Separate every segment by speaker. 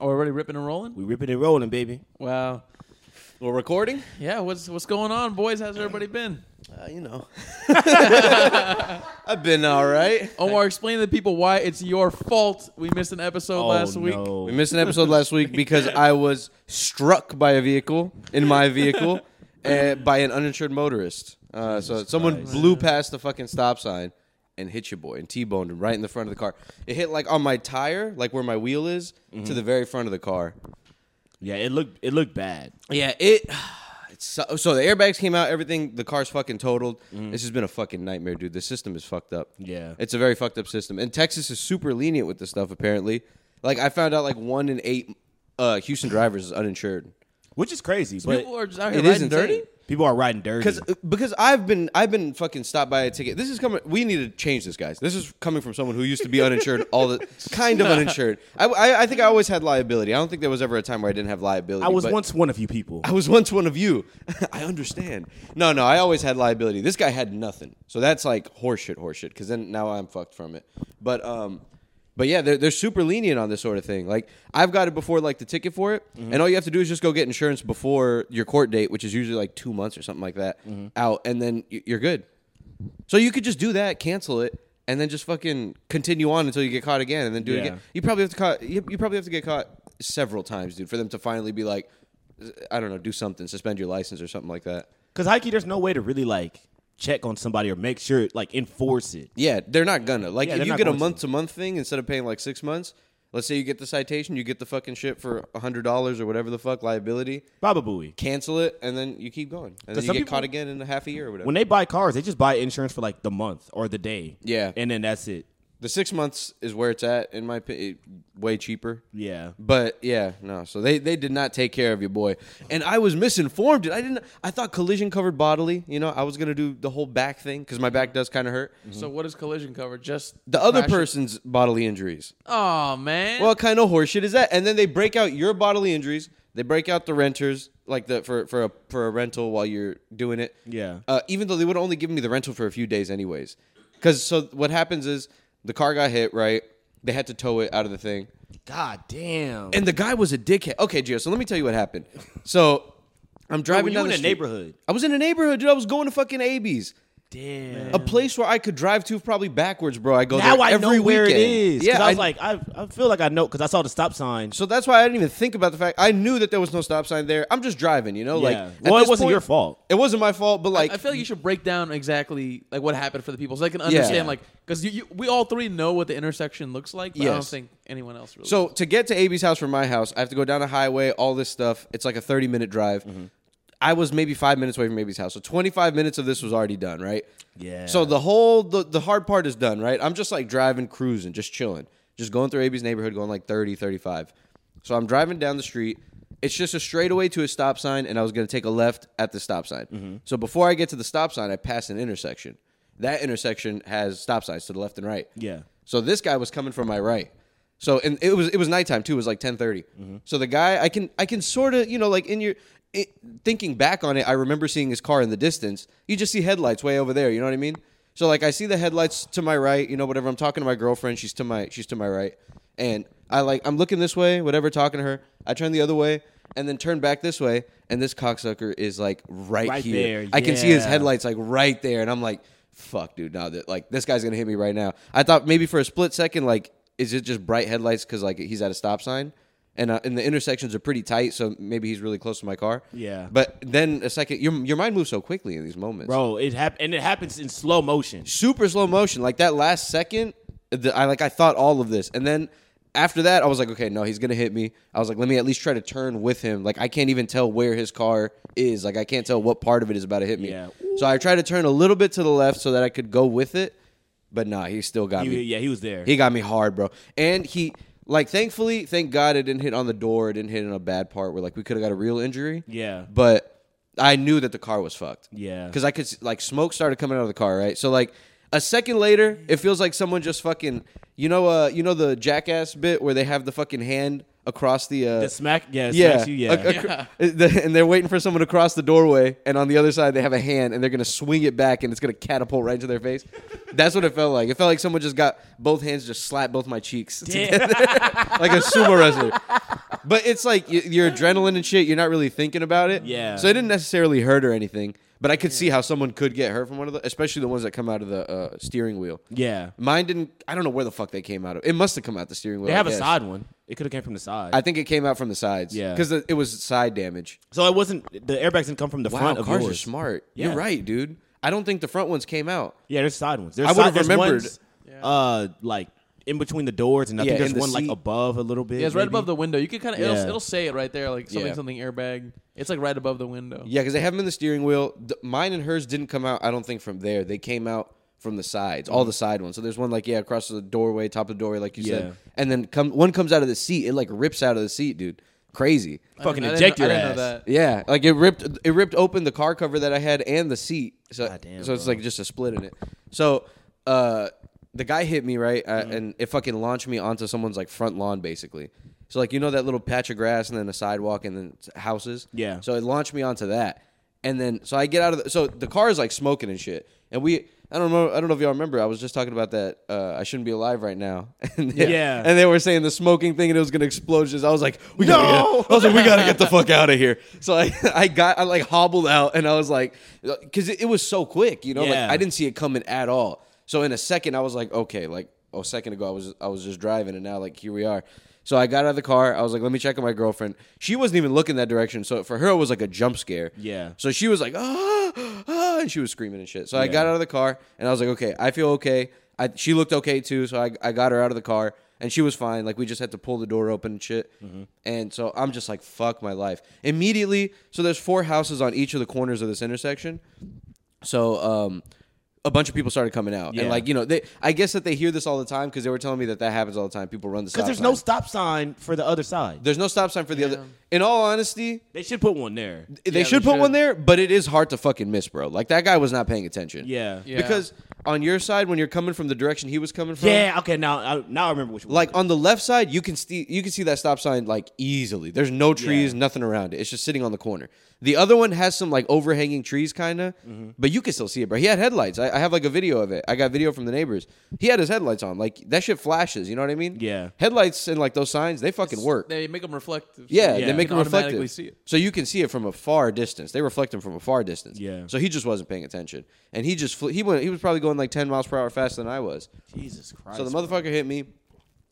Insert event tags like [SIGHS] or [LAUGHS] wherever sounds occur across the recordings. Speaker 1: Already Oh, ripping and rolling.
Speaker 2: We ripping and rolling, baby.
Speaker 1: Wow.
Speaker 2: We're recording.
Speaker 1: Yeah. What's what's going on, boys? How's everybody been?
Speaker 2: Uh, you
Speaker 3: [LAUGHS]
Speaker 2: know, I've been all right.
Speaker 1: Omar, explain to the people why it's your fault we missed an episode last week.
Speaker 2: Oh, no.
Speaker 3: We missed an episode last week because I was struck by a vehicle in my vehicle uh, by an uninsured motorist. Uh, so someone blew past the fucking stop sign and hit your boy and T-boned him right in the front of the car. It hit like on my tire, like where my wheel is, to the very front of the car.
Speaker 2: Yeah, it looked it looked bad.
Speaker 3: Yeah, it. It's so, so the airbags came out, everything. The car's fucking totaled. This has been a fucking nightmare, dude. The system is fucked up.
Speaker 2: Mm-hmm. Yeah.
Speaker 3: it's a very fucked up system, and Texas is super lenient with this stuff. Apparently, like I found out, like one in eight uh, Houston drivers is uninsured.
Speaker 2: Which is crazy, but uh,
Speaker 1: People are just out here
Speaker 3: It is
Speaker 1: riding dirty.
Speaker 3: insane.
Speaker 2: people are riding dirty.
Speaker 3: Because because I've been I've been fucking stopped by a ticket. This is coming. We need to change this, guys. This is coming from someone who used to be uninsured
Speaker 2: [LAUGHS]
Speaker 3: all the kind of uninsured. I, I I think I always had liability. I don't think there was ever a time where I didn't have liability.
Speaker 2: I was
Speaker 3: but-
Speaker 2: once one of you [LAUGHS] people.
Speaker 3: I was once one of you. [LAUGHS] I understand. No, no, I always had liability. This guy had nothing. So that's like horseshit, horseshit. Because then now I'm fucked from it. But um, but yeah, they're they're super lenient on this sort of thing. Like I've got it before, like the ticket for it, and all you have to do is just go get insurance before your court date, which is usually like two months or something like that, out, and then y- you're good. So you could just do that, cancel it, and then just fucking continue on until you get caught again, and then do
Speaker 2: Yeah.
Speaker 3: it again. You probably have to caught. You, you probably have to get caught several times, dude, for them to finally be like, I don't know, do something, suspend your license or something like that.
Speaker 2: Because Hikey, there's no way to really like check on somebody or make sure like enforce it.
Speaker 3: Yeah, they're not gonna like
Speaker 2: Yeah, they're
Speaker 3: if you
Speaker 2: not
Speaker 3: get a
Speaker 2: going to.
Speaker 3: month to month thing instead of paying like six months. Let's say you get the citation, you get the fucking shit for hundred dollars or whatever the fuck liability.
Speaker 2: Baba Booey.
Speaker 3: Cancel it, and then you keep going, and
Speaker 2: 'Cause
Speaker 3: then you
Speaker 2: some
Speaker 3: get
Speaker 2: people-
Speaker 3: caught again in a half a year or whatever.
Speaker 2: When they buy cars, they just buy insurance for like the month or the day.
Speaker 3: Yeah.
Speaker 2: and then that's it.
Speaker 3: the six months is where it's at, in my opinion, way cheaper.
Speaker 2: Yeah.
Speaker 3: But yeah, no. So they they did not take care of your boy, and I was misinformed. Dude, I didn't. I thought collision covered bodily. You know, I was gonna do the whole back thing because my back does kind of hurt.
Speaker 1: So what does collision cover? Just
Speaker 3: The other
Speaker 1: crashing-
Speaker 3: person's bodily injuries.
Speaker 1: Oh man.
Speaker 3: What kind of horseshit is that? And then they break out your bodily injuries. They break out the renters like the for for a for a rental while you're doing it.
Speaker 2: Yeah.
Speaker 3: Uh, even though they would only give me the rental for a few days anyways, because so what happens is the car got hit right. They had to tow it out of the thing.
Speaker 2: God damn.
Speaker 3: And the guy was a dickhead. Okay, Gio, so let me tell you what happened. So I'm driving
Speaker 2: were you
Speaker 3: down
Speaker 2: in
Speaker 3: the
Speaker 2: a
Speaker 3: street.
Speaker 2: neighborhood?
Speaker 3: I was in a neighborhood, dude. I was going to fucking AB's.
Speaker 2: Damn.
Speaker 3: A place where I could drive to probably backwards, bro. I go
Speaker 2: Now
Speaker 3: there
Speaker 2: I know
Speaker 3: every
Speaker 2: where it
Speaker 3: weekend.
Speaker 2: is.
Speaker 3: Yeah,
Speaker 2: Yeah, I was like, I, I feel like I know because I saw the stop sign.
Speaker 3: so that's why I didn't even think about the fact. I knew that there was no stop sign there. I'm just driving, you know. Like,
Speaker 2: Yeah.
Speaker 3: at
Speaker 2: Well, it
Speaker 3: this
Speaker 2: wasn't
Speaker 3: point-
Speaker 2: your fault.
Speaker 3: It wasn't my fault, but like,
Speaker 1: I feel like you should break down exactly like what happened for the people so they can understand like because you, you, we all three know what the intersection looks like. But I don't
Speaker 3: Yes.
Speaker 1: think anyone else really.
Speaker 3: So to get to AB's house from my house, I have to go down a highway, all this stuff. It's like a 30 minute drive.
Speaker 2: Mm-hmm.
Speaker 3: I was maybe five minutes away from AB's house. So 25 minutes of this was already done, right?
Speaker 2: Yeah.
Speaker 3: So the whole, the, the hard part is done, right? I'm just like driving, cruising, just chilling, just going through AB's neighborhood, going like 30, 35. So I'm driving down the street. It's just a straightaway to a stop sign, and I was going to take a left at the stop sign.
Speaker 2: Mm-hmm.
Speaker 3: So before I get to the stop sign, I pass an intersection. That intersection has stop signs to the left and right.
Speaker 2: Yeah.
Speaker 3: So this guy was coming from my right. So and it was it was nighttime too. It was like ten So the guy I can I can sort of you know like in your it, thinking back on it, I remember seeing his car in the distance. You just see headlights way over there. You know what I mean? So like I see the headlights to my right. You know whatever. I'm talking to my girlfriend. She's to my she's to my right, and I like I'm looking this way. Whatever talking to her. I turn the other way and then turn back this way. And this cocksucker is like right,
Speaker 2: Right
Speaker 3: here.
Speaker 2: there,
Speaker 3: I can see his
Speaker 2: yeah.
Speaker 3: headlights headlights like right there, and I'm like, "Fuck, dude! Now that like this guy's gonna hit me right now." I thought maybe for a split second, like, is it just bright headlights because like he's at a stop sign, and uh, and the intersections are pretty tight, so maybe he's really close to my car.
Speaker 2: Yeah.
Speaker 3: But then a second, your your mind moves so quickly in these moments,
Speaker 2: bro, it happened, and it happens in slow motion.
Speaker 3: Super slow motion, like that last second. The, I like I thought all of this, and then. After that, I was like, okay, no, he's gonna hit me. I was like, let me at least try to turn with him. Like, I can't even tell where his car is. Like, I can't tell what part of it is about to hit me.
Speaker 2: Yeah.
Speaker 3: So I tried to turn a little bit to the left so that I could go with it, but nah, he still got
Speaker 2: He-
Speaker 3: me.
Speaker 2: yeah, he was there.
Speaker 3: He got me hard, bro. And he like thankfully, thank God it didn't hit on the door, it didn't hit on a bad part where like we could have got a real injury.
Speaker 2: Yeah.
Speaker 3: But I knew that the car was fucked.
Speaker 2: Yeah.
Speaker 3: Cuz I could s- like smoke started coming out of the car, right? So like a second later, it feels like someone just fucking you know uh you know the jackass bit where they have the fucking hand across the uh
Speaker 2: the smack, yeah,
Speaker 3: yeah.
Speaker 2: smacks you, yeah.
Speaker 3: Ac- ac- [LAUGHS] the- and they're waiting for someone to cross the doorway, and on the other side they have a hand, and they're gonna swing it back, and it's gonna catapult right into their face. That's what it felt like. It felt [LAUGHS] like someone just got both hands just slapped both my cheeks together, like a sumo wrestler. But it's like y- your adrenaline and shit. You're not really thinking about it.
Speaker 2: Yeah.
Speaker 3: So it didn't necessarily hurt or anything. But I could see how someone could get hurt from one of the, especially the ones that come out of the uh, steering wheel.
Speaker 2: [LAUGHS]
Speaker 3: [LAUGHS]
Speaker 2: Yeah.
Speaker 3: Mine didn't. I don't know where the fuck they came out of. It must have come out the steering wheel.
Speaker 2: They
Speaker 3: I
Speaker 2: have a
Speaker 3: guess.
Speaker 2: side one. It could have came from the side.
Speaker 3: I think it came out from the sides.
Speaker 2: Yeah.
Speaker 3: Because it was side damage.
Speaker 2: so it wasn't the airbags didn't come from the
Speaker 3: Wow,
Speaker 2: front of
Speaker 3: cars
Speaker 2: yours.
Speaker 3: are smart.
Speaker 2: Yeah.
Speaker 3: You're right, dude. I don't think the front ones came out.
Speaker 2: Yeah, there's side ones. There's
Speaker 3: I would've
Speaker 2: side- there's
Speaker 3: remembered.
Speaker 2: ones, Uh, like in between the doors, and I
Speaker 3: Yeah,
Speaker 2: think
Speaker 3: in
Speaker 2: there's
Speaker 3: the
Speaker 2: one like
Speaker 3: seat.
Speaker 2: above a little bit.
Speaker 1: Yeah, it's right
Speaker 2: maybe.
Speaker 1: above the window. You can kind of
Speaker 2: Yeah.
Speaker 1: it'll, it'll say it right there, like something
Speaker 3: Yeah.
Speaker 1: something airbag. It's like right above the window.
Speaker 3: Yeah, because they have them in the steering wheel. D- mine and hers didn't come out. I don't think from there. They came out from the sides, all the side ones. So there's one like yeah across the doorway, top of the doorway, like you
Speaker 2: Yeah.
Speaker 3: said, and then come one comes out of the seat. It like rips out of the seat, dude. Crazy.
Speaker 1: I
Speaker 2: fucking
Speaker 1: didn't- I
Speaker 2: eject
Speaker 1: didn't-
Speaker 2: your
Speaker 1: I didn't know
Speaker 2: ass.
Speaker 1: that.
Speaker 3: Yeah, like it ripped it ripped open the car cover that I had and the seat. So
Speaker 2: damn,
Speaker 3: so it's
Speaker 2: bro.
Speaker 3: like just a split in it. So uh the guy hit me right uh,
Speaker 2: Mm-hmm.
Speaker 3: and it fucking launched me onto someone's like front lawn basically. So like you know that little patch of grass and then a sidewalk and then s- houses.
Speaker 2: Yeah.
Speaker 3: So it launched me onto that. And then so I get out of the so the car is like smoking and shit. And we I don't know I don't know if y'all remember I was just talking about that uh, I shouldn't be alive right now. [LAUGHS] and they-
Speaker 2: Yeah.
Speaker 3: And they were saying the smoking thing and it was going to explode just I was like we gotta
Speaker 2: No!
Speaker 3: get, I was like, we
Speaker 2: [LAUGHS]
Speaker 3: gotta get the fuck out of here. So I, [LAUGHS] I got, I like hobbled out, and I was like, because it, it was so quick, you know,
Speaker 2: Yeah.
Speaker 3: like I didn't see it coming at all. So in a second, I was like, okay, like oh, a second ago, I was, I was just driving, and now like here we are. So I got out of the car. I was like, let me check on my girlfriend. She wasn't even looking that direction, so for her it was like a jump scare.
Speaker 2: Yeah.
Speaker 3: So she was like, ah, ah, and she was screaming and shit. So I
Speaker 2: Yeah.
Speaker 3: got out of the car, and I was like, okay, I feel okay. I, she looked okay too, so I, I got her out of the car, and she was fine. Like we just had to pull the door open and shit.
Speaker 2: Mm-hmm.
Speaker 3: And so I'm just like, fuck my life. Immediately, so there's four houses on each of the corners of this intersection. So um, a bunch of people started coming out,
Speaker 2: Yeah.
Speaker 3: and like you know, they I guess that they hear this all the time because they were telling me that that happens all the time. People run the stop
Speaker 2: Because there's
Speaker 3: sign.
Speaker 2: no stop sign for the other side.
Speaker 3: there's no stop sign for the
Speaker 1: Yeah.
Speaker 3: other. In all honesty,
Speaker 2: They should put one there.
Speaker 3: they
Speaker 1: Yeah,
Speaker 3: should
Speaker 1: they
Speaker 3: put one
Speaker 1: should.
Speaker 3: there, but it is hard to fucking miss, bro. Like that guy was not paying attention.
Speaker 2: Yeah.
Speaker 1: Yeah.
Speaker 3: Because on your side, when you're coming from the direction he was coming from,
Speaker 2: Yeah. Okay. Now, I, now I remember which one.
Speaker 3: Like on the left side, you can see you can see that stop sign like easily. There's no trees,
Speaker 2: Yeah.
Speaker 3: nothing around it. It's just sitting on the corner. The other one has some like overhanging trees, kind of, but you can still see it, bro. He had headlights. I, I have like a video of it. I got video from the neighbors. He had his headlights on. Like that shit flashes. You know what I mean?
Speaker 2: Yeah.
Speaker 3: Headlights and like those signs, they fucking work.
Speaker 1: They make them reflective. so
Speaker 3: Yeah,
Speaker 1: you
Speaker 3: they
Speaker 1: can
Speaker 3: make them
Speaker 1: automatically
Speaker 3: reflective.
Speaker 1: See it.
Speaker 3: So you can see it from a far distance. They reflect them from a far distance.
Speaker 2: Yeah.
Speaker 3: So he just wasn't paying attention, and he just flew, he went. He was probably going like ten miles per hour faster than I was.
Speaker 2: Jesus Christ.
Speaker 3: So the motherfucker hit me.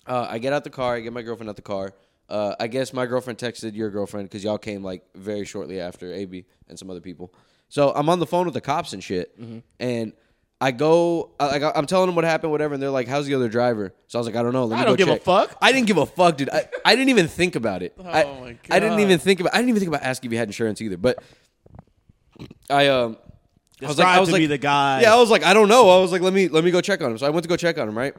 Speaker 3: Uh, I get out the car. I get my girlfriend out the car. Uh, I guess my girlfriend texted your girlfriend because y'all came like very shortly after AB and some other people. So I'm on the phone with the cops and shit,
Speaker 2: Mm-hmm.
Speaker 3: and I go. I, I, I'm telling them what happened, whatever, and they're like, "How's the other driver?" So I was like, "I don't know. Let me
Speaker 2: I don't
Speaker 3: go
Speaker 2: give a
Speaker 3: check."
Speaker 2: fuck.
Speaker 3: I didn't give a fuck, dude. I, I didn't even think about it. I,
Speaker 1: Oh my
Speaker 3: I didn't
Speaker 1: God.
Speaker 3: even think about. I didn't even think about asking if you had insurance either. But I um. I was like,
Speaker 2: Describe
Speaker 3: I was
Speaker 2: to
Speaker 3: like,
Speaker 2: me the guy.
Speaker 3: Yeah, I was like, I don't know. I was like, let me let me go check on him. So I went to go check on him, right?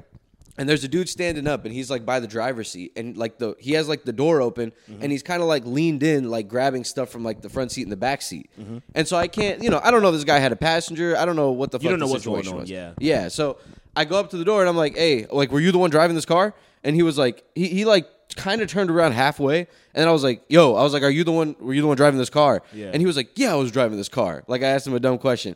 Speaker 3: And there's a dude standing up, and he's like by the driver's seat, and like the he has like the door open,
Speaker 2: Mm-hmm.
Speaker 3: and he's kind of like leaned in, like grabbing stuff from like the front seat and the back seat.
Speaker 2: Mm-hmm.
Speaker 3: And so I can't, you know, I don't know if this guy had a passenger. I don't know what the
Speaker 2: You
Speaker 3: fuck
Speaker 2: don't
Speaker 3: the
Speaker 2: know what's going
Speaker 3: situation
Speaker 2: on,
Speaker 3: was.
Speaker 2: yeah.
Speaker 3: yeah. So I go up to the door and I'm like, hey, like, were you the one driving this car? And he was like, he he like kind of turned around halfway, and then I was like, yo, I was like, are you the one? Were you the one driving this car?
Speaker 2: Yeah.
Speaker 3: And he was like, yeah, I was driving this car. Like I asked him a dumb question.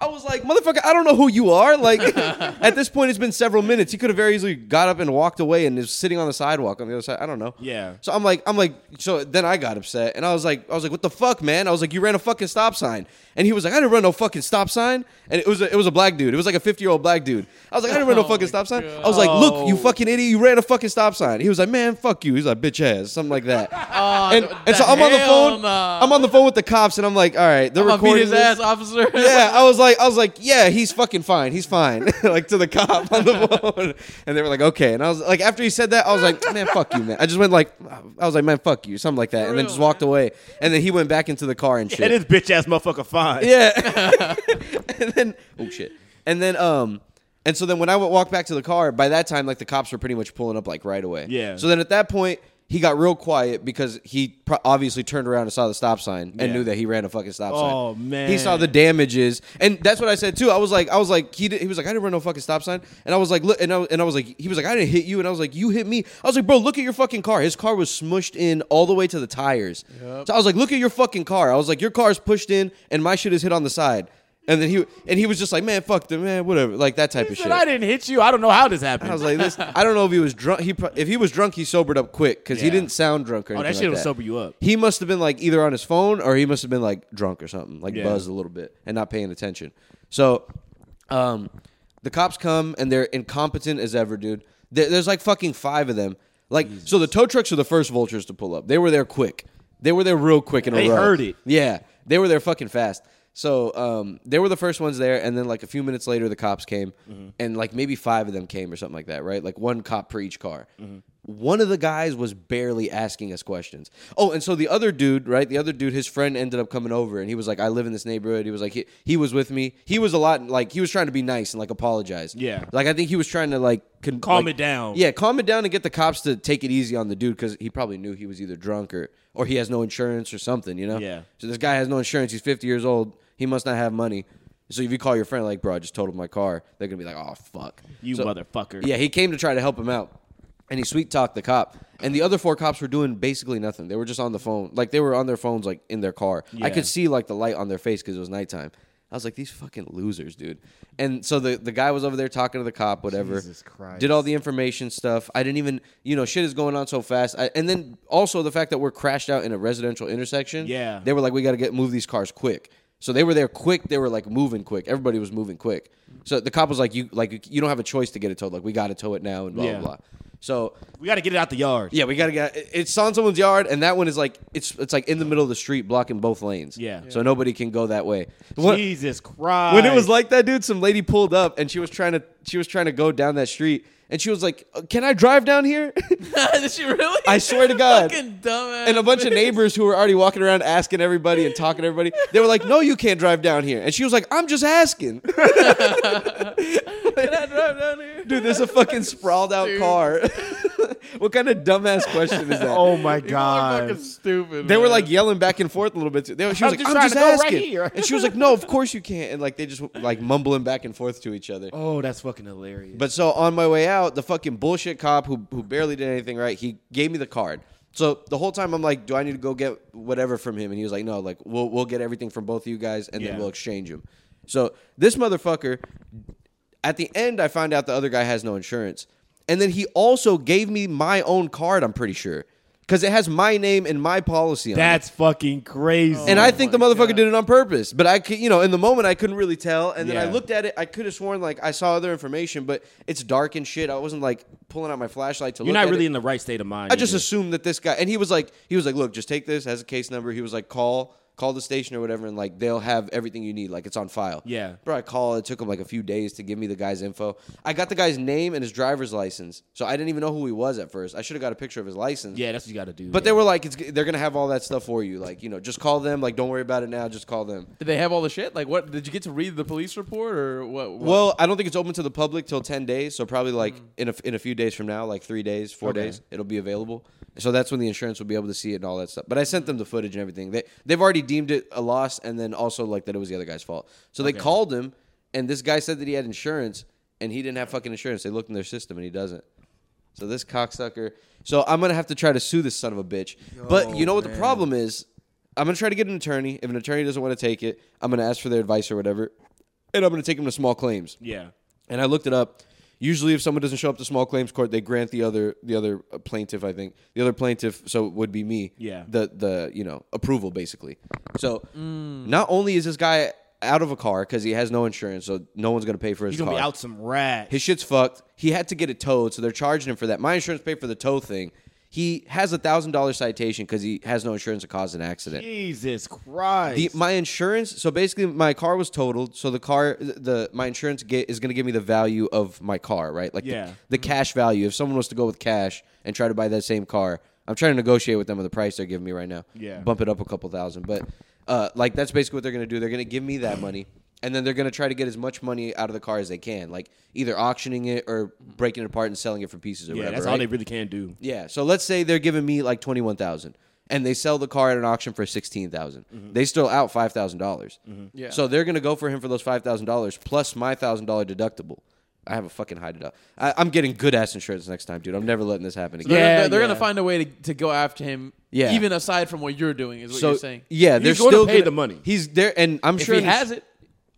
Speaker 3: I was like, motherfucker, I don't know who you are. Like, at this point, it's been several minutes. He could have very easily got up and walked away and is sitting on the sidewalk on the other side. I don't know.
Speaker 2: Yeah.
Speaker 3: So I'm like, I'm like, so then I got upset and I was like, I was like, what the fuck, man? I was like, you ran a fucking stop sign. And he was like, I didn't run no fucking stop sign. And it was a, it was a black dude. It was like a 50 year old black dude. I was like, I didn't run
Speaker 1: [LAUGHS]
Speaker 3: no
Speaker 1: Oh
Speaker 3: fucking
Speaker 1: my
Speaker 3: stop sign.
Speaker 1: God.
Speaker 3: I was like, look, you
Speaker 2: Oh.
Speaker 3: fucking idiot, you ran a fucking stop sign. He was like, man, fuck you. He's like, bitch ass, something like that.
Speaker 1: [LAUGHS] Oh,
Speaker 3: and,
Speaker 1: th-
Speaker 3: and so
Speaker 1: the
Speaker 3: I'm on the
Speaker 1: hell
Speaker 3: phone.
Speaker 1: nah.
Speaker 3: I'm on the phone with the cops, and I'm like, all right, they're
Speaker 1: I'm gonna beat
Speaker 3: recording
Speaker 1: his
Speaker 3: this.
Speaker 1: ass, officer.
Speaker 3: [LAUGHS]
Speaker 1: [LAUGHS]
Speaker 3: Yeah, I was like, I was like, yeah, he's fucking fine. He's fine. [LAUGHS] like to the cop
Speaker 2: [LAUGHS]
Speaker 3: on the phone, and they were like, okay. And I was like, after he said that, I was like, man, fuck you, man. I just went like, I was like, man, fuck you, something like that, and then
Speaker 1: real,
Speaker 3: just walked away. And then he went back into the car and
Speaker 2: That
Speaker 3: shit.
Speaker 2: is bitch ass motherfucker fine.
Speaker 3: Yeah. [LAUGHS] and then oh shit. And then um and so then when I would walk back to the car, by that time like the cops were pretty much pulling up like right away.
Speaker 2: Yeah.
Speaker 3: So then at that point he got real quiet because he pro- obviously turned around and saw the stop sign and
Speaker 2: Yeah.
Speaker 3: knew that he ran a fucking stop sign.
Speaker 2: Oh, man.
Speaker 3: He saw the damages, and that's what I said too. I was like, I was like, he did, he was like, I didn't run no fucking stop sign, and I was like, look, and I, and I was like, he was like, I didn't hit you, and I was like, you hit me. I was like, bro, look at your fucking car. His car was smushed in all the way to the tires. So I was like, look at your fucking car. I was like, your car's pushed in, and my shit is hit on the side. And then he and he was just like, man, fuck them, man, whatever, like that type
Speaker 4: He
Speaker 3: of
Speaker 4: said,
Speaker 3: shit.
Speaker 4: I didn't hit you. I don't know how this happened.
Speaker 3: I was like, this. I don't know if he was drunk. He pro- if he was drunk, he sobered up quick because he
Speaker 4: Yeah.
Speaker 3: didn't sound drunk or
Speaker 4: oh,
Speaker 3: anything.
Speaker 4: that
Speaker 3: like
Speaker 4: shit will sober you up.
Speaker 3: He must have been like either on his phone or he must have been like drunk or something, like
Speaker 4: Yeah.
Speaker 3: buzzed a little bit and not paying attention. So, um, the cops come and they're incompetent as ever, dude. There- There's like fucking five of them. Like, so the tow trucks are the first vultures to pull up. They were there quick. They were there real quick in a
Speaker 4: They
Speaker 3: row.
Speaker 4: heard it.
Speaker 3: Yeah, they were there fucking fast. So um, they were the first ones there, and then like a few minutes later, the cops came,
Speaker 4: Mm-hmm.
Speaker 3: and like maybe five of them came or something like that, right? Like one cop per each car.
Speaker 4: Mm-hmm.
Speaker 3: One of the guys was barely asking us questions. Oh, and so the other dude, right? The other dude, his friend ended up coming over, and he was like, "I live in this neighborhood." He was like, "He, he was with me." He was a lot like he was trying to be nice and like apologize.
Speaker 4: Yeah.
Speaker 3: like I think he was trying to like con-
Speaker 4: Calm
Speaker 3: like-
Speaker 4: it down.
Speaker 3: Yeah, calm it down and get the cops to take it easy on the dude because he probably knew he was either drunk or or he has no insurance or something. You know.
Speaker 4: Yeah.
Speaker 3: So this guy has no insurance. He's 50 years old. He must not have money. So if you call your friend like, bro, I just totaled my car, they're gonna be like, oh fuck,
Speaker 4: [LAUGHS] You
Speaker 3: So-
Speaker 4: motherfucker.
Speaker 3: Yeah, he came to try to help him out, and he sweet talked the cop. And the other four cops were doing basically nothing. They were just on the phone, like they were on their phones, like in their car. I
Speaker 4: Yeah.
Speaker 3: could see like the light on their face because it was nighttime. I was like, these fucking losers, dude. And so the, the guy was over there talking to the cop, whatever.
Speaker 5: Jesus Christ.
Speaker 3: Did all the information stuff. I didn't even, you know, shit is going on so fast. I, and then also the fact that we're crashed out in a residential intersection.
Speaker 4: Yeah.
Speaker 3: They were like, we got to get move these cars quick. So they were there quick. They were like moving quick. Everybody was moving quick. So the cop was like, you like you don't have a choice to get it towed. Like we got to tow it now and blah
Speaker 4: Yeah.
Speaker 3: blah blah. So
Speaker 4: We got to get it out the yard.
Speaker 3: yeah, we got to get it- it's on someone's yard, and that one is like it's it's like in the middle of the street, blocking both lanes.
Speaker 4: Yeah.
Speaker 3: So nobody can go that way. What-
Speaker 4: Jesus Christ.
Speaker 3: when it was like that, dude, some lady pulled up and she was trying to she was trying to go down that street, and she was like, "Can I drive down here?" [LAUGHS]
Speaker 1: Did she really?
Speaker 3: I swear to God.
Speaker 1: Fucking dumbass.
Speaker 3: and a bunch of
Speaker 1: bitch. [LAUGHS]
Speaker 3: neighbors who were already walking around asking everybody and talking to everybody. They were like, "No, you can't drive down here." And she was like, "I'm just asking."
Speaker 1: Can I drive down
Speaker 3: [LAUGHS]
Speaker 1: here?
Speaker 3: Dude, there's a fucking sprawled out
Speaker 1: Dude.
Speaker 3: car. [LAUGHS] what kind of dumbass question is that?
Speaker 5: Oh
Speaker 3: [LAUGHS]
Speaker 5: my
Speaker 1: People are
Speaker 5: god.
Speaker 1: fucking stupid.
Speaker 3: They were
Speaker 1: man.
Speaker 3: like yelling back and forth a little bit. Too. They, were- she was
Speaker 4: I'm
Speaker 3: like,
Speaker 4: just
Speaker 3: "I'm
Speaker 4: trying
Speaker 3: just
Speaker 4: to go right
Speaker 3: asking,"
Speaker 4: here.
Speaker 3: and she was like, "No, of course you can't." And like they just like mumbling back and forth to each other.
Speaker 4: Oh, that's fucking hilarious.
Speaker 3: But so on my way out, the fucking bullshit cop who who barely did anything right, he gave me the card. So the whole time I'm like, do I need to go get whatever from him? And he was like, no, like we'll we'll get everything from both of you guys and
Speaker 4: Yeah.
Speaker 3: then we'll exchange them. So this motherfucker at the end I find out the other guy has no insurance. And then he also gave me my own card, I'm pretty sure. Cuz it has my name and my policy on it.
Speaker 4: that's fucking crazy.
Speaker 3: And I think the motherfucker did it on purpose. But I could, you know, in the moment I couldn't really tell. And then I
Speaker 4: Yeah.
Speaker 3: looked at it. I could have sworn like I saw other information, but it's dark and shit. I wasn't like pulling out my flashlight to
Speaker 4: You're
Speaker 3: look
Speaker 4: not
Speaker 3: at
Speaker 4: really
Speaker 3: it.
Speaker 4: in the right state of mind.
Speaker 3: I just
Speaker 4: either.
Speaker 3: assumed that this guy and he was like he was like, "Look, just take this, has a case number." He was like, "Call call the station or whatever and like they'll have everything you need. Like it's on file."
Speaker 4: Yeah.
Speaker 3: Bro, I call. It took him like a few days to give me the guy's info. I got the guy's name and his driver's license. So I didn't even know who he was at first. I should have got a picture of his license.
Speaker 4: Yeah, that's what you got to do.
Speaker 3: But
Speaker 4: man.
Speaker 3: they were like, it's, they're gonna have all that stuff for you. Like, you know, just call them. Like, don't worry about it now. Just call them.
Speaker 1: Did they have all the shit? Like, what? Did you get to read the police report or what? what?
Speaker 3: Well, I don't think it's open to the public till ten days. So probably like in a in a few days from now, like three days, four
Speaker 4: Okay.
Speaker 3: days, it'll be available. So that's when the insurance will be able to see it and all that stuff. But I sent them the footage and everything. They they've already deemed it a loss, and then also like that it was the other guy's fault. So they called him, and this guy said that he had insurance, and he didn't have fucking insurance. They looked in their system, and he doesn't. So this cocksucker. So I'm gonna have to try to sue this son of a bitch. but you know what the problem is? I'm gonna try to get an attorney. If an attorney doesn't want to take it, I'm gonna ask for their advice or whatever, and I'm gonna take him to small claims.
Speaker 4: Yeah.
Speaker 3: And I looked it up. Usually, if someone doesn't show up to small claims court, they grant the other the other uh, plaintiff. I think the other plaintiff, so it would be me.
Speaker 4: Yeah.
Speaker 3: The the you know approval basically. So
Speaker 4: Mm.
Speaker 3: not only is this guy out of a car because he has no insurance, so no one's gonna pay for his
Speaker 4: He's going to
Speaker 3: car.
Speaker 4: be out some rat.
Speaker 3: His shit's fucked. He had to get it towed, so they're charging him for that. My insurance paid for the tow thing. He has a thousand dollar citation because he has no insurance to cause an accident.
Speaker 4: Jesus Christ.
Speaker 3: The, my insurance. So basically, my car was totaled. So the car, the my insurance get, is going to give me the value of my car, right? Like the-
Speaker 4: Yeah. Mm-hmm.
Speaker 3: the, cash value. If someone was to go with cash and try to buy that same car, I'm trying to negotiate with them on the price they're giving me right now.
Speaker 4: Yeah.
Speaker 3: bump it up a couple thousand. But uh, like that's basically what they're going to do. They're going to give me that money, and then they're going to try to get as much money out of the car as they can, like either auctioning it or breaking it apart and selling it for pieces or
Speaker 4: yeah,
Speaker 3: whatever.
Speaker 4: that's
Speaker 3: right?
Speaker 4: all they really can do.
Speaker 3: Yeah. So let's say they're giving me like twenty one thousand, and they sell the car at an auction for sixteen They still out five dollars.
Speaker 1: Mm-hmm. Yeah.
Speaker 3: So they're gonna go for him for those five thousand dollars plus my thousand dollar deductible. I have a fucking high deductible. I, I'm getting good ass insurance next time, dude. I'm never letting this happen again.
Speaker 1: they're,
Speaker 4: Yeah,
Speaker 1: gonna, they're gonna
Speaker 4: yeah.
Speaker 1: find a way to, to go after him.
Speaker 3: Yeah.
Speaker 1: Even aside from what you're doing, is what
Speaker 3: So
Speaker 1: you're saying.
Speaker 3: yeah, they're
Speaker 4: He's gonna
Speaker 3: still
Speaker 4: pay the money.
Speaker 3: He's there, and I'm
Speaker 1: If
Speaker 3: sure
Speaker 1: he
Speaker 3: that-
Speaker 1: has it,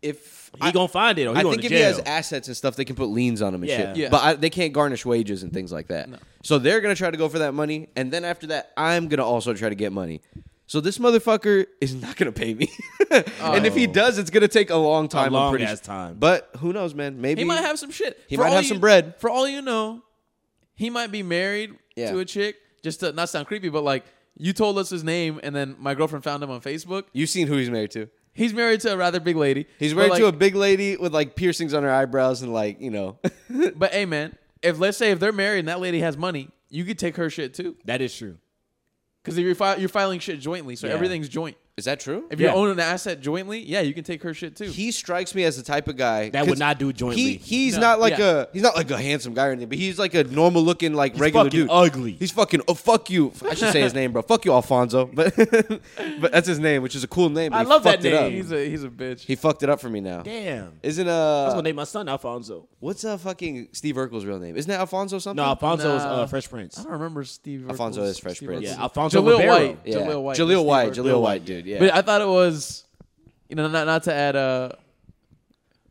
Speaker 3: if
Speaker 2: He gonna find it or he
Speaker 3: I
Speaker 2: going
Speaker 3: think
Speaker 2: to
Speaker 3: if
Speaker 2: jail.
Speaker 3: he has assets and stuff, they can put liens on him and
Speaker 2: Yeah.
Speaker 3: shit.
Speaker 1: Yeah.
Speaker 3: But I, they can't garnish wages and things like that. So they're gonna try to go for that money, and then after that, I'm gonna also try to get money. So this motherfucker is not gonna pay me, [LAUGHS] and if he does, it's gonna take a long time.
Speaker 2: long
Speaker 3: I'm pretty
Speaker 2: ass
Speaker 3: su-
Speaker 2: Oh. time.
Speaker 3: But who knows, man? Maybe
Speaker 1: He might have some shit.
Speaker 3: He
Speaker 1: For
Speaker 3: might
Speaker 1: all
Speaker 3: have
Speaker 1: you-
Speaker 3: some bread.
Speaker 1: For all you know, he might be married
Speaker 3: Yeah.
Speaker 1: to a chick. Just to not sound creepy, but like you told us his name, and then my girlfriend found him on Facebook.
Speaker 3: You've seen who he's married to.
Speaker 1: He's married to a rather big lady.
Speaker 3: He's
Speaker 1: But,
Speaker 3: married to a
Speaker 1: like-
Speaker 3: big lady with like piercings on her eyebrows and like you know. [LAUGHS]
Speaker 1: But hey, man, if let's say if they're married and that lady has money, you could take her shit too,
Speaker 2: that is true.
Speaker 1: because you're fi- you're filing shit jointly, so
Speaker 2: Yeah.
Speaker 1: everything's joint.
Speaker 3: is that true?
Speaker 1: If
Speaker 2: Yeah.
Speaker 1: you own an asset jointly, yeah, you can take her shit too.
Speaker 3: he strikes me as the type of guy
Speaker 2: That would
Speaker 3: 'cause
Speaker 2: not do jointly.
Speaker 3: He, he's
Speaker 1: No,
Speaker 3: not like
Speaker 1: yeah.
Speaker 3: a he's not like a handsome guy or anything, but he's like a normal looking like regular
Speaker 2: fucking
Speaker 3: dude.
Speaker 2: ugly.
Speaker 3: He's fucking oh fuck you. I should say his name, bro. Fuck you, Alfonso. [LAUGHS] But but that's his name, which is a cool name. but
Speaker 2: I
Speaker 3: he
Speaker 2: love that
Speaker 3: fucked it
Speaker 2: name.
Speaker 3: up.
Speaker 1: he's a he's a bitch.
Speaker 3: He fucked it up for me now. [LAUGHS]
Speaker 2: Damn.
Speaker 3: Isn't
Speaker 2: I was
Speaker 3: uh
Speaker 2: gonna name my son Alfonso.
Speaker 3: what's uh fucking Steve Urkel's real name? Isn't that Alfonso something?
Speaker 2: No, Alfonso is
Speaker 1: Nah.
Speaker 2: uh, Fresh Prince.
Speaker 1: I don't remember Steve.
Speaker 3: Alfonso
Speaker 1: Urkel's-
Speaker 3: is Fresh
Speaker 1: Steve
Speaker 3: Prince.
Speaker 1: Urkel's-
Speaker 2: Yeah, Alfonso
Speaker 1: Jaleel
Speaker 2: Rivero.
Speaker 1: White.
Speaker 3: yeah.
Speaker 1: Jaleel White.
Speaker 3: Jaleel
Speaker 1: Steve
Speaker 3: White.
Speaker 1: Urkel.
Speaker 3: Jaleel White, dude. Yeah.
Speaker 1: But I thought it was, you know, not not to add uh,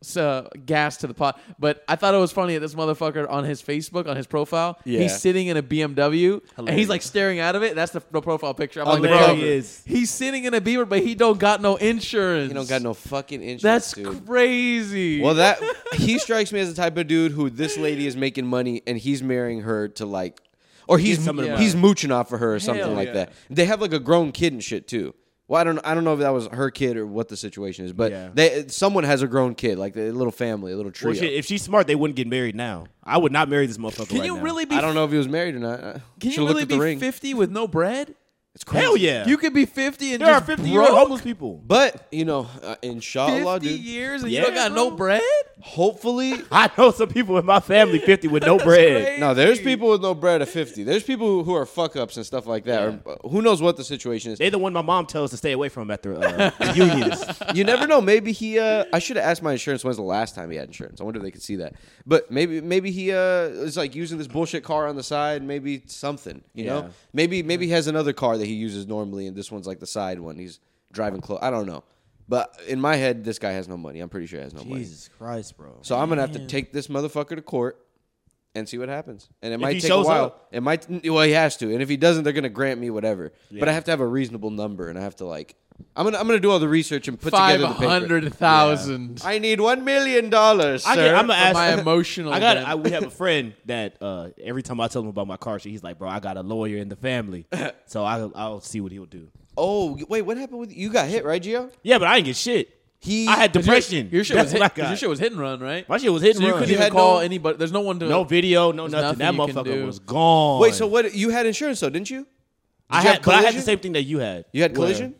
Speaker 1: s- uh, gas to the pot, but I thought it was funny that this motherfucker on his Facebook on his profile,
Speaker 3: Yeah.
Speaker 1: he's sitting in a BMW and he's like staring out of it. That's the, the profile picture. I'm like,
Speaker 3: the
Speaker 1: bro,
Speaker 3: cover.
Speaker 2: Hilarious.
Speaker 1: he's sitting in a Beamer, but he don't got no insurance.
Speaker 3: he don't got no fucking insurance.
Speaker 1: That's
Speaker 3: dude.
Speaker 1: crazy.
Speaker 3: Well, that he strikes me as the type of dude who this lady is making money and he's marrying her to like, or he's
Speaker 2: Get some of the
Speaker 3: he's mooching off of her or something
Speaker 1: Hell
Speaker 3: like
Speaker 1: yeah.
Speaker 3: that. They have like a grown kid and shit too. Well, I don't I don't know if that was her kid or what the situation is, but
Speaker 2: Yeah.
Speaker 3: they someone has a grown kid, like a little family, a little trio.
Speaker 2: Well, shit, if she's smart, they wouldn't get married now. I would not marry this motherfucker.
Speaker 1: can
Speaker 2: right
Speaker 1: you
Speaker 2: now.
Speaker 1: really be?
Speaker 3: I don't know if he was married or not.
Speaker 1: Can
Speaker 3: Should've
Speaker 1: you
Speaker 3: looked
Speaker 1: really
Speaker 3: at the
Speaker 1: be
Speaker 3: ring.
Speaker 1: 50 with no bread?
Speaker 3: It's
Speaker 2: Hell Oh, yeah.
Speaker 1: You could be 50 and
Speaker 2: there are
Speaker 1: just
Speaker 2: fifty year
Speaker 1: broke
Speaker 2: old homeless people.
Speaker 3: But you know, uh, inshallah,
Speaker 1: 50
Speaker 3: dude.
Speaker 1: years and
Speaker 2: Yeah,
Speaker 1: you don't got no
Speaker 2: bro.
Speaker 1: bread.
Speaker 3: Hopefully,
Speaker 2: I know some people in
Speaker 1: [LAUGHS]
Speaker 2: my family fifty with no bread.
Speaker 1: crazy.
Speaker 3: No, there's people with no bread at 50. There's people who are fuck ups and stuff like that. Or uh, who knows what the situation is.
Speaker 2: They the one my mom tells to stay away from at the
Speaker 1: [LAUGHS]
Speaker 2: uh, unions.
Speaker 3: You never know. Maybe he. Uh, I should have asked my insurance when's the last time he had insurance. I wonder if they could see that. But maybe, maybe he uh, is like using this bullshit car on the side. Maybe something. You
Speaker 2: Yeah.
Speaker 3: know. Maybe, maybe he has another car that he uses normally, and this one's like the side one. He's driving close. I don't know. But in my head, this guy has no money. I'm pretty sure he has no money.
Speaker 2: Jesus Christ, bro.
Speaker 3: So I'm gonna have to take this motherfucker to court and see what happens. And it might
Speaker 2: he
Speaker 3: take a
Speaker 2: shows
Speaker 3: while.
Speaker 2: up.
Speaker 3: It might. Well, he has to. And if he doesn't, they're gonna grant me whatever. But I have to have a reasonable number, and I have to like. I'm gonna. I'm gonna do all the research and put together the paper.
Speaker 1: 500,000.
Speaker 3: I need one million dollars, sir.
Speaker 2: I get, I'm gonna
Speaker 1: for
Speaker 2: ask [LAUGHS]
Speaker 1: my emotional
Speaker 2: I got.
Speaker 1: damage.
Speaker 2: I, we
Speaker 1: [LAUGHS]
Speaker 2: have a friend that uh, every time I tell him about my car, shit, he's like, "Bro, I got a lawyer in
Speaker 1: [LAUGHS]
Speaker 2: the family, so I, I'll see what he'll do."
Speaker 3: oh wait, what happened with you? Got hit, right, Gio?
Speaker 2: Yeah, but I didn't get shit.
Speaker 3: He.
Speaker 2: I had
Speaker 1: Your-
Speaker 2: depression.
Speaker 1: Your shit
Speaker 2: That's
Speaker 1: was hit.
Speaker 2: what I
Speaker 1: 'cause Your
Speaker 2: got.
Speaker 1: shit was hit and run, right?
Speaker 2: My shit was hit
Speaker 1: So
Speaker 2: and
Speaker 1: you
Speaker 2: run.
Speaker 1: couldn't
Speaker 3: You
Speaker 1: even
Speaker 3: had
Speaker 1: call
Speaker 3: no-
Speaker 1: anybody. There's no one to.
Speaker 2: no video, no
Speaker 1: nothing
Speaker 2: nothing. That
Speaker 1: you can
Speaker 2: motherfucker
Speaker 1: do.
Speaker 2: was gone.
Speaker 3: Wait, so what? You had insurance though, didn't you?
Speaker 2: I
Speaker 3: you
Speaker 2: had,
Speaker 3: have
Speaker 2: but I had the
Speaker 3: collision?
Speaker 2: same thing that you had.
Speaker 3: You had
Speaker 2: where-
Speaker 3: collision.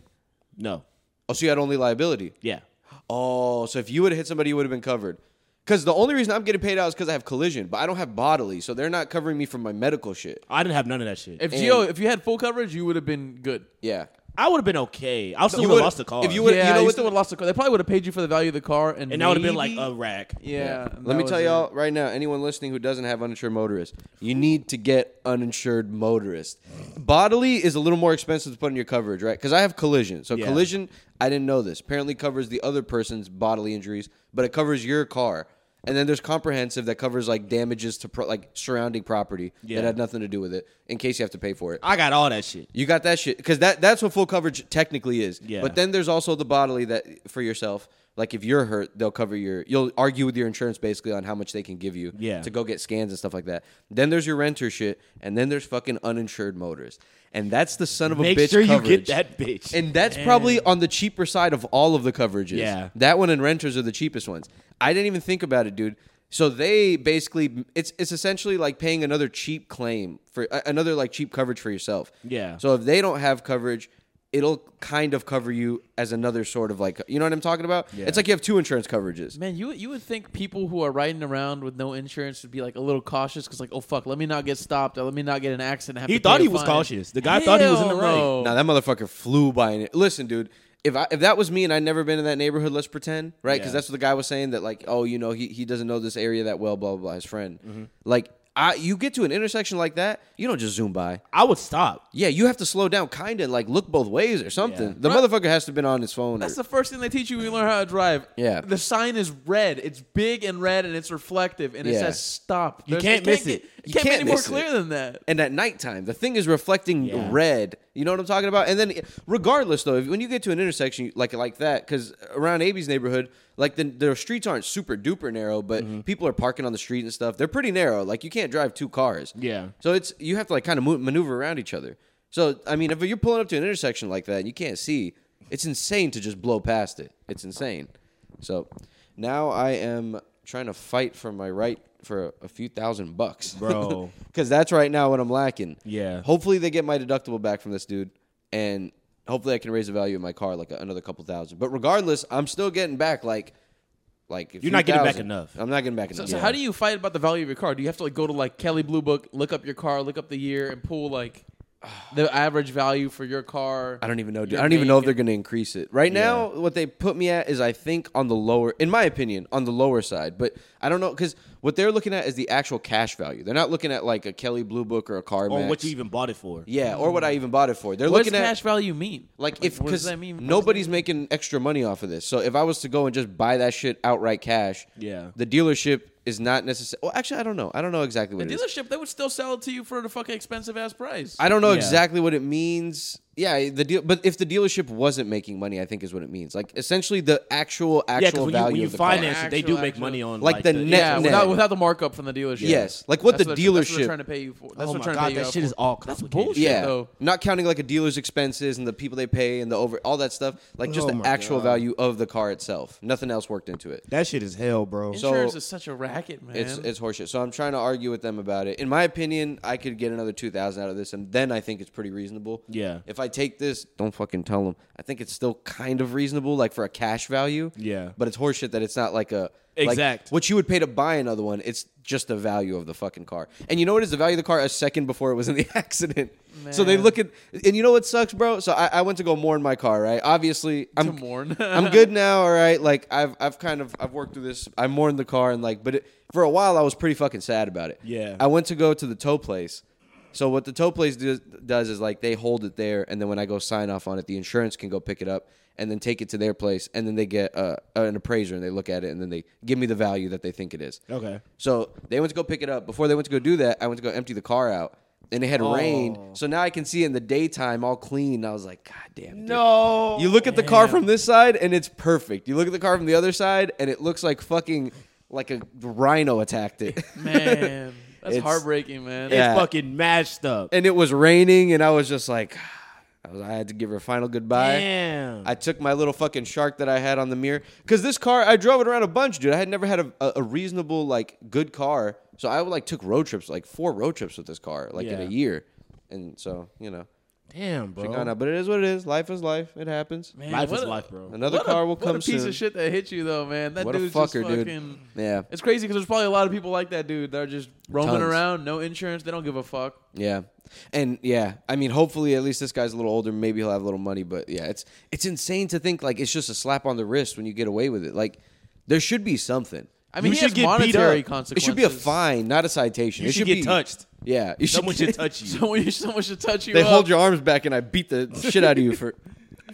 Speaker 2: No.
Speaker 3: Oh, so you had only liability.
Speaker 2: Yeah.
Speaker 3: Oh, so if you would have hit somebody, you would have been covered. Because the only reason I'm getting paid out is because I have collision, but I don't have bodily, so they're not covering me for my medical shit.
Speaker 2: I didn't have none of that shit.
Speaker 1: If Geo, if you had full coverage, you would have been good.
Speaker 3: Yeah.
Speaker 2: I would have been okay. I still
Speaker 3: You
Speaker 2: would have
Speaker 3: would've-
Speaker 2: lost the car.
Speaker 3: if you would've-
Speaker 1: yeah,
Speaker 3: know
Speaker 1: you
Speaker 3: what
Speaker 1: still
Speaker 3: the-
Speaker 1: would have lost the car. They probably would have paid you for the value of the car, and,
Speaker 2: and I would have been like
Speaker 1: maybe-
Speaker 2: a rack.
Speaker 1: yeah. and that
Speaker 3: Let me tell
Speaker 1: was it.
Speaker 3: y'all right now, anyone listening who doesn't have uninsured motorist, you need to get uninsured motorist. Bodily is a little more expensive to put in your coverage, right? Because I have collision. So
Speaker 2: Yeah.
Speaker 3: collision, I didn't know this. Apparently covers the other person's bodily injuries, but it covers your car. And then there's comprehensive that covers like damages to pro- like surrounding property
Speaker 2: Yeah.
Speaker 3: that had nothing to do with it in case you have to pay for it.
Speaker 2: I got all that shit.
Speaker 3: You got that shit because that that's what full coverage technically is.
Speaker 2: Yeah.
Speaker 3: But then there's also the bodily that for yourself. Like if you're hurt, they'll cover your. You'll argue with your insurance basically on how much they can give you.
Speaker 2: Yeah.
Speaker 3: To go get scans and stuff like that. Then there's your renter shit, and then there's fucking uninsured motorists, and that's the son of
Speaker 2: Make
Speaker 3: a bitch.
Speaker 2: sure you
Speaker 3: coverage.
Speaker 2: get that bitch.
Speaker 3: And that's probably on the cheaper side of all of the coverages.
Speaker 2: Yeah.
Speaker 3: That one and renters are the cheapest ones. I didn't even think about it, dude. So they basically it's it's essentially like paying another cheap claim for uh, another like cheap coverage for yourself.
Speaker 2: Yeah.
Speaker 3: So if they don't have coverage, it'll kind of cover you as another sort of like you know what I'm talking about?
Speaker 2: Yeah.
Speaker 3: It's like you have two insurance coverages.
Speaker 1: Man, you you would think people who are riding around with no insurance would be like a little cautious because like, oh fuck, let me not get stopped, let me not get in an accident. Have
Speaker 2: He
Speaker 1: to
Speaker 2: thought
Speaker 1: pay
Speaker 2: he
Speaker 1: a
Speaker 2: was
Speaker 1: fine.
Speaker 2: cautious. The guy thought he was in the
Speaker 1: Hell
Speaker 2: right.
Speaker 1: no.
Speaker 3: Now that motherfucker flew by. And listen, dude, if I if that was me and I'd never been in that neighborhood, let's pretend, right? Because
Speaker 2: Yeah.
Speaker 3: that's what the guy was saying that like, oh, you know, he he doesn't know this area that well, blah blah blah. His friend, like. I you get to an intersection like that, you don't just zoom by.
Speaker 2: I would stop.
Speaker 3: Yeah, you have to slow down, kind of like look both ways or something. The
Speaker 1: Right.
Speaker 3: motherfucker has to have been on his phone.
Speaker 1: That's
Speaker 3: or,
Speaker 1: the first thing they teach you when you learn how to drive.
Speaker 3: Yeah.
Speaker 1: The sign is red. It's big and red, and it's reflective, and it
Speaker 3: Yeah.
Speaker 1: says stop. You
Speaker 2: can't miss
Speaker 1: Get,
Speaker 2: it.
Speaker 1: You
Speaker 3: You
Speaker 1: can't,
Speaker 3: can't
Speaker 1: be any more
Speaker 3: miss it.
Speaker 1: clear than that.
Speaker 3: and at nighttime, the thing is reflecting
Speaker 2: Yeah.
Speaker 3: red. You know what I'm talking about? And then, regardless though, if, when you get to an intersection like like that, because around Aby's neighborhood, like the their streets aren't super duper narrow, but
Speaker 2: Mm-hmm.
Speaker 3: people are parking on the street and stuff. They're pretty narrow. Like you can't drive two cars.
Speaker 2: Yeah.
Speaker 3: So it's you have to like kind of maneuver around each other. So I mean, if you're pulling up to an intersection like that and you can't see, it's insane to just blow past it. It's insane. So now I am trying to fight for my right for a, a few thousand bucks,
Speaker 2: Bro.
Speaker 3: [LAUGHS] Because that's right now what I'm lacking.
Speaker 2: Yeah.
Speaker 3: Hopefully they get my deductible back from this dude, and hopefully I can raise the value of my car like another couple thousand. But regardless, I'm still getting back like. Like a few
Speaker 2: not getting back
Speaker 3: thousand.
Speaker 2: enough.
Speaker 3: I'm not getting back
Speaker 1: So,
Speaker 3: enough.
Speaker 1: so how do you fight about the value of your car? Do you have to like go to like Kelly Blue Book, look up your car, look up the year, and pull like the average value for your car?
Speaker 3: I don't even know. Dude.
Speaker 1: your
Speaker 3: I don't even know if
Speaker 1: make
Speaker 3: they're going to increase it. Right now, what they put me at is, I think, on the lower, in my opinion, on the lower side. But I don't know because what they're looking at is the actual cash value. They're not looking at like a Kelly Blue Book or a car.
Speaker 2: Or what you even bought it for.
Speaker 3: Yeah, or what I even bought it for. They're
Speaker 1: What does
Speaker 3: looking at
Speaker 1: cash value mean?
Speaker 3: like if
Speaker 1: what does
Speaker 3: because
Speaker 1: that mean? What does
Speaker 3: nobody's making extra money off of this. So if I was to go and just buy that shit outright cash,
Speaker 2: Yeah.
Speaker 3: the dealership is not necessary. Well, actually, I don't know. I don't know exactly what
Speaker 1: that
Speaker 3: it
Speaker 1: mean?
Speaker 3: is.
Speaker 1: dealership they would still sell it to you for the fucking expensive ass price.
Speaker 3: I don't know
Speaker 2: Yeah.
Speaker 3: exactly what it means. Yeah, the deal, but if the dealership wasn't making money, I think is what it means. Like essentially the actual
Speaker 2: Yeah,
Speaker 3: actual
Speaker 2: because when you,
Speaker 3: value
Speaker 2: when you
Speaker 3: of the car.
Speaker 2: finance it, they
Speaker 1: Actual,
Speaker 2: do make
Speaker 1: actual-
Speaker 2: money on
Speaker 3: Like the net-
Speaker 1: yeah,
Speaker 3: net.
Speaker 1: without, without the markup from the dealership.
Speaker 3: Yes, like what
Speaker 1: That's
Speaker 3: the
Speaker 1: they're- that's what
Speaker 3: dealership-
Speaker 1: they're trying to pay you for. That's
Speaker 2: Oh
Speaker 1: what
Speaker 2: my
Speaker 1: they're trying
Speaker 2: God,
Speaker 1: to pay you
Speaker 2: that
Speaker 1: out
Speaker 2: shit
Speaker 1: for.
Speaker 2: is all
Speaker 1: That's
Speaker 2: complicated.
Speaker 1: bullshit
Speaker 3: yeah,
Speaker 1: though.
Speaker 3: not counting like a dealer's expenses and the people they pay and the over all that stuff. Like just
Speaker 2: Oh
Speaker 3: the
Speaker 2: my
Speaker 3: actual
Speaker 2: God.
Speaker 3: value of the car itself. Nothing else worked into it.
Speaker 4: That shit is hell, bro.
Speaker 3: So-
Speaker 1: Insurance is such a racket, man.
Speaker 3: It's it's horseshit. So I'm trying to argue with them about it. In my opinion, I could get another two thousand out of this, and then I think it's pretty reasonable.
Speaker 2: Yeah.
Speaker 3: If I take this, don't fucking tell them. I think it's still kind of reasonable, like for a cash value.
Speaker 2: Yeah.
Speaker 3: But it's horseshit that it's not like a like
Speaker 2: Exact.
Speaker 3: what you would pay to buy another one. It's just the value of the fucking car. And you know what is the value of the car a second before it was in the [LAUGHS] accident. So they
Speaker 1: Man.
Speaker 3: look at and you know what sucks, bro. So I, I went to go mourn my car, right? Obviously, I'm
Speaker 1: mourn.
Speaker 3: I'm good now, all right. Like I've I've kind of I've worked through this. I mourned the car and like, but it, for a while I was pretty fucking sad about it.
Speaker 2: Yeah.
Speaker 3: I went to go to the tow place. So what the tow place does, does is like they hold it there, and then when I go sign off on it, the insurance can go pick it up and then take it to their place, and then they get uh, an appraiser and they look at it and then they give me the value that they think it is.
Speaker 2: Okay.
Speaker 3: So they went to go pick it up. Before they went to go do that, I went to go empty the car out. And it had rained,
Speaker 2: Oh.
Speaker 3: so now I can see it in the daytime all clean. I was like, God damn. dude."
Speaker 2: No.
Speaker 3: You look at the
Speaker 1: Oh,
Speaker 3: car from this side and it's perfect. You look at the car from the other side and it looks like fucking like a rhino attacked it.
Speaker 1: [LAUGHS] man.
Speaker 3: [LAUGHS]
Speaker 1: That's
Speaker 3: It's-
Speaker 1: heartbreaking, man.
Speaker 3: Yeah.
Speaker 2: It's fucking mashed up.
Speaker 3: and it was raining and I was just like [SIGHS] I was I had to give her a final goodbye.
Speaker 2: Damn.
Speaker 3: I took my little fucking shark that I had on the mirror because this car I drove it around a bunch, dude. I had never had a, a, a reasonable like good car, so I like took road trips, like four road trips with this car, like in a
Speaker 2: Yeah.
Speaker 3: year, and so you know,
Speaker 2: Damn, bro.
Speaker 3: Chicana. But it is what it is. Life is life. It happens.
Speaker 1: Oh. Man,
Speaker 2: Life
Speaker 1: what
Speaker 2: is
Speaker 1: a-
Speaker 2: life, bro.
Speaker 3: Another
Speaker 1: what a-
Speaker 3: car will
Speaker 1: what
Speaker 3: come
Speaker 1: a piece
Speaker 3: soon.
Speaker 1: of shit that hit you though, man. That
Speaker 3: What a
Speaker 1: dude's
Speaker 3: fucker,
Speaker 1: just
Speaker 3: dude.
Speaker 1: fucking.
Speaker 3: Yeah.
Speaker 1: It's crazy because there's probably a lot of people like that dude that are just roaming
Speaker 3: Tons.
Speaker 1: around, no insurance, they don't give a fuck.
Speaker 3: Yeah. And yeah, I mean, hopefully, at least this guy's a little older. Maybe he'll have a little money, but yeah, it's it's insane to think like it's just a slap on the wrist when you get away with it. Like, there should be something.
Speaker 1: I mean,
Speaker 2: You
Speaker 1: he
Speaker 2: should
Speaker 1: has
Speaker 2: get beat
Speaker 1: monetary
Speaker 2: up.
Speaker 1: consequences.
Speaker 3: It should be a fine, not a citation.
Speaker 2: You
Speaker 3: it
Speaker 2: should
Speaker 3: should
Speaker 2: get
Speaker 3: be, [LAUGHS]
Speaker 2: touched.
Speaker 3: Yeah, you should.
Speaker 2: Someone should touch
Speaker 1: [LAUGHS]
Speaker 2: you.
Speaker 1: Someone, you- someone should touch you.
Speaker 3: [LAUGHS] they
Speaker 1: up.
Speaker 3: hold your arms back, and I beat the shit out of you for.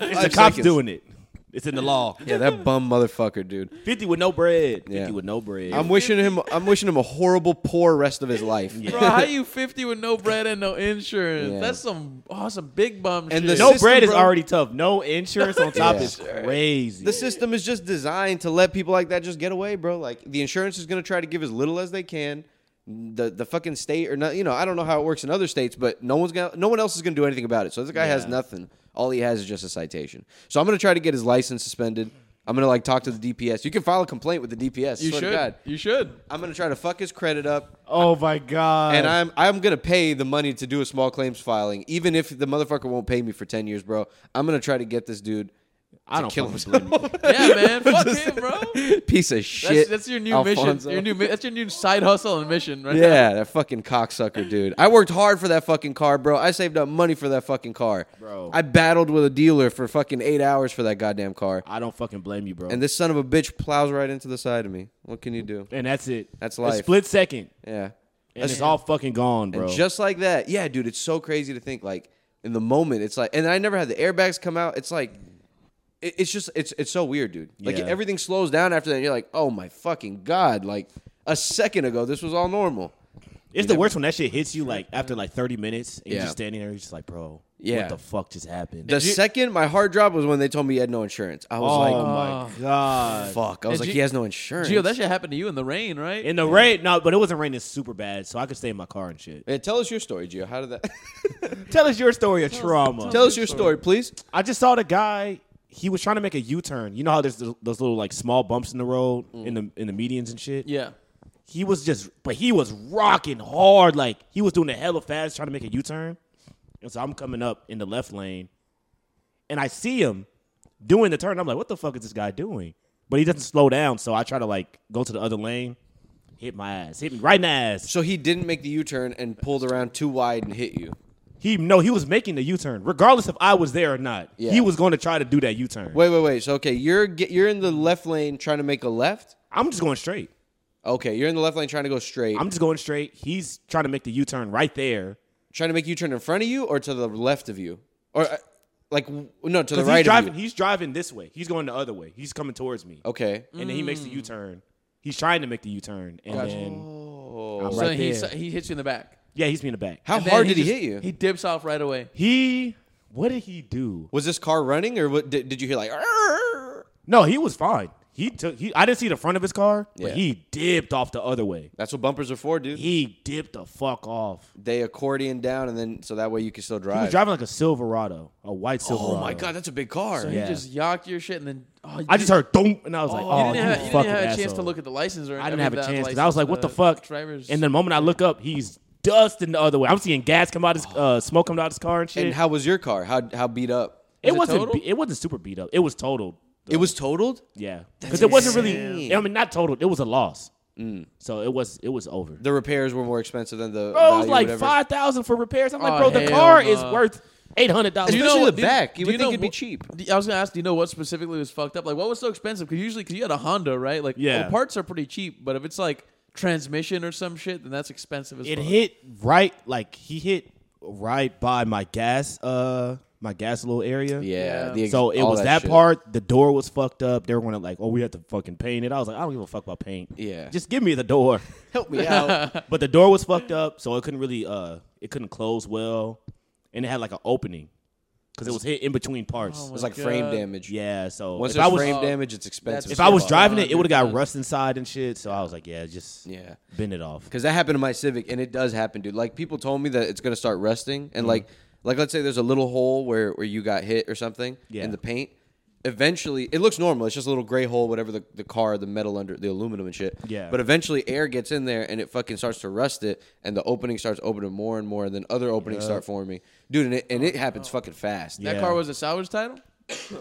Speaker 2: It's the
Speaker 3: five
Speaker 2: cops
Speaker 3: seconds.
Speaker 2: doing it. It's in the law.
Speaker 3: Yeah, that bum motherfucker,
Speaker 2: [LAUGHS]
Speaker 3: dude.
Speaker 2: 50 with no bread. 50
Speaker 3: Yeah.
Speaker 2: with no bread.
Speaker 3: I'm wishing him. I'm wishing him a horrible, poor rest of his life.
Speaker 2: Yeah.
Speaker 1: Bro, how you 50 with no bread and no insurance?
Speaker 3: Yeah.
Speaker 1: That's some awesome big bum
Speaker 3: And the
Speaker 1: shit.
Speaker 2: no
Speaker 3: system,
Speaker 2: bread is
Speaker 3: bro.
Speaker 2: already tough. No insurance on top
Speaker 3: [LAUGHS] Yeah.
Speaker 2: is crazy.
Speaker 3: The system is just designed to let people like that just get away, bro. Like the insurance is going to try to give as little as they can. The the fucking state or not, you know, I don't know how it works in other states, but no one's gonna, no one else is going to do anything about it. So this guy has
Speaker 2: Yeah.
Speaker 3: nothing. All he has is just a citation. So I'm going to try to get his license suspended. I'm going to like talk to the DPS. You can file a complaint with the DPS.
Speaker 1: you
Speaker 3: swear
Speaker 1: should.
Speaker 3: To God.
Speaker 1: You should.
Speaker 3: I'm going to try to fuck his credit up,
Speaker 4: oh my god.
Speaker 3: and I'm I'm going to pay the money to do a small claims filing, even if the motherfucker won't pay me for ten years, bro. I'm going to try to get this dude.
Speaker 2: I
Speaker 3: to
Speaker 2: don't
Speaker 3: kill
Speaker 2: fucking blame
Speaker 3: himself.
Speaker 1: [LAUGHS] Yeah, man. fuck him,
Speaker 2: [LAUGHS]
Speaker 1: bro.
Speaker 3: [LAUGHS] Piece of
Speaker 1: That's,
Speaker 3: shit.
Speaker 1: that's your new
Speaker 3: Alfonso.
Speaker 1: mission. Your new mi- that's your new side hustle and mission, right? now.
Speaker 3: [LAUGHS] Yeah, that fucking cocksucker, dude. I worked hard for that fucking car, bro. I saved up money for that fucking car.
Speaker 2: Bro.
Speaker 3: I battled with a dealer for fucking eight hours for that goddamn car.
Speaker 2: I don't fucking blame you, bro.
Speaker 3: And
Speaker 2: And,
Speaker 3: this son of a bitch plows right into the side of me. What can you do?
Speaker 2: that's it.
Speaker 3: That's
Speaker 2: A
Speaker 3: life.
Speaker 2: split second.
Speaker 3: Yeah.
Speaker 2: and it's all fucking gone, bro.
Speaker 3: And just like that. Yeah, dude, it's so crazy to think like in the moment it's like and I never had the airbags come out. It's like it- it's just it's it's so weird, dude. Like
Speaker 2: Yeah.
Speaker 3: everything slows down after that. And you're like, "Oh my fucking god, like a second ago this was all normal."
Speaker 2: it's the worst when that shit hits you like after like 30 minutes and you're
Speaker 3: Yeah.
Speaker 2: just standing there, you're just like, bro,
Speaker 3: Yeah.
Speaker 2: what the fuck just happened?
Speaker 3: The second my heart dropped was when they told me he had no insurance. I was like,
Speaker 2: oh my god.
Speaker 3: "Fuck." I was
Speaker 1: Did
Speaker 3: like,
Speaker 1: you-
Speaker 3: "He has no insurance."
Speaker 1: Gio, that shit happened to you in the rain, right?
Speaker 2: In the rain, no, but it wasn't raining super bad, so I could stay in my car and shit.
Speaker 3: Hey, tell us your story, Gio. How did that?
Speaker 2: Tell us your story of trauma.
Speaker 3: [LAUGHS] tell us your story, please.
Speaker 2: I just saw the guy. He was trying to make a U turn. You know how there's th- those little like small bumps in the road in the in the medians and shit.
Speaker 1: yeah.
Speaker 2: He was just, but he was rocking hard. Like he was doing a hella fast trying to make a U turn. And so I'm coming up in the left lane, and I see him doing the turn. I'm like, what the fuck is this guy doing? But he doesn't slow down. So I try to like go to the other lane, hit my ass, hit me right in the ass.
Speaker 3: So he didn't make the U-turn and pulled around too wide and hit you.
Speaker 2: He no, he was making the U turn, regardless if I was there or not.
Speaker 3: Yeah.
Speaker 2: He was going to try to do that U turn.
Speaker 3: Wait, wait, wait. So okay, you're get, you're in the left lane trying to make a left.
Speaker 2: I'm just going straight.
Speaker 3: Okay, you're in the left lane trying to go straight.
Speaker 2: I'm just going straight. He's trying to make the U turn right there.
Speaker 3: trying to make you turn in front of you or to the left of you or uh, like w- no to the
Speaker 2: 'Cause
Speaker 3: right
Speaker 2: he's driving.
Speaker 3: of you.
Speaker 2: He's driving this way. He's going the other way. He's coming towards me.
Speaker 3: Okay.
Speaker 2: And then he makes the
Speaker 1: Mm.
Speaker 2: U turn. He's trying to make the U turn, and then I'm
Speaker 1: Oh. So
Speaker 2: right
Speaker 1: he
Speaker 2: there.
Speaker 1: he hits you in the back.
Speaker 2: yeah, he's me in the back.
Speaker 3: How
Speaker 1: And then
Speaker 3: hard did he
Speaker 1: just-
Speaker 3: hit you?
Speaker 1: He dips off right away.
Speaker 2: He? What did he do?
Speaker 3: was this car running or what, did, did you hear like "Arr!"
Speaker 2: No, he was fine. He took. He. I didn't see the front of his car,
Speaker 3: Yeah.
Speaker 2: but he dipped off the other way.
Speaker 3: That's what bumpers are for, dude.
Speaker 2: He dipped the fuck off.
Speaker 3: they accordion down and then so that way you can still
Speaker 2: He was
Speaker 3: drive.
Speaker 2: driving like a Silverado, a white Silverado.
Speaker 3: oh my god, that's a big car.
Speaker 1: He
Speaker 2: Yeah.
Speaker 1: just yocked your shit and then. Oh, you
Speaker 2: I just
Speaker 1: didn't-
Speaker 2: heard thump, and I was like,
Speaker 1: you
Speaker 2: "Oh, you,
Speaker 1: didn't have, you
Speaker 2: fucking
Speaker 1: didn't have a chance to
Speaker 2: asshole.
Speaker 1: look at the license or
Speaker 2: I didn't
Speaker 1: mean,
Speaker 2: have a
Speaker 1: the
Speaker 2: chance because I
Speaker 1: license,
Speaker 2: was like, "What the fuck?"
Speaker 1: Drivers.
Speaker 2: And the moment I look up, he's dusting the other way. I'm seeing gas come out his uh, smoke come out his car and shit.
Speaker 3: And how was your car? How how beat up?
Speaker 2: it
Speaker 1: was it
Speaker 2: wasn't
Speaker 1: totaled?
Speaker 2: be- it wasn't super beat up. It was totaled.
Speaker 3: It was totaled?
Speaker 2: Yeah, because it wasn't really.
Speaker 3: insane.
Speaker 2: I mean, not totaled. It was a loss. So it was it was over.
Speaker 3: The repairs were more expensive than the
Speaker 2: bro, it was
Speaker 3: value,
Speaker 2: like
Speaker 3: whatever.
Speaker 2: five thousand for repairs. I'm like,
Speaker 1: Oh,
Speaker 2: bro, the
Speaker 1: hell
Speaker 2: car is
Speaker 1: no.
Speaker 2: worth eight hundred dollars.
Speaker 1: Do
Speaker 3: Especially
Speaker 1: what-
Speaker 3: the
Speaker 1: do
Speaker 3: back. You would
Speaker 1: do
Speaker 3: think
Speaker 1: know
Speaker 3: it'd be
Speaker 1: wh-
Speaker 3: cheap.
Speaker 1: do- I was gonna ask, do you know what specifically was fucked up? Like, what was so expensive? Because usually, because you had a Honda, right? Like,
Speaker 2: Yeah.
Speaker 1: the parts are pretty cheap, but if it's like transmission or some shit, then that's expensive as
Speaker 2: it
Speaker 1: fuck.
Speaker 2: hit right like he hit right by my gas uh my gas little area.
Speaker 3: Yeah,
Speaker 1: Yeah.
Speaker 3: the ex-
Speaker 2: So it
Speaker 3: all
Speaker 2: was that,
Speaker 3: shit.
Speaker 2: part. The door was fucked up. They were going to like, oh, we have to fucking paint it. I was like, I don't give a fuck about paint.
Speaker 3: Yeah.
Speaker 2: just give me the door. [LAUGHS]
Speaker 3: Help me out.
Speaker 2: but the door was fucked up, so it couldn't really uh it couldn't close well, and it had like an opening because it was hit in between parts.
Speaker 3: It was like frame
Speaker 1: God.
Speaker 3: damage.
Speaker 2: yeah, so
Speaker 3: Once
Speaker 2: if I
Speaker 3: there's
Speaker 2: was
Speaker 3: frame
Speaker 1: Oh.
Speaker 3: damage, it's expensive.
Speaker 1: That's
Speaker 2: if I was
Speaker 1: Oh,
Speaker 2: driving it, it
Speaker 1: 100%.
Speaker 2: would have got rust inside and shit. So I was like, yeah, just
Speaker 3: Yeah.
Speaker 2: bend it off.
Speaker 3: Because that happened to my Civic, and it does happen, dude. Like people told me that it's gonna start rusting,
Speaker 2: Mm-hmm.
Speaker 3: and like, like let's say there's a little hole where where you got hit or something
Speaker 2: Yeah.
Speaker 3: in the paint. Eventually, it looks normal. It's just a little gray hole, whatever the, the car, the metal under the aluminum and shit.
Speaker 2: Yeah.
Speaker 3: But eventually, air gets in there and it fucking starts to rust it, and the opening starts opening more and more, and then other openings start forming, dude. And it and it happens fucking fast.
Speaker 1: That
Speaker 2: Oh, Yeah.
Speaker 1: car was a salvage title.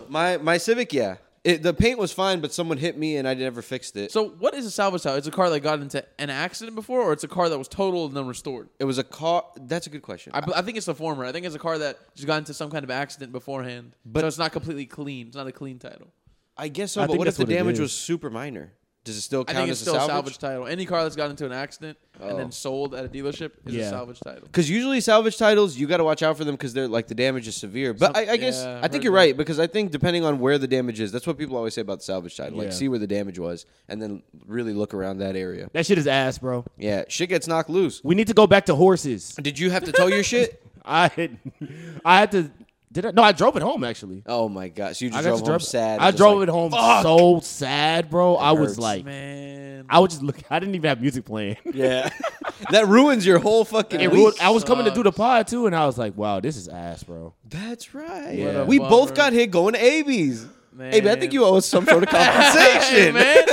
Speaker 3: My my Civic, yeah, it, the paint was fine, but someone hit me and I never fixed it.
Speaker 1: So, what is a salvage title? It's a car that got into an accident before, or it's a car that was totaled and then restored.
Speaker 3: it was a car. That's a good question.
Speaker 1: I, I think it's the former. I think it's a car that just got into some kind of accident beforehand, so it's not completely clean. It's not a clean title.
Speaker 3: I guess so.
Speaker 2: I
Speaker 3: but
Speaker 2: think
Speaker 3: what if
Speaker 2: that's
Speaker 3: the
Speaker 2: what it
Speaker 3: damage
Speaker 2: is.
Speaker 3: was super minor? Does it still
Speaker 1: I
Speaker 3: count
Speaker 1: think it's
Speaker 3: as
Speaker 1: still
Speaker 3: a
Speaker 1: a salvage
Speaker 3: salvage?
Speaker 1: title. Any car that's got into an accident
Speaker 3: Oh.
Speaker 1: and then sold at a dealership is
Speaker 2: Yeah.
Speaker 1: a salvage title.
Speaker 3: Because usually salvage titles, you got to watch out for them because they're like the damage is severe. But I, I guess
Speaker 1: yeah,
Speaker 3: I think
Speaker 1: heard
Speaker 3: you're
Speaker 1: that.
Speaker 3: right because I think depending on where the damage is, that's what people always say about the salvage title.
Speaker 2: Yeah.
Speaker 3: Like see where the damage was and then really look around that area.
Speaker 2: That shit is ass, bro.
Speaker 3: Yeah, shit gets knocked loose.
Speaker 2: We need to go back to horses. [LAUGHS]
Speaker 3: Did you have to tow
Speaker 1: [LAUGHS]
Speaker 3: your shit?
Speaker 2: I had, I had to. Did I? No, I drove it home actually.
Speaker 3: Oh my gosh, you just
Speaker 2: I got
Speaker 3: drove
Speaker 2: to
Speaker 3: home
Speaker 2: drive.
Speaker 3: sad.
Speaker 2: I
Speaker 3: just
Speaker 2: drove
Speaker 3: like,
Speaker 2: it home so sad, bro. I was
Speaker 3: hurts.
Speaker 2: like,
Speaker 1: Man,
Speaker 2: I was just looking. I didn't even have music playing.
Speaker 3: [LAUGHS]
Speaker 2: [LAUGHS]
Speaker 3: Yeah, that ruins your whole fucking.
Speaker 2: It
Speaker 3: week.
Speaker 2: ruined- I was coming to do the pod too, and I was like, wow, this is ass, bro.
Speaker 3: That's right.
Speaker 2: Yeah.
Speaker 3: We both
Speaker 1: bummer.
Speaker 3: got hit going to AB's. Hey, man, I think
Speaker 1: Man.
Speaker 3: you owe us some sort of
Speaker 1: [LAUGHS]
Speaker 3: compensation.
Speaker 1: hey, man,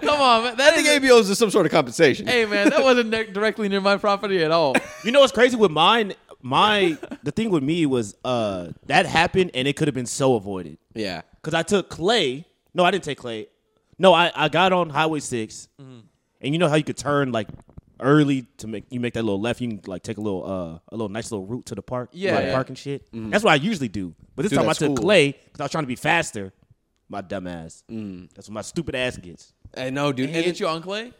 Speaker 1: come on, man. That
Speaker 3: I think
Speaker 1: isn't-
Speaker 3: AB owes us some sort of compensation.
Speaker 1: Hey, man, that wasn't ne- directly near my property at all.
Speaker 2: You know what's crazy with mine? My the thing with me was uh that happened and it could have been so avoided.
Speaker 3: Yeah.
Speaker 2: Cause I took Clay. No, I didn't take Clay. No, I, I got on Highway 6
Speaker 1: Mm-hmm.
Speaker 2: and you know how you could turn like early to make you make that little left. You can like take a little uh a little nice little route to the park.
Speaker 1: Yeah,
Speaker 2: by the
Speaker 1: yeah. Mm-hmm.
Speaker 2: park and shit. That's what I usually do. But this
Speaker 3: Dude,
Speaker 2: time I
Speaker 3: that's
Speaker 2: took
Speaker 3: cool.
Speaker 2: Clay because I was trying to be faster. My dumb ass. That's what my stupid ass gets.
Speaker 3: I know, dude.
Speaker 1: He
Speaker 3: And
Speaker 1: hit
Speaker 3: then,
Speaker 1: you on clay.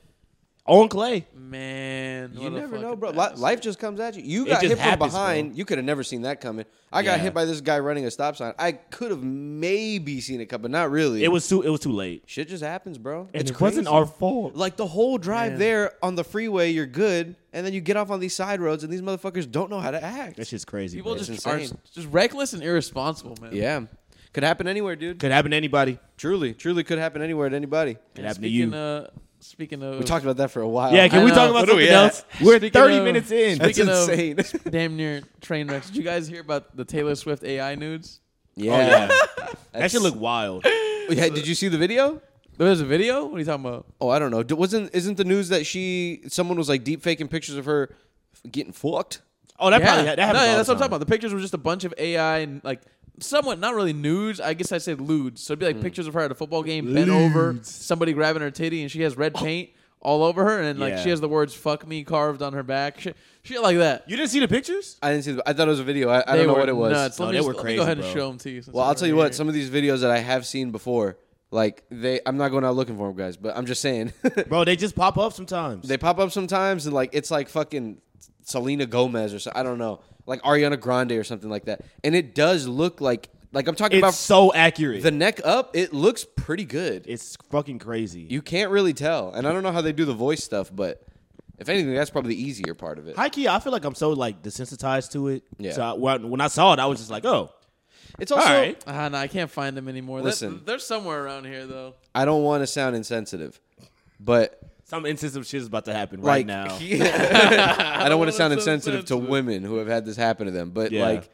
Speaker 2: on clay.
Speaker 1: Mm. Man,
Speaker 3: You
Speaker 1: what a
Speaker 3: never know,
Speaker 1: fucking
Speaker 3: bro. Li-
Speaker 1: bastard.
Speaker 3: Life just comes at you. You got
Speaker 2: just
Speaker 3: hit from
Speaker 2: happens,
Speaker 3: behind. You could have never seen that coming. I got
Speaker 2: Yeah.
Speaker 3: hit by this guy running a stop sign. I could have maybe seen it coming, but not really.
Speaker 2: It was too. It was too late.
Speaker 3: shit just happens, bro.
Speaker 2: And
Speaker 3: it's
Speaker 2: it
Speaker 3: crazy.
Speaker 2: wasn't our fault.
Speaker 3: like the whole drive
Speaker 1: Man.
Speaker 3: there on the freeway, you're good, and then you get off on these side roads, and these motherfuckers don't know how to act.
Speaker 2: That shit's crazy.
Speaker 1: People
Speaker 2: bro.
Speaker 1: just
Speaker 3: It's
Speaker 1: are
Speaker 3: insane.
Speaker 1: just reckless and irresponsible, man.
Speaker 3: yeah, could happen anywhere, dude.
Speaker 2: could happen to anybody.
Speaker 3: Truly, truly could happen anywhere to anybody.
Speaker 2: Could
Speaker 1: And
Speaker 2: happen to
Speaker 1: speaking,
Speaker 2: you.
Speaker 1: Uh, speaking of,
Speaker 3: We talked about that for a while.
Speaker 2: yeah. Can
Speaker 1: I
Speaker 2: we
Speaker 1: know.
Speaker 2: talk about
Speaker 3: What are we
Speaker 2: something
Speaker 3: at?
Speaker 2: else? We're
Speaker 1: Speaking
Speaker 2: thirty
Speaker 1: of-
Speaker 2: minutes in.
Speaker 3: That's
Speaker 1: Speaking of-
Speaker 3: insane.
Speaker 1: damn near train wrecks. Did you guys hear about the Taylor Swift AI nudes?
Speaker 3: yeah.
Speaker 1: [LAUGHS]
Speaker 2: Oh, yeah. that
Speaker 3: That's-
Speaker 2: should look wild.
Speaker 3: Yeah, Did you see the video?
Speaker 1: There was a video. What are you talking about?
Speaker 3: Oh, I don't know. D- Wasn't isn't the news that she someone was like deep faking pictures of her f- getting fucked?
Speaker 2: Oh, that
Speaker 1: yeah.
Speaker 2: probably that happens.
Speaker 1: no, yeah, that's
Speaker 2: all the
Speaker 1: what I'm talking
Speaker 2: time.
Speaker 1: about. The pictures were just a bunch of AI and like somewhat not really nudes. I guess I said lewds. So it'd be like
Speaker 2: Hmm.
Speaker 1: pictures of her at a football game, bent over, somebody grabbing her titty, and she has red paint all over her, and then, like
Speaker 2: Oh. Yeah.
Speaker 1: she has the words "fuck me" carved on her back, shit, shit like that.
Speaker 2: You didn't see the pictures?
Speaker 3: I didn't see. The, I thought it was a video. I, I
Speaker 1: They
Speaker 3: don't know
Speaker 1: were
Speaker 3: what it was.
Speaker 1: Nuts.
Speaker 2: No,
Speaker 1: let me,
Speaker 2: they
Speaker 1: just-
Speaker 2: were
Speaker 1: let me
Speaker 2: crazy,
Speaker 1: go ahead
Speaker 2: bro.
Speaker 1: and show them to you. since
Speaker 3: Well,
Speaker 1: we're
Speaker 3: I'll tell you
Speaker 1: here.
Speaker 3: what. Some of these videos that I have seen before, like they, I'm not going out looking for them, guys. But I'm just saying, [LAUGHS]
Speaker 2: Bro, they just pop up sometimes.
Speaker 3: they pop up sometimes, and like it's like fucking Selena Gomez or so, I don't know, like Ariana Grande or something like that. And it does look like like I'm talking
Speaker 2: it's
Speaker 3: about
Speaker 2: so accurate.
Speaker 3: the neck up. It looks pretty good.
Speaker 2: it's fucking crazy.
Speaker 3: you can't really tell, and I don't know how they do the voice stuff, but if anything, that's probably the easier part of it.
Speaker 2: High key, I feel like I'm so like desensitized to it.
Speaker 3: Yeah.
Speaker 2: So I, when, when I saw it, I was just like, oh,
Speaker 3: It's also
Speaker 2: all right.
Speaker 1: Ah, no, I can't find them anymore. That-
Speaker 3: Listen.
Speaker 1: they're somewhere around here though.
Speaker 3: I don't want to sound insensitive, but
Speaker 2: Some insensitive shit is about to happen right
Speaker 3: like [LAUGHS]
Speaker 2: now. [LAUGHS]
Speaker 3: I don't want
Speaker 1: wanna
Speaker 3: to sound
Speaker 1: sound
Speaker 3: insensitive to
Speaker 1: sensitive.
Speaker 3: women who have had this happen to them, but
Speaker 2: Yeah.
Speaker 3: like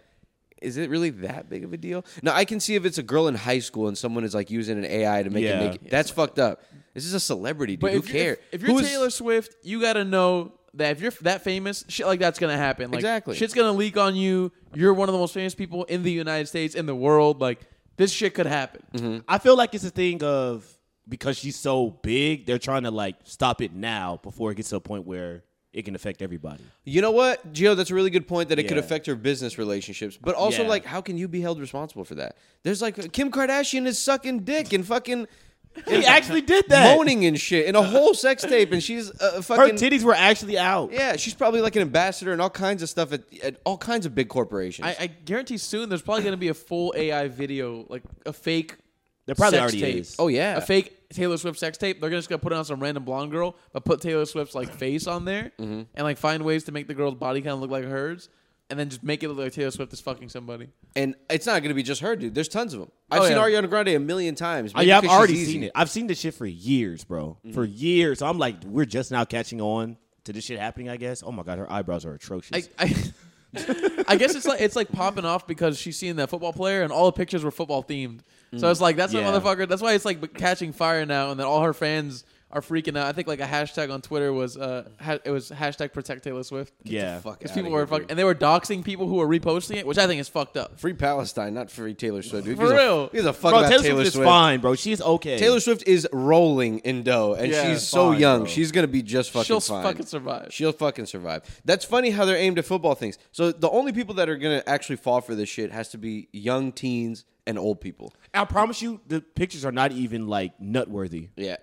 Speaker 3: is it really that big of a deal? Now I can see if it's a girl in high school and someone is like using an AI to make
Speaker 2: Yeah.
Speaker 3: it naked. That's fucked up. This is a celebrity, dude.
Speaker 1: But
Speaker 3: who
Speaker 1: if, you're-
Speaker 3: cares?
Speaker 1: if, if you're
Speaker 3: Who is-
Speaker 1: Taylor Swift, you got to know that if you're f- that famous, shit like that's gonna happen. Like,
Speaker 3: Exactly.
Speaker 1: shit's gonna leak on you. You're one of the most famous people in the United States, in the world. Like, this shit could happen.
Speaker 2: I feel like it's a thing of because she's so big, they're trying to like stop it now before it gets to a point where it can affect everybody.
Speaker 3: You know what, Gio? That's a really good point that it could
Speaker 2: Yeah.
Speaker 3: affect her business relationships, but also
Speaker 2: Yeah.
Speaker 3: like, how can you be held responsible for that? There's like Kim Kardashian is sucking dick and fucking
Speaker 2: He actually did that.
Speaker 3: moaning and shit in a whole sex tape, and she's uh,
Speaker 2: Her
Speaker 3: fucking
Speaker 2: titties were actually out.
Speaker 3: Yeah, she's probably like an ambassador and all kinds of stuff at, at all kinds of big
Speaker 1: [LAUGHS]
Speaker 3: corporations.
Speaker 1: I, I guarantee soon there's probably gonna be a full AI video, like a fake.
Speaker 2: There probably
Speaker 1: sex
Speaker 2: already
Speaker 1: tape.
Speaker 2: is.
Speaker 3: Oh, yeah.
Speaker 1: a fake Taylor Swift sex tape. They're just gonna put it on some random blonde girl, but put Taylor Swift's like face on there, and like find ways to make the girl's body kind of look like hers, and then just make it look like Taylor Swift is fucking somebody.
Speaker 3: and it's not going to be just her, dude. There's tons of them. I've
Speaker 1: Oh,
Speaker 3: seen
Speaker 1: yeah.
Speaker 3: Ariana Grande a million times.
Speaker 2: Oh,
Speaker 3: Maybe
Speaker 2: yeah, I've
Speaker 3: 'cause she's
Speaker 2: already
Speaker 3: easy. Mm.
Speaker 2: seen it. I've seen this shit for years, bro. For years. So I'm like, we're just now catching on to this shit happening, I guess. Oh my God, her eyebrows are atrocious.
Speaker 1: I, [LAUGHS] I, I guess it's like it's like popping off because she's seeing that football player, and all the pictures were football themed. So it's like that's
Speaker 2: Mm. Yeah.
Speaker 1: that motherfucker. That's why it's like catching fire now, and then all her fans are freaking out. I think like a hashtag on Twitter was uh ha- it was hashtag protect Taylor Swift.
Speaker 2: yeah.
Speaker 3: Fuck
Speaker 1: Because
Speaker 3: outta
Speaker 1: people
Speaker 3: here,
Speaker 1: were fuck-
Speaker 3: dude.
Speaker 1: and they were doxing people who were reposting it, which I think is fucked up.
Speaker 3: Free Palestine, not free Taylor Swift, dude.
Speaker 1: For
Speaker 3: Gives a-
Speaker 1: real.
Speaker 3: gives a fuck
Speaker 2: Bro,
Speaker 3: about
Speaker 2: Taylor,
Speaker 3: Taylor,
Speaker 2: Swift is
Speaker 3: Swift.
Speaker 2: fine, bro. She's okay.
Speaker 3: Taylor Swift is rolling in dough, and
Speaker 1: Yeah,
Speaker 3: she's so
Speaker 2: fine,
Speaker 3: young.
Speaker 2: bro.
Speaker 3: She's gonna be just fucking
Speaker 1: She'll
Speaker 3: fine.
Speaker 1: fucking survive.
Speaker 3: She'll fucking survive. That's funny how they're aimed at football things. So the only people that are gonna actually fall for this shit has to be young teens and old people.
Speaker 2: I promise you, the pictures are not even like nut worthy. [LAUGHS]
Speaker 3: Yeah.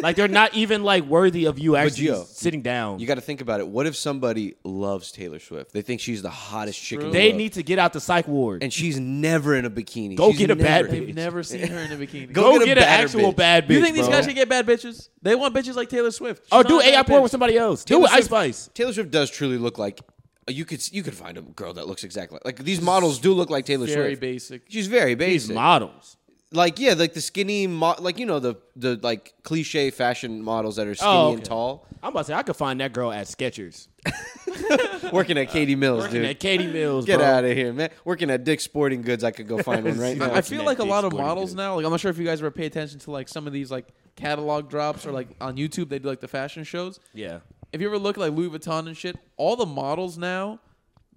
Speaker 2: Like they're not even like worthy of you actually
Speaker 3: Gio,
Speaker 2: sitting down.
Speaker 3: You got to think about it. What if somebody loves Taylor Swift? They think she's the hottest chick. In the
Speaker 2: they
Speaker 3: world.
Speaker 2: need to get out the psych ward.
Speaker 3: and she's never in a bikini.
Speaker 2: Go
Speaker 3: She's
Speaker 2: get a
Speaker 3: never-
Speaker 2: bad bitch. [LAUGHS]
Speaker 1: They've never seen her in a bikini.
Speaker 2: Go
Speaker 3: Go- get a
Speaker 2: get, an
Speaker 3: badder
Speaker 2: actual
Speaker 3: bitch.
Speaker 2: bad bitch.
Speaker 1: you think these
Speaker 2: bro.
Speaker 1: guys should get bad bitches? They want bitches like Taylor Swift. She's
Speaker 2: Oh,
Speaker 1: not
Speaker 2: do
Speaker 1: a bad
Speaker 2: AI porn
Speaker 1: bitch.
Speaker 2: with somebody else. Do
Speaker 3: Taylor
Speaker 2: it with Ice
Speaker 3: Swift-
Speaker 2: Spice.
Speaker 3: Taylor Swift does truly look like uh, you could you could find a girl that looks exactly like these models do look like Taylor
Speaker 1: Very
Speaker 3: Swift.
Speaker 1: basic.
Speaker 3: She's very
Speaker 2: These
Speaker 3: basic.
Speaker 2: models.
Speaker 3: like yeah, like the skinny mo- like you know the the like cliche fashion models that are skinny
Speaker 2: Oh,
Speaker 3: and
Speaker 2: okay.
Speaker 3: tall.
Speaker 2: I'm about to say I could find that girl at Skechers.
Speaker 3: Working at Katie Mills,
Speaker 2: Working
Speaker 3: dude.
Speaker 2: at Katie Mills.
Speaker 3: Get
Speaker 2: bro.
Speaker 3: out of here, man. Working at Dick's Sporting Goods, I could go find
Speaker 2: [LAUGHS]
Speaker 3: one right
Speaker 1: I-
Speaker 3: now.
Speaker 1: I
Speaker 2: Watching
Speaker 1: feel
Speaker 2: that
Speaker 1: like a
Speaker 2: big
Speaker 1: lot of
Speaker 2: sporting
Speaker 1: models
Speaker 2: good.
Speaker 1: now. Like I'm not sure if you guys ever pay attention to like some of these like catalog drops or like on YouTube they do like the fashion shows.
Speaker 2: Yeah.
Speaker 1: If you ever look at like Louis Vuitton and shit, all the models now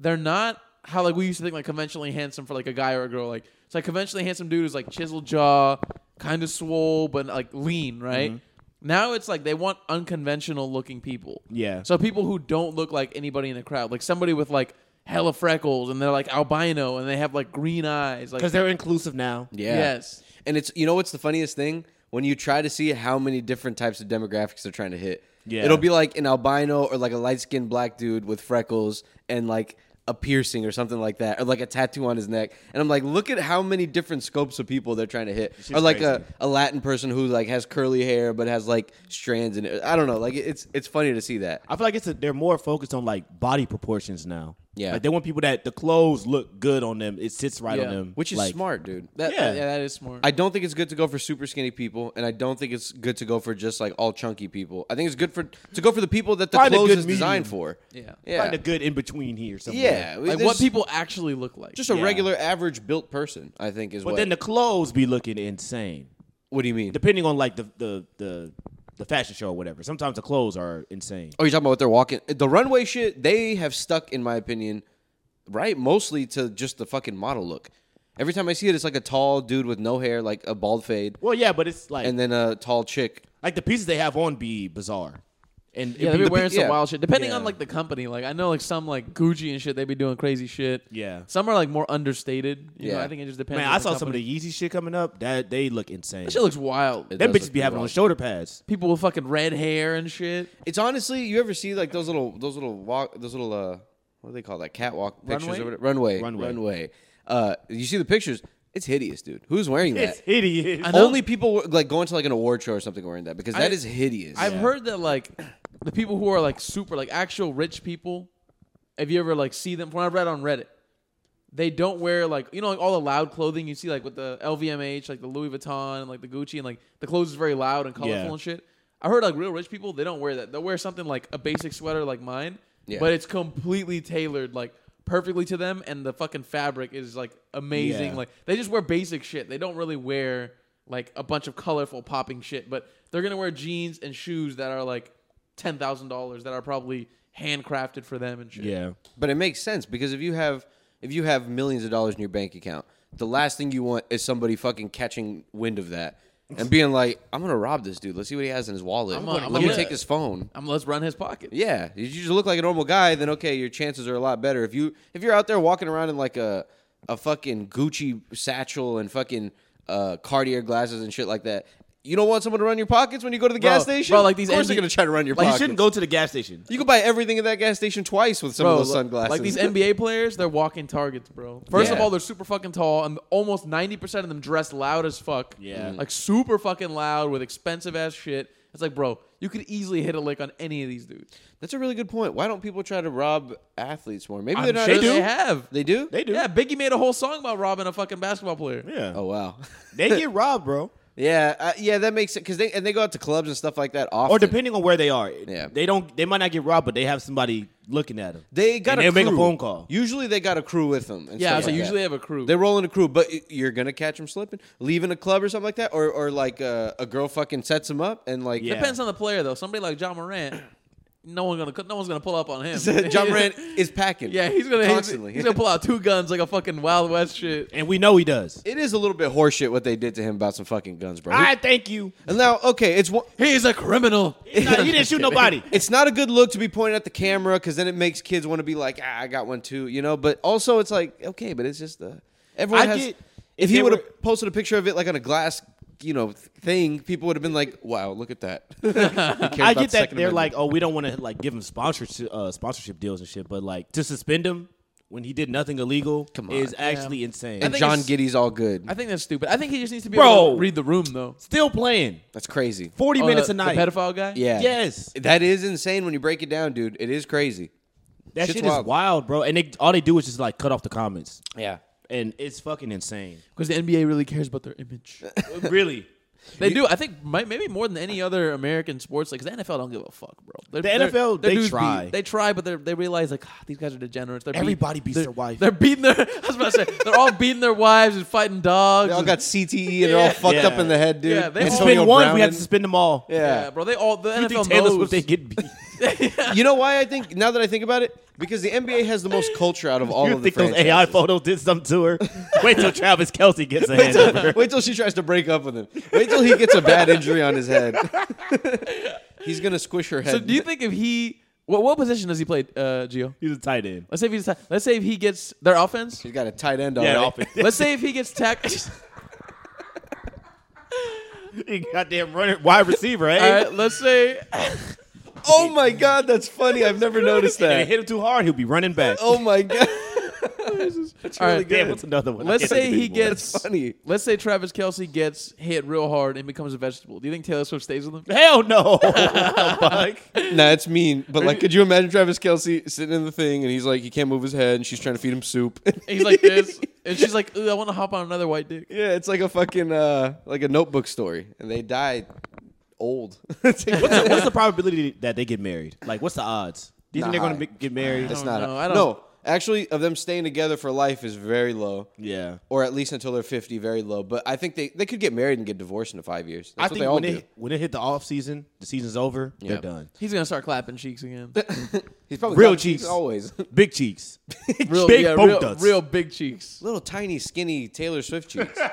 Speaker 1: they're not how like we used to think like conventionally handsome for like a guy or a girl. Like it's like conventionally handsome dude is like chiseled jaw, kind of swole but like lean, right? Now it's like they want unconventional looking people.
Speaker 2: Mm-hmm. Yeah.
Speaker 1: So people who don't look like anybody in the crowd, like somebody with like hella freckles and they're like albino and they have like green eyes, like
Speaker 2: Because they're inclusive now.
Speaker 3: Yeah.
Speaker 1: Yes.
Speaker 3: And it's you know what's the funniest thing when you try to see how many different types of demographics they're trying to hit.
Speaker 2: Yeah.
Speaker 3: It'll be like an albino or like a light skinned black dude with freckles and like a piercing or something like that, or like a tattoo on his neck. And I'm like, look at how many different scopes of people they're trying to hit. Or like a,
Speaker 2: crazy.
Speaker 3: a Latin person who like has curly hair but has like strands in it. I don't know. Like it's it's funny to see that.
Speaker 2: I feel like it's a, they're more focused on like body proportions now.
Speaker 3: Yeah.
Speaker 2: like they want people that the clothes look good on them. It sits right on
Speaker 1: Yeah.
Speaker 2: them,
Speaker 3: Which is
Speaker 2: Like,
Speaker 3: smart, dude. That,
Speaker 1: Yeah,
Speaker 2: Yeah.
Speaker 1: that is smart.
Speaker 3: I don't think it's good to go for super skinny people, and I don't think it's good to go for just like all chunky people. I think it's good for to go for the people that the
Speaker 2: Find a
Speaker 3: clothes
Speaker 2: good
Speaker 3: is designed
Speaker 2: medium.
Speaker 3: for.
Speaker 1: Yeah.
Speaker 3: yeah,
Speaker 2: find a good in between here. Somewhere.
Speaker 3: yeah.
Speaker 1: like what
Speaker 3: there's
Speaker 1: people actually look like.
Speaker 3: just a
Speaker 2: Yeah.
Speaker 3: regular average built person. I think is
Speaker 2: but
Speaker 3: what.
Speaker 2: then the clothes be looking insane,
Speaker 3: what do you mean?
Speaker 2: depending on like the the the, the fashion show or whatever. Sometimes the clothes are insane.
Speaker 3: oh, you're talking about what they're walking the runway shit. They have stuck, in my opinion, right, mostly to just the fucking model look. Every time I see it, it's like a tall dude with no hair, like a bald fade,
Speaker 2: Well, yeah, but it's like
Speaker 3: and then a tall chick.
Speaker 2: like the pieces they have on be bizarre, and
Speaker 1: yeah, they
Speaker 2: it be
Speaker 1: be
Speaker 2: the
Speaker 1: wearing
Speaker 3: pe-
Speaker 1: some
Speaker 3: yeah.
Speaker 1: wild shit. Depending on
Speaker 2: Yeah.
Speaker 1: like the company, like I know like some like Gucci and shit, they be doing crazy shit.
Speaker 2: Yeah.
Speaker 1: some are like more understated. You know,
Speaker 3: Yeah.
Speaker 1: I think it just
Speaker 2: pe-
Speaker 1: depends.
Speaker 2: man.
Speaker 1: on
Speaker 2: I
Speaker 1: the
Speaker 2: saw some of
Speaker 1: company.
Speaker 2: the Yeezy shit coming up. That they look insane.
Speaker 1: That shit looks wild.
Speaker 3: It
Speaker 2: Them
Speaker 3: does
Speaker 2: bitches
Speaker 3: look
Speaker 2: be having
Speaker 3: wrong.
Speaker 2: on shoulder pads.
Speaker 1: People with fucking red hair and shit.
Speaker 3: It's honestly, you ever see like those little, those little walk, those little, uh, what do they call that? Catwalk pictures
Speaker 1: Runway?
Speaker 3: or whatever? Runway,
Speaker 2: Runway.
Speaker 3: runway, Uh, you see the pictures? It's hideous, dude. Who's wearing that?
Speaker 2: It's hideous.
Speaker 1: I know.
Speaker 3: Only people were- like going to like an award show or something wearing that because that
Speaker 1: I-
Speaker 3: is hideous.
Speaker 1: I've heard that like the people who are like super like actual rich people, if you ever like see them when I read on Reddit, they don't wear like you know like all the loud clothing you see like with the LVMH, like the Louis Vuitton and like the Gucci and like the clothes is very loud and colorful
Speaker 2: Yeah.
Speaker 1: and shit. I heard like real rich people, they don't wear that. They'll wear something like a basic sweater like mine,
Speaker 3: Yeah.
Speaker 1: but it's completely tailored like perfectly to them and the fucking fabric is like amazing.
Speaker 2: Yeah.
Speaker 1: Like they just wear basic shit. They don't really wear like a bunch of colorful popping shit, but they're gonna wear jeans and shoes that are like ten thousand dollars that are probably handcrafted for them and shit.
Speaker 2: Yeah.
Speaker 3: But it makes sense because if you have if you have millions of dollars in your bank account, the last thing you want is somebody fucking catching wind of that
Speaker 1: [LAUGHS]
Speaker 3: and being like, "I'm gonna rob this dude. Let's see what he has in his wallet.
Speaker 1: I'm
Speaker 3: I'm
Speaker 1: gonna-
Speaker 3: gonna,
Speaker 1: I'm
Speaker 3: Let me
Speaker 1: gonna-
Speaker 3: take his phone."
Speaker 1: I'm let's run his pocket.
Speaker 3: Yeah, if you just look like a normal guy, then okay, your chances are a lot better. If you if you're out there walking around in like a a fucking Gucci satchel and fucking uh, Cartier glasses and shit like that. You don't want someone to run your pockets when you go to the gas station.
Speaker 1: bro, like these
Speaker 3: of
Speaker 1: NB
Speaker 3: course they're gonna try to run your
Speaker 2: Like you
Speaker 3: pockets.
Speaker 2: shouldn't go to the gas station.
Speaker 3: You could buy everything at that gas station twice with some
Speaker 1: Bro,
Speaker 3: of those
Speaker 1: [LAUGHS]
Speaker 3: sunglasses.
Speaker 1: like these NBA players, they're walking targets, bro. First of
Speaker 3: Yeah.
Speaker 1: all, they're super fucking tall, and almost ninety percent of them dress loud as fuck.
Speaker 2: Yeah. Mhm.
Speaker 1: like super fucking loud with expensive ass shit. It's like, bro, you could easily hit a lick on any of these dudes.
Speaker 3: That's a really good point. Why don't people try to rob athletes more? Maybe they're not.
Speaker 2: They
Speaker 1: They,
Speaker 2: do.
Speaker 1: have.
Speaker 3: They do.
Speaker 2: They do.
Speaker 1: Yeah, Biggie made a whole song about robbing a fucking basketball player.
Speaker 2: Yeah.
Speaker 3: Oh wow. [LAUGHS]
Speaker 2: They get robbed, bro.
Speaker 3: yeah, uh, yeah. That makes it because they and they go out to clubs and stuff like that often.
Speaker 2: Or depending on where they are.
Speaker 3: Yeah.
Speaker 2: They don't they might not get robbed, but they have somebody looking at them.
Speaker 3: they got
Speaker 2: And
Speaker 3: a
Speaker 2: they'll make a
Speaker 3: crew.
Speaker 2: phone call.
Speaker 3: Usually they got a crew with them. and
Speaker 1: Yeah,
Speaker 3: stuff
Speaker 1: so
Speaker 3: like
Speaker 1: usually they
Speaker 3: that.
Speaker 1: have a crew.
Speaker 3: they roll in a crew, but y- you're gonna catch them slipping, leaving a club or something like that, or or like uh, a girl fucking sets them up and like [LAUGHS]
Speaker 2: Yeah.
Speaker 1: Depends on the player though. Somebody like John Morant, [CLEARS THROAT] no one gonna no one's gonna pull up on
Speaker 2: [LAUGHS]
Speaker 1: him. [LAUGHS]
Speaker 3: John Morant is packing.
Speaker 1: yeah, he's gonna
Speaker 3: constantly.
Speaker 1: He's, he's gonna pull out two guns like a fucking Wild West shit.
Speaker 2: And we know he does.
Speaker 3: [LAUGHS] it is a little bit horseshit what they did to him about some fucking guns, bro.
Speaker 2: I thank you.
Speaker 3: and now, okay, it's one.
Speaker 1: He's a criminal.
Speaker 2: Nah, you didn't shoot
Speaker 3: [LAUGHS]
Speaker 2: nobody.
Speaker 3: it's not a good look to be pointing at the camera because then it makes kids want to be like, ah, I got one too, you know. But also, it's like, okay, but it's just the everyone
Speaker 2: I
Speaker 3: has.
Speaker 2: get- if
Speaker 3: if he
Speaker 2: they
Speaker 3: would have
Speaker 2: were-
Speaker 3: posted a picture of it like on a glass, you know, th- thing, people would have been like, wow, look at
Speaker 2: [LAUGHS]
Speaker 3: that. He cared
Speaker 2: I
Speaker 3: about
Speaker 2: get
Speaker 3: the
Speaker 2: that
Speaker 3: Second
Speaker 2: they're
Speaker 3: Amendment.
Speaker 2: like, oh, we don't want to like give him sponsorship uh, sponsorship deals and shit, but like to suspend him when he did nothing illegal
Speaker 3: Come on.
Speaker 2: is actually insane.
Speaker 3: and
Speaker 1: think
Speaker 3: John
Speaker 1: it's-
Speaker 3: Giddy's all good.
Speaker 1: I think that's stupid. I think he just needs to be
Speaker 2: Bro.
Speaker 1: able to read the room though.
Speaker 2: Still playing
Speaker 3: That's crazy.
Speaker 2: forty
Speaker 1: Oh,
Speaker 2: minutes
Speaker 1: the,
Speaker 2: a night.
Speaker 1: The pedophile guy.
Speaker 3: Yeah.
Speaker 2: Yes.
Speaker 3: That is insane when you break it down, dude. It is crazy.
Speaker 2: that
Speaker 3: shit's
Speaker 2: shit is
Speaker 3: wild.
Speaker 2: wild, bro. And they, all they do is just like cut off the comments,
Speaker 3: Yeah.
Speaker 2: and it's fucking
Speaker 3: [LAUGHS]
Speaker 2: insane.
Speaker 1: because the NBA really cares about their
Speaker 2: [LAUGHS]
Speaker 1: image. [LAUGHS]
Speaker 2: really.
Speaker 1: They do. I think might, maybe more than any other American sports league. Because the NFL don't give a fuck, bro. They're-
Speaker 2: The
Speaker 1: they're-
Speaker 2: NFL,
Speaker 1: their
Speaker 2: they
Speaker 1: dudes
Speaker 2: try.
Speaker 1: beat- they try, but they're- they realize like "Ah, these guys are degenerates. They're beat-
Speaker 2: Everybody beats
Speaker 1: they're-
Speaker 2: their wife.
Speaker 1: They're beating their. [LAUGHS] I was about to say they're all beating their wives and fighting dogs.
Speaker 3: They all
Speaker 1: and-
Speaker 3: got CTE and they're all fucked
Speaker 2: Yeah.
Speaker 3: up in the head, dude.
Speaker 1: Yeah, they all-
Speaker 2: Suspend
Speaker 3: Antonio
Speaker 2: one,
Speaker 3: Brown
Speaker 2: we have to
Speaker 3: and-
Speaker 2: suspend them all.
Speaker 1: yeah.
Speaker 3: yeah.
Speaker 1: bro. They all the
Speaker 2: You
Speaker 1: NFL
Speaker 2: think Taylor
Speaker 1: knows
Speaker 2: Swift they
Speaker 3: [LAUGHS]
Speaker 2: get beat?
Speaker 3: You know why I think now that I think about it? Because the NBA has the most culture out of all
Speaker 2: you
Speaker 3: of the
Speaker 2: think those
Speaker 3: franchises.
Speaker 2: AI photos did something to her? Wait
Speaker 3: [LAUGHS]
Speaker 2: till Travis Kelsey gets a hand
Speaker 3: Wait
Speaker 2: over.
Speaker 3: till- Wait till she tries to break up with him. Wait till he gets a bad injury on his head. He's gonna squish her head.
Speaker 1: So do you think if he what what position does he play, uh, Gio?
Speaker 2: He's a tight end.
Speaker 1: Let's say if he's let's say if he gets their
Speaker 2: [LAUGHS]
Speaker 1: offense.
Speaker 3: He's got a tight end on.
Speaker 2: Yeah,
Speaker 3: right?
Speaker 2: offense.
Speaker 1: let's say if he gets tackled.
Speaker 2: He goddamn runner, wide receiver, eh?
Speaker 1: All right, let's say
Speaker 3: Oh my god, that's funny.
Speaker 2: [LAUGHS]
Speaker 3: I've never noticed
Speaker 2: And if
Speaker 3: that.
Speaker 2: hit him too hard, he'll be running back.
Speaker 3: Oh my god.
Speaker 1: All
Speaker 3: really
Speaker 1: right,
Speaker 3: good.
Speaker 2: Damn, what's another one? I
Speaker 1: Let's
Speaker 2: can't
Speaker 1: say
Speaker 2: think of
Speaker 1: he
Speaker 2: anymore.
Speaker 1: gets
Speaker 3: funny.
Speaker 1: Let's say Travis Kelsey gets hit real hard and becomes a vegetable. Do you think Taylor Swift stays with him?
Speaker 2: [LAUGHS] Hell no. Fuck.
Speaker 3: Nah, it's mean. But like, could you imagine Travis Kelsey sitting in the thing and he's like, he can't move his head, and she's trying to feed him soup.
Speaker 1: He's like this, and she's like, "Ooh, I want to hop on another white dick."
Speaker 3: [LAUGHS] yeah, it's like a fucking uh, like a notebook story, and they die old. It's
Speaker 2: [LAUGHS]
Speaker 3: like,
Speaker 2: What's the, what's the probability that they get married? Like, what's the odds? Do you think
Speaker 3: Not
Speaker 2: they're going
Speaker 3: high.
Speaker 2: to get married?
Speaker 3: That's not.
Speaker 1: know.
Speaker 3: a-
Speaker 1: I don't-
Speaker 3: no, actually, of them staying together for life is very low,
Speaker 2: Yeah.
Speaker 3: or at least until they're fifty, very low. But I think they they could get married and get divorced in five years. That's
Speaker 2: I
Speaker 3: what they
Speaker 2: think
Speaker 3: all
Speaker 2: when
Speaker 3: do.
Speaker 2: it, when it hit the off season, the season's over,
Speaker 3: Yeah.
Speaker 2: they're done.
Speaker 1: He's gonna start clapping cheeks
Speaker 2: [LAUGHS]
Speaker 1: again.
Speaker 3: He's probably
Speaker 2: Real
Speaker 3: got cheeks
Speaker 2: cheeks.
Speaker 3: [LAUGHS] always.
Speaker 2: Big cheeks.
Speaker 1: Real,
Speaker 2: Big
Speaker 1: yeah,
Speaker 2: bone
Speaker 1: real,
Speaker 2: duds.
Speaker 1: real big
Speaker 2: [LAUGHS]
Speaker 1: cheeks.
Speaker 3: Little tiny skinny Taylor Swift cheeks.
Speaker 1: [LAUGHS]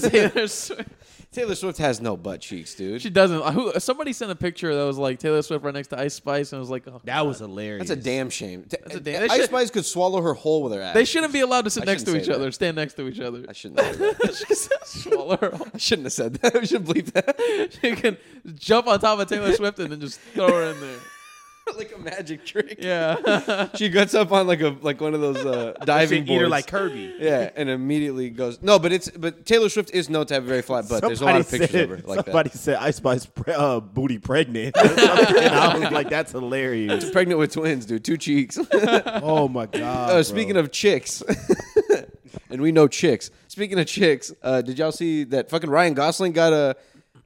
Speaker 1: Taylor Swift-
Speaker 3: Taylor Swift has no butt cheeks, dude.
Speaker 1: she doesn't. Who, somebody sent a picture that was like Taylor Swift right next to Ice Spice, and I was like, oh,
Speaker 2: That was hilarious. [LAUGHS]
Speaker 3: That's a damn shame. That's
Speaker 1: a damn- they
Speaker 3: Ice
Speaker 1: should-
Speaker 3: Spice could swallow her whole with her ass.
Speaker 1: they shouldn't be allowed to sit
Speaker 3: I
Speaker 1: next to
Speaker 3: shouldn't
Speaker 1: each
Speaker 3: say
Speaker 1: other,
Speaker 3: that.
Speaker 1: stand next to each other.
Speaker 3: I shouldn't. Have said that.
Speaker 1: [LAUGHS] Swallow her whole-
Speaker 3: I shouldn't have said that. [LAUGHS] I should believe that.
Speaker 1: [LAUGHS]
Speaker 3: [LAUGHS]
Speaker 1: She can jump on top of Taylor Swift and then just throw her in there.
Speaker 3: like a magic trick.
Speaker 1: Yeah. [LAUGHS]
Speaker 3: She gets up on like a like one of those uh, diving
Speaker 2: eater
Speaker 3: boards.
Speaker 2: like Kirby. [LAUGHS]
Speaker 3: yeah, and immediately goes. No, but it's but Taylor Swift is known to have a very flat butt. There's a lot
Speaker 2: Somebody
Speaker 3: of pictures
Speaker 2: said,
Speaker 3: of her like
Speaker 2: somebody said Ice Spice pre- uh, booty [LAUGHS] pregnant. and I was like, that's hilarious.
Speaker 3: that. Pregnant with twins, dude. Two cheeks. [LAUGHS]
Speaker 2: Oh my god.
Speaker 3: Uh, speaking of chicks, [LAUGHS] and we know chicks. Speaking of chicks, uh, did y'all see that fucking Ryan Gosling got a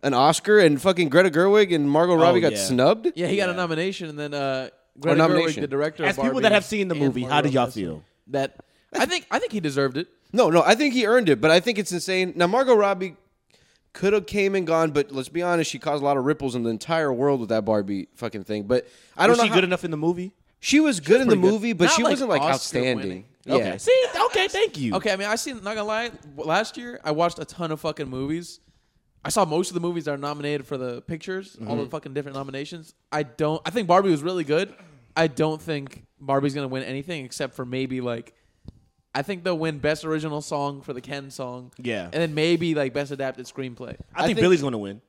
Speaker 3: an Oscar and fucking Greta Gerwig and Margot Robbie got
Speaker 2: Oh, yeah.
Speaker 3: snubbed?
Speaker 1: Yeah, he got a nomination, and then uh, Greta Gerwig,
Speaker 3: nomination.
Speaker 1: the director.
Speaker 2: as
Speaker 1: of
Speaker 2: people
Speaker 1: Barbie
Speaker 2: that have seen the
Speaker 1: and
Speaker 2: movie, how
Speaker 1: Margot
Speaker 2: do y'all
Speaker 1: Robbie,
Speaker 2: feel?
Speaker 1: That I think I think he deserved it.
Speaker 3: No, no, I think he earned it, but I think it's insane. Now Margot Robbie could have came and gone, but let's be honest, she caused a lot of ripples in the entire world with that Barbie fucking thing. But I don't
Speaker 2: Was
Speaker 3: know.
Speaker 2: she
Speaker 3: how-
Speaker 2: good enough in the movie?
Speaker 3: she was good in the
Speaker 1: pretty good.
Speaker 3: movie, but
Speaker 1: Not
Speaker 3: she
Speaker 1: like
Speaker 3: wasn't like
Speaker 1: Oscar
Speaker 3: outstanding.
Speaker 1: winning.
Speaker 3: Yeah.
Speaker 2: Okay. See, okay, thank you.
Speaker 1: Okay, I mean, I seen. Not gonna lie, w- last year I watched a ton of fucking movies. I saw most of the movies that are nominated for the pictures, all
Speaker 2: Mm-hmm.
Speaker 1: the fucking different nominations. I don't. I think Barbie was really good. I don't think Barbie's gonna win anything except for maybe like. I think they'll win best original song for the Ken song.
Speaker 2: Yeah.
Speaker 1: and then maybe like best adapted screenplay.
Speaker 2: I, think
Speaker 3: think-
Speaker 2: Billy's gonna win.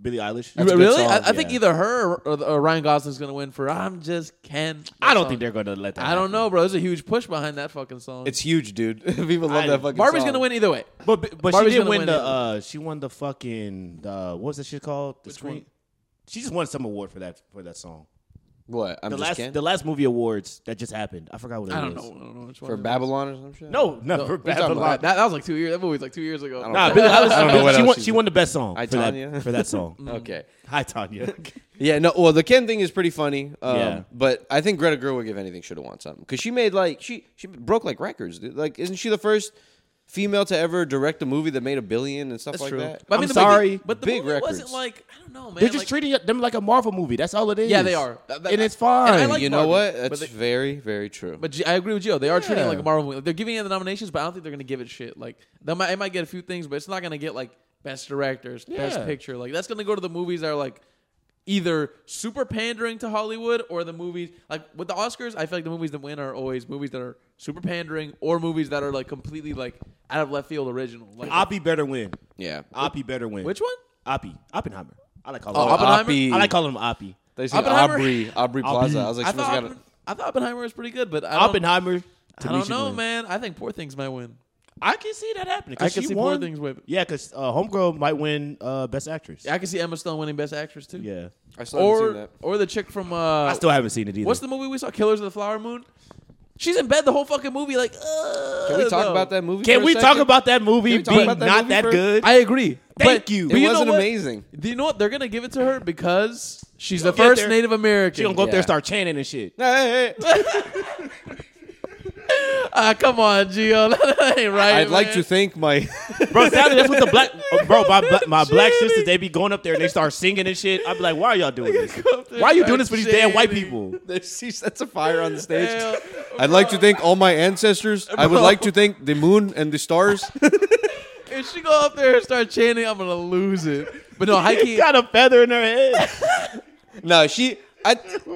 Speaker 2: Billie Eilish.
Speaker 3: That's a good
Speaker 1: really?
Speaker 3: song,
Speaker 1: I, I think
Speaker 2: yeah.
Speaker 1: either her or, or, or Ryan Gosling's gonna win for "I'm Just Ken."
Speaker 2: I don't think they're gonna let that.
Speaker 1: I don't know, bro. There's a huge push behind that fucking song.
Speaker 3: It's huge, dude. [LAUGHS] People love
Speaker 2: I-
Speaker 3: that fucking
Speaker 1: Barbie's
Speaker 3: song.
Speaker 1: gonna win either way.
Speaker 2: But but, but
Speaker 1: Barbie's
Speaker 2: she did
Speaker 1: gonna
Speaker 2: win,
Speaker 1: win
Speaker 2: the
Speaker 1: it.
Speaker 2: uh, she won the fucking uh, what's that shit called? The screen.
Speaker 1: one?
Speaker 2: She just won some award for that for that song.
Speaker 3: What? I'm
Speaker 2: The
Speaker 3: just
Speaker 2: last
Speaker 3: Ken?
Speaker 2: the last movie awards that just happened. I forgot what it
Speaker 1: I don't know.
Speaker 2: was.
Speaker 1: I don't know which one.
Speaker 3: for
Speaker 1: it is.
Speaker 3: Babylon or some shit.
Speaker 2: No, [LAUGHS] no, for
Speaker 3: talking about?
Speaker 2: Babylon.
Speaker 1: That, that was like two years. That movie was like two years ago.
Speaker 3: don't
Speaker 2: Nah,
Speaker 3: know.
Speaker 1: [LAUGHS]
Speaker 2: Billie Eilish.
Speaker 3: I don't know what
Speaker 2: she
Speaker 3: else
Speaker 2: won.
Speaker 3: she's
Speaker 2: She won the best song
Speaker 3: I,
Speaker 2: for that
Speaker 3: Tanya.
Speaker 2: for that
Speaker 3: [LAUGHS]
Speaker 2: song.
Speaker 3: Okay.
Speaker 2: Hi
Speaker 3: [LAUGHS]
Speaker 2: Tanya.
Speaker 3: Yeah, no. Well, the Ken thing is pretty funny. Um,
Speaker 2: Yeah.
Speaker 3: But I think Greta Gerwig, if anything, should have won something because she made like she she broke like records. Dude. Like, isn't she the first female to ever direct a movie that made a billion and stuff
Speaker 1: That's
Speaker 3: like
Speaker 1: true.
Speaker 3: that?
Speaker 1: But
Speaker 2: I'm
Speaker 1: the
Speaker 2: sorry.
Speaker 1: movie- but the
Speaker 3: Big
Speaker 1: movie wasn't
Speaker 3: records.
Speaker 1: like I don't know, man.
Speaker 2: They're just
Speaker 1: like,
Speaker 2: treating them like a Marvel movie. That's all it is.
Speaker 1: Yeah, they are. That- that-
Speaker 2: and it's
Speaker 1: and I
Speaker 2: fine.
Speaker 1: like-
Speaker 3: you know
Speaker 1: Barbie,
Speaker 3: what?
Speaker 1: but
Speaker 3: That's
Speaker 1: they-
Speaker 3: very very true.
Speaker 1: But G- I agree with Joe. They are treating it like
Speaker 2: Yeah.
Speaker 1: a Marvel movie. Like, they're giving it the nominations, but I don't think they're gonna give it shit. Like they might, it might get a few things, but it's not gonna get like best directors, best
Speaker 2: Yeah.
Speaker 1: picture. Like that's gonna go to the movies that are like either super pandering to Hollywood or the movies like with the Oscars. I feel like the movies that win are always movies that are super pandering or movies that are like completely like out of left field original. Like
Speaker 2: Oppie better win.
Speaker 3: yeah,
Speaker 2: Oppie better win.
Speaker 1: which one?
Speaker 2: Oppie. Oppenheimer. I like calling
Speaker 1: Oh,
Speaker 2: him
Speaker 1: Oppenheimer.
Speaker 3: Oppie.
Speaker 2: I like calling him Oppie.
Speaker 3: they said
Speaker 1: Oppenheimer-
Speaker 3: Aubrey Aubrey Plaza. I was like,
Speaker 1: I
Speaker 3: she must
Speaker 1: thought,
Speaker 3: have got
Speaker 1: Oppen- I thought Oppenheimer was pretty good, but I don't,
Speaker 2: Oppenheimer.
Speaker 1: I don't know, man. I think Poor Things might win.
Speaker 2: I can see that happening.
Speaker 1: I can see more things with it.
Speaker 2: Yeah, because uh, Homegirl might win uh, Best Actress.
Speaker 1: I can see Emma Stone winning Best Actress too.
Speaker 2: Yeah.
Speaker 3: a, I still haven't seen
Speaker 1: or
Speaker 3: that.
Speaker 1: or the chick from uh,
Speaker 2: I still haven't seen it either.
Speaker 1: what's the movie we saw? Killers of the Flower Moon. She's in bed the whole fucking movie. Like, uh,
Speaker 3: Can we talk
Speaker 1: though.
Speaker 3: about that movie?
Speaker 2: Can
Speaker 3: for a
Speaker 2: we talk
Speaker 3: second?
Speaker 2: about that movie
Speaker 3: Can we talk
Speaker 2: being
Speaker 3: about that
Speaker 2: not
Speaker 3: movie
Speaker 2: that
Speaker 3: for-
Speaker 2: good?
Speaker 1: I agree.
Speaker 2: Thank
Speaker 1: but,
Speaker 2: you.
Speaker 1: but
Speaker 3: It
Speaker 1: know
Speaker 3: wasn't
Speaker 1: what?
Speaker 3: amazing.
Speaker 1: Do you know what? They're gonna give it to her because she's the
Speaker 2: get
Speaker 1: first
Speaker 2: there.
Speaker 1: Native
Speaker 2: she gonna
Speaker 1: American.
Speaker 2: go up there
Speaker 3: Yeah.
Speaker 2: and start chanting and shit.
Speaker 1: [LAUGHS]
Speaker 3: Hey, hey, hey.
Speaker 1: Ah, come on, Gio. [LAUGHS] that ain't right.
Speaker 3: I'd like
Speaker 1: man.
Speaker 3: to thank [LAUGHS] my
Speaker 2: Bro, sadly, that's what
Speaker 1: [LAUGHS]
Speaker 2: the black uh, bro, my, bla- my black sisters, they be going up there and they start singing and shit. I'd be like, why are y'all doing this?
Speaker 1: go up there
Speaker 2: Why are you
Speaker 1: and
Speaker 2: doing
Speaker 1: start
Speaker 2: this for these damn white
Speaker 1: chanting.
Speaker 2: [LAUGHS] people?
Speaker 3: she sets a fire [LAUGHS] on the stage.
Speaker 1: Hell,
Speaker 3: I'd like to thank all my ancestors. I would like to thank the moon and the stars.
Speaker 1: If she go up there and start chanting, I'm gonna lose it. But no,
Speaker 3: [LAUGHS]
Speaker 1: Heike.
Speaker 2: Got a feather in her head.
Speaker 3: [LAUGHS] No, she. I.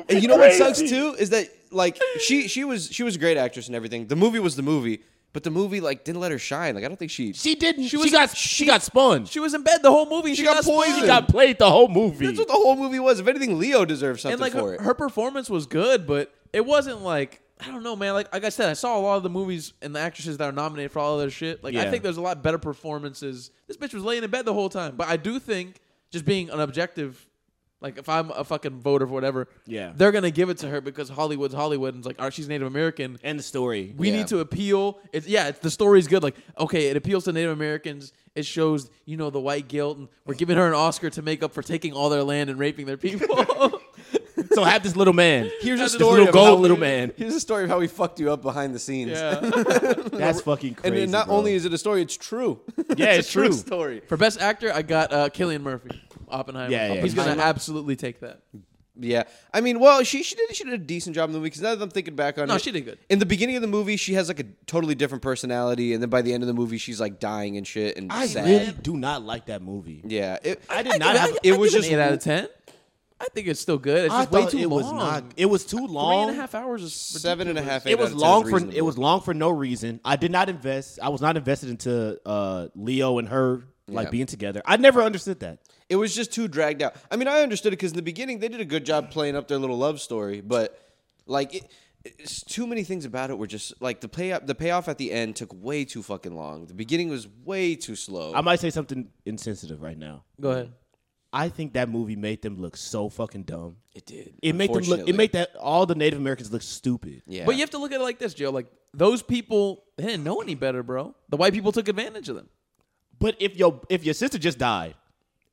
Speaker 3: and you know what sucks too is that like she she was she was a great actress and everything. The movie was the movie, But the movie like didn't let her shine. Like I don't think she.
Speaker 2: She didn't. She,
Speaker 1: was-
Speaker 2: got she, got spun. She,
Speaker 1: She was in bed the whole movie. and
Speaker 3: She got
Speaker 1: spoiled.
Speaker 3: poisoned.
Speaker 2: got played the whole movie.
Speaker 3: That's what the whole movie was. If anything, Leo deserves something
Speaker 1: And like
Speaker 3: for
Speaker 1: her,
Speaker 3: it.
Speaker 1: her performance was good, but it wasn't like I don't know, man. Like like I said, I saw a lot of the movies and the actresses that are nominated for all of their shit. Like I
Speaker 2: Yeah.
Speaker 1: think there's a lot better performances. This bitch was laying in bed the whole time. But I do think just being an objective, like if I'm a fucking voter for whatever,
Speaker 2: Yeah.
Speaker 1: they're gonna give it to her because Hollywood's Hollywood and it's like, all right, she's Native American.
Speaker 2: and the story.
Speaker 1: We
Speaker 3: Yeah.
Speaker 1: need to appeal. It's yeah, it's, the story's good. Like, okay, it appeals to Native Americans. It shows, you know, the white guilt, and we're giving her an Oscar to make up for taking all their land and raping their
Speaker 2: [LAUGHS]
Speaker 1: people.
Speaker 2: so have this little [LAUGHS] man.
Speaker 3: Here's a
Speaker 2: Have this
Speaker 3: story
Speaker 2: Little
Speaker 3: of
Speaker 2: gold
Speaker 3: how-
Speaker 2: little [LAUGHS] man.
Speaker 3: Here's a story of how we fucked you up behind the scenes.
Speaker 1: yeah.
Speaker 2: That's fucking
Speaker 3: And
Speaker 2: crazy.
Speaker 3: then not
Speaker 2: bro.
Speaker 3: only is it a story, it's [LAUGHS] true.
Speaker 2: yeah, it's
Speaker 3: a
Speaker 2: true.
Speaker 3: story.
Speaker 1: For best actor, I got uh, Killian Murphy, Oppenheimer.
Speaker 2: Yeah, yeah,
Speaker 1: he's gonna
Speaker 2: Oppenheimer.
Speaker 1: absolutely take that.
Speaker 3: Yeah, I mean, well, she she did she did a decent job in the movie. Because now that I'm thinking back on
Speaker 1: No,
Speaker 3: it,
Speaker 1: she did good.
Speaker 3: In the beginning of the movie, she has like a totally different personality, and then by the end of the movie, she's like dying and shit. And
Speaker 2: I
Speaker 3: sad.
Speaker 2: really do not like that movie.
Speaker 3: yeah, it,
Speaker 2: I did not. have,
Speaker 1: I,
Speaker 3: it was
Speaker 1: give
Speaker 3: just-
Speaker 1: an eight out of ten. I think it's still good. It's
Speaker 2: I
Speaker 1: just way
Speaker 2: thought
Speaker 1: too
Speaker 2: it
Speaker 1: long.
Speaker 2: was not. It was too long.
Speaker 1: Three and a half hours is
Speaker 3: seven and a half.
Speaker 2: it
Speaker 3: eight
Speaker 2: was
Speaker 3: out of 10 is
Speaker 2: long for it
Speaker 3: reasonable.
Speaker 2: was long for no reason. I did not invest. I was not invested into uh, Leo and her like
Speaker 3: Yeah.
Speaker 2: being together. I never understood that.
Speaker 3: It was just too dragged out. I mean, I understood it because in the beginning they did a good job playing up their little love story, but like it, it's too many things about it were just like the pay the payoff at the end took way too fucking long. The beginning was way too slow.
Speaker 2: I might say something insensitive right now.
Speaker 1: Go ahead.
Speaker 2: I think that movie made them look so fucking dumb.
Speaker 3: it did.
Speaker 2: It made them look.
Speaker 3: unfortunately.
Speaker 2: It made that all the Native Americans look stupid.
Speaker 3: Yeah.
Speaker 1: But you have to look at it like this, Joe. Like those people, they didn't know any better, bro. The white people took advantage of them.
Speaker 2: But if your if your sister just died,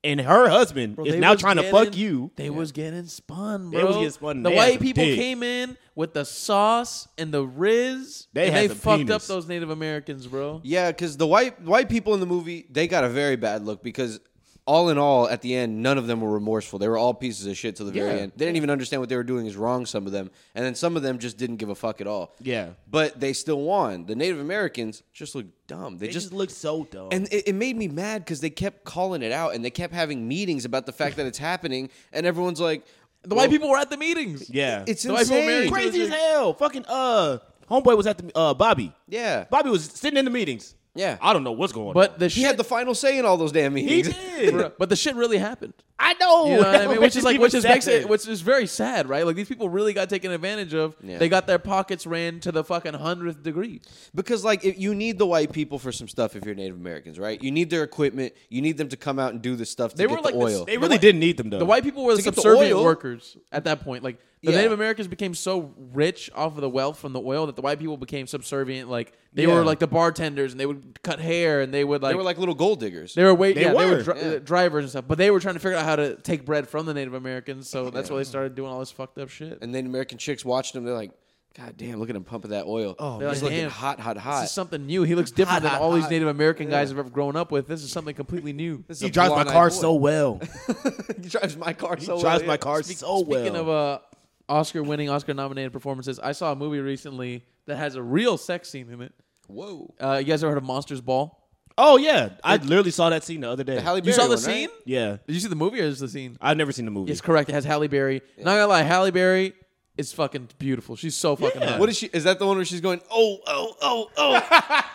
Speaker 2: and her husband
Speaker 1: Bro,
Speaker 2: is
Speaker 1: they
Speaker 2: now
Speaker 1: was
Speaker 2: trying to
Speaker 1: getting-
Speaker 2: fuck you,
Speaker 1: They was getting spun, bro.
Speaker 2: They was getting spun.
Speaker 1: The
Speaker 2: They had
Speaker 1: white
Speaker 2: some
Speaker 1: people
Speaker 2: dick.
Speaker 1: came in with the sauce and the riz.
Speaker 2: They
Speaker 1: and
Speaker 2: had
Speaker 1: they
Speaker 2: some
Speaker 1: fucked up
Speaker 2: penis.
Speaker 1: those Native Americans, bro.
Speaker 3: Yeah, because the white white people in the movie they got a very bad look because all in all, at the end, none of them were remorseful. They were all pieces of shit to the very
Speaker 2: Yeah.
Speaker 3: end. They didn't even understand what they were doing is wrong. Some of them, and then some of them just didn't give a fuck at all.
Speaker 2: Yeah.
Speaker 3: but they still won. The Native Americans just looked dumb. They,
Speaker 2: they
Speaker 3: just
Speaker 2: just look so dumb.
Speaker 3: and it, it made me mad because they kept calling it out and they kept having meetings about the fact that it's happening, and everyone's like,
Speaker 1: The white people were at the meetings.
Speaker 2: yeah,
Speaker 3: It's
Speaker 1: The white people married to-
Speaker 3: insane.
Speaker 2: crazy as hell. Fucking uh, homeboy was at the uh Bobby.
Speaker 3: Yeah.
Speaker 2: Bobby was sitting in the meetings.
Speaker 3: Yeah.
Speaker 2: I don't know what's going on.
Speaker 1: But the
Speaker 3: He
Speaker 1: shit,
Speaker 3: had the final say in all those damn
Speaker 1: [LAUGHS]
Speaker 2: he
Speaker 3: meetings.
Speaker 2: did.
Speaker 1: but the shit really
Speaker 2: [LAUGHS]
Speaker 1: happened.
Speaker 2: I know.
Speaker 1: You know
Speaker 2: [LAUGHS]
Speaker 1: what I mean? Which is like, which is makes
Speaker 2: sad.
Speaker 1: it, which is very sad, right? Like these people really got taken advantage of.
Speaker 3: Yeah.
Speaker 1: They got their pockets ran to the fucking hundredth degree.
Speaker 3: Because like if you need the white people for some stuff if you're Native Americans, right? You need their equipment. You need them to come out and do the stuff to
Speaker 1: They
Speaker 3: get
Speaker 1: were
Speaker 3: the
Speaker 1: like this-
Speaker 3: oil.
Speaker 2: They
Speaker 1: The
Speaker 2: really
Speaker 1: white-
Speaker 2: didn't need them though.
Speaker 1: The white people were the
Speaker 3: To get the
Speaker 1: subservient
Speaker 3: oil.
Speaker 1: workers at that point. Like the
Speaker 3: Yeah.
Speaker 1: Native Americans became so rich off of the wealth from the oil that the white people became subservient. Like they
Speaker 2: Yeah.
Speaker 1: were like the bartenders and they would cut hair and they would like
Speaker 3: they were like little gold diggers.
Speaker 1: they were wait
Speaker 2: They
Speaker 1: yeah they were
Speaker 2: were,
Speaker 1: dri-
Speaker 3: yeah.
Speaker 1: uh, drivers and stuff. But they were trying to figure out how to take bread from the Native Americans. So that's why they started doing all this fucked up shit.
Speaker 3: and then American chicks watching them, they're like, God damn, look at him pumping that oil. Oh,
Speaker 1: They're
Speaker 3: he's
Speaker 1: like,
Speaker 3: looking
Speaker 1: "Damn,
Speaker 3: hot, hot,
Speaker 1: This
Speaker 3: hot.
Speaker 1: is something new. He looks different than
Speaker 3: hot,
Speaker 1: all these
Speaker 3: hot.
Speaker 1: Native American guys I've ever grown up with. This is something completely new.
Speaker 3: This is
Speaker 2: He
Speaker 3: a
Speaker 2: drives my
Speaker 3: blonde-eyed
Speaker 2: car
Speaker 3: boy."
Speaker 1: [LAUGHS]
Speaker 2: so well.
Speaker 3: [LAUGHS] he drives my car so
Speaker 2: He drives
Speaker 3: well,
Speaker 2: my
Speaker 3: yeah.
Speaker 2: car
Speaker 1: Oh, Speak-
Speaker 2: so well.
Speaker 1: Speaking of uh, Oscar-winning, Oscar-nominated performances, I saw a movie recently that has a real sex scene in it.
Speaker 3: Whoa.
Speaker 1: Uh, you guys ever heard of Monsters Ball?
Speaker 2: oh yeah, I literally saw that scene the other day.
Speaker 3: The Halle
Speaker 1: You saw the
Speaker 3: Berry one, right?
Speaker 1: scene?
Speaker 2: yeah,
Speaker 1: Did you see the movie or is the scene?
Speaker 2: I've never seen the movie.
Speaker 1: It's correct. It has Halle Berry. Not gonna lie, Halle Berry is fucking beautiful. She's so fucking hot.
Speaker 3: What is she? Is that the one where she's going? Oh, oh, oh, oh.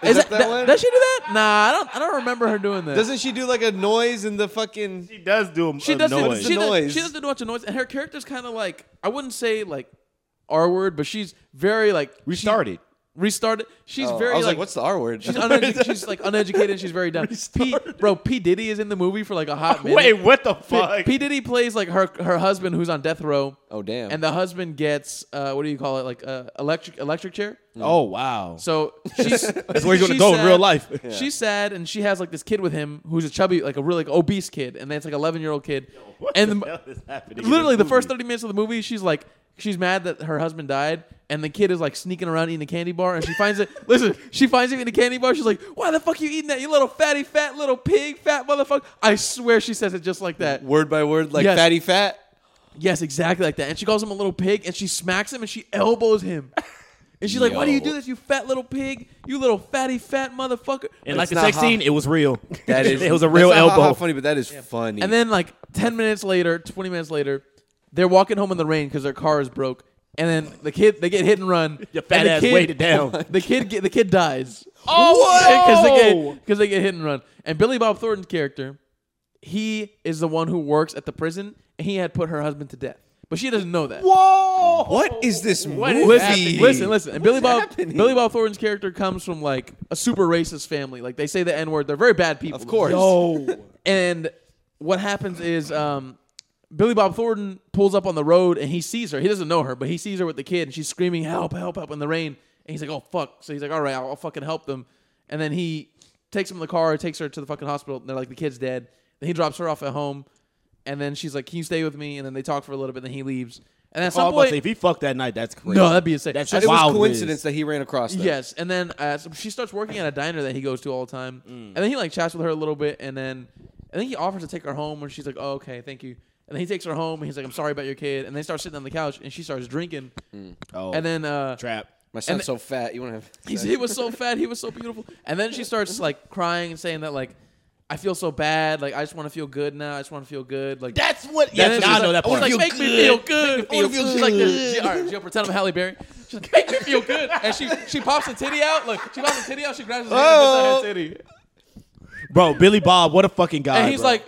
Speaker 3: is,
Speaker 1: Is
Speaker 3: that, that
Speaker 1: th-
Speaker 3: one?
Speaker 1: Does she do that? Nah, I don't. I don't remember her doing that.
Speaker 3: Doesn't she do like a noise in the fucking?
Speaker 2: [LAUGHS] She does do a,
Speaker 1: she does do-
Speaker 2: noise.
Speaker 3: What is
Speaker 1: She,
Speaker 3: the
Speaker 1: does,
Speaker 3: noise?
Speaker 1: she doesn't do much of noise, and her character's kind of like I wouldn't say like R word, but she's very like she-
Speaker 2: Restarted.
Speaker 1: restarted. She's
Speaker 3: Oh,
Speaker 1: very.
Speaker 3: I was like,
Speaker 1: like
Speaker 3: what's the R word? [LAUGHS]
Speaker 1: She's, uneduc- she's like uneducated. and She's very dumb. P- bro, P Diddy is in the movie for like a
Speaker 3: [LAUGHS]
Speaker 1: hot minute.
Speaker 2: Wait, what the
Speaker 1: P-,
Speaker 2: fuck?
Speaker 1: P Diddy plays like her her husband who's on death row.
Speaker 3: Oh, damn.
Speaker 1: And the husband gets uh, what do you call it? Like uh, electric electric chair.
Speaker 2: oh wow.
Speaker 3: [LAUGHS]
Speaker 1: So she's that's
Speaker 2: where he's gonna go in real life.
Speaker 1: She's sad, and she has like this kid with him who's a chubby, like a really like, obese kid, and that's like eleven year old kid. and
Speaker 2: the hell is happening in
Speaker 1: literally,
Speaker 2: this
Speaker 1: the first
Speaker 2: movie?
Speaker 1: thirty minutes of the movie, she's like, she's mad that her husband died, and the kid is like sneaking around eating a candy bar, and she finds
Speaker 2: [LAUGHS]
Speaker 1: it. listen, she finds him in a candy bar. She's like, "Why the fuck you eating that? You little fatty fat little pig, fat motherfucker!" I swear, she says it just like that.
Speaker 3: Word by word, like
Speaker 1: Yes.
Speaker 3: fatty fat.
Speaker 1: Yes, exactly like that. And she calls him a little pig, and she smacks him, and she elbows him. And she's like, "Why do you
Speaker 3: Yo.
Speaker 1: do this, you fat little pig? You little fatty fat motherfucker!"
Speaker 2: and like
Speaker 3: It's
Speaker 2: the
Speaker 3: not
Speaker 2: sex
Speaker 3: hot.
Speaker 2: scene, it was real.
Speaker 1: [LAUGHS]
Speaker 3: That is.
Speaker 2: [LAUGHS] it was a real
Speaker 3: that's not
Speaker 2: elbow.
Speaker 3: How, how funny, but that is funny.
Speaker 1: And then like 10 minutes later, 20 minutes later, they're walking home in the rain because their car is broke. and then the kid they get hit and run.
Speaker 2: [LAUGHS] Your fat
Speaker 1: and the
Speaker 2: ass
Speaker 1: kid-
Speaker 2: weighted down.
Speaker 1: [LAUGHS] The kid get, the kid dies. [LAUGHS] because
Speaker 2: Oh,
Speaker 1: they
Speaker 2: whoa!
Speaker 1: get because they get hit and run. And Billy Bob Thornton's character, he is the one who works at the prison, and he had put her husband to death, but she doesn't know that.
Speaker 2: Whoa!
Speaker 3: What is this
Speaker 1: Oh, What
Speaker 3: movie?
Speaker 1: is happening? Listen, listen. And Billy
Speaker 3: is
Speaker 1: Bob
Speaker 3: happening?
Speaker 1: Billy Bob Thornton's character comes from like a super racist family. Like they say the N word. They're very bad people.
Speaker 3: Of course.
Speaker 2: Yo.
Speaker 1: And what happens is um, Billy Bob Thornton pulls up on the road and he sees her. He doesn't know her, but he sees her with the kid and she's screaming, help, help, help in the rain. And he's like, oh, fuck. So he's like, all right, I'll, I'll fucking help them. And then he takes him in the car, takes her to the fucking hospital. And they're like, the kid's dead. Then he drops her off at home. And then she's like, can you stay with me? And then they talk for a little bit. And then he leaves. And at
Speaker 2: Oh,
Speaker 1: some
Speaker 2: I was about to
Speaker 1: point,
Speaker 2: say, if he fucked that night, that's crazy.
Speaker 1: no, that'd be insane.
Speaker 2: That's
Speaker 1: At
Speaker 2: just
Speaker 3: It
Speaker 2: wild,
Speaker 3: was
Speaker 2: Riz.
Speaker 3: coincidence that he ran across that.
Speaker 1: Yes, and then uh, so she starts working at a diner that he goes to all the time, and then he like chats with her a little bit, and then I think he offers to take her home, and she's like, "Oh, okay, thank you." And then he takes her home, and he's like, "I'm sorry about your kid," and they start sitting on the couch, and she starts drinking,
Speaker 2: Oh,
Speaker 1: and then uh,
Speaker 2: trap.
Speaker 3: My son's
Speaker 1: And-
Speaker 3: so fat. You want to have?
Speaker 1: he's, he was so fat, he was so beautiful, and then she starts like crying and saying that like, "I feel so bad, like I just want to feel good now, I just want to feel good," like
Speaker 2: That's what.
Speaker 1: Yeah,
Speaker 2: Yes, now I know that
Speaker 1: She's
Speaker 2: part.
Speaker 1: like, make me feel good.
Speaker 3: I wanna
Speaker 1: Feel
Speaker 3: feel
Speaker 1: She's like, this.
Speaker 3: good.
Speaker 1: She- all right, Jill, pretend I'm Halle Berry. She's like, make me feel good. And she she pops a titty out. Look, she pops a titty out. She grabs his hand
Speaker 3: Oh.
Speaker 1: and gets out her titty.
Speaker 2: bro, Billy Bob, what a fucking guy.
Speaker 1: And he's
Speaker 2: bro.
Speaker 1: like,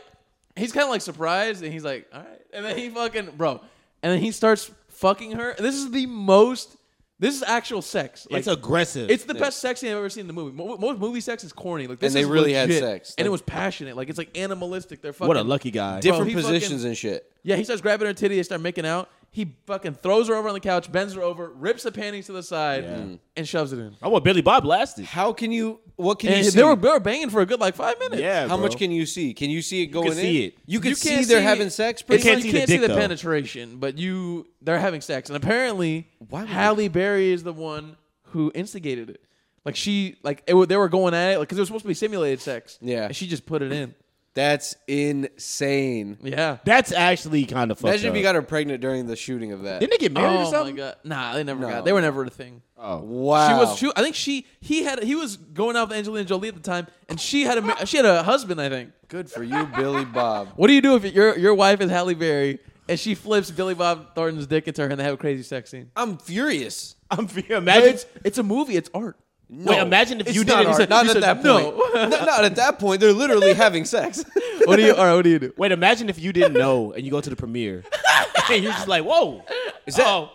Speaker 1: he's kind of like surprised, and he's like, all right. And then he fucking bro, and then he starts fucking her. This is the most. This is actual sex. Like,
Speaker 2: it's aggressive.
Speaker 1: It's the best sex scene I've ever seen in the movie. Mo- Most movie sex is corny. Like this
Speaker 3: And they
Speaker 1: is
Speaker 3: really had
Speaker 1: legit.
Speaker 3: sex.
Speaker 1: and
Speaker 3: Like-
Speaker 1: it was passionate. Like it's like animalistic. They're fucking
Speaker 2: what a lucky guy.
Speaker 1: Bro,
Speaker 3: different
Speaker 1: he fucking-
Speaker 3: positions and shit.
Speaker 1: Yeah, he starts grabbing her titty. They start making out. He fucking throws her over on the couch, bends her over, rips the panties to the side,
Speaker 2: Mm.
Speaker 1: and shoves it in.
Speaker 2: I want Billy Bob lasted.
Speaker 3: How can you? What can you
Speaker 1: And
Speaker 3: see?
Speaker 1: they were, they were banging for a good like five minutes.
Speaker 2: Yeah,
Speaker 3: How
Speaker 2: bro.
Speaker 3: much can you see? Can you see it going
Speaker 2: can see
Speaker 3: in?
Speaker 2: it.
Speaker 3: You can
Speaker 1: You
Speaker 3: see
Speaker 1: can't
Speaker 3: they're
Speaker 1: see-
Speaker 3: having sex.
Speaker 1: It's
Speaker 3: Pretty
Speaker 1: like
Speaker 2: can't
Speaker 3: much?
Speaker 1: you
Speaker 2: see the
Speaker 1: can't see
Speaker 2: dick,
Speaker 1: the
Speaker 2: though.
Speaker 1: penetration, but you they're having sex, and apparently
Speaker 3: Why would-
Speaker 1: Halle Berry is the one who instigated it. Like she, like it, wa- they were going at it, like because it was supposed to be simulated sex.
Speaker 3: Yeah.
Speaker 1: and she just put it in.
Speaker 3: That's insane.
Speaker 1: Yeah,
Speaker 2: That's actually kind of fucked
Speaker 3: Imagine
Speaker 2: up.
Speaker 3: if you got her pregnant during the shooting of that.
Speaker 2: Didn't they get married or
Speaker 1: oh my
Speaker 2: something?
Speaker 1: god, nah, they never
Speaker 3: No.
Speaker 1: got. They were never a thing.
Speaker 3: Oh, Wow.
Speaker 1: She was. She, I think she. He had. He was going out with Angelina Jolie at the time, and she had a. ma- She had a husband. I think.
Speaker 3: Good for you, Billy Bob.
Speaker 1: What do you do if your your wife is Halle Berry and she flips Billy Bob Thornton's dick into her and they have a crazy sex scene?
Speaker 3: I'm furious.
Speaker 2: I'm
Speaker 1: But
Speaker 2: imagine.
Speaker 1: It's it's a movie. It's
Speaker 2: [LAUGHS]
Speaker 1: art.
Speaker 3: No,
Speaker 2: wait, imagine if
Speaker 3: it's
Speaker 2: you
Speaker 3: not
Speaker 2: did it.
Speaker 3: art.
Speaker 1: said-
Speaker 3: not
Speaker 1: you
Speaker 3: at
Speaker 1: said
Speaker 3: that
Speaker 1: no.
Speaker 3: point. No, not at that point. They're literally having sex.
Speaker 1: What do you? All right. What do you do?
Speaker 2: Wait, imagine if you didn't know and you go to the premiere [LAUGHS] and you're just like, whoa. Is that?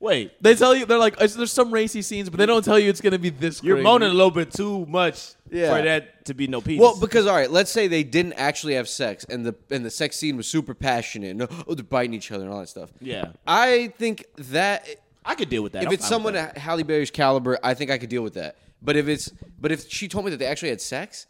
Speaker 2: Wait,
Speaker 1: They tell you they're like "Oh, there's some racy scenes, but they don't tell you it's gonna be this.
Speaker 2: you're
Speaker 1: crazy. [LAUGHS]
Speaker 2: moaning a little bit too much
Speaker 3: Yeah.
Speaker 2: for that to be no penis.
Speaker 3: Well, because all right, let's say they didn't actually have sex, and the and the sex scene was super passionate, and oh, they're biting each other and all that stuff.
Speaker 2: Yeah.
Speaker 3: I think that
Speaker 2: I could deal with that.
Speaker 3: if
Speaker 2: I'm
Speaker 3: it's
Speaker 2: fine with
Speaker 3: someone
Speaker 2: that.
Speaker 3: at Halle Berry's caliber, I think I could deal with that. But if it's but if she told me that they actually had sex,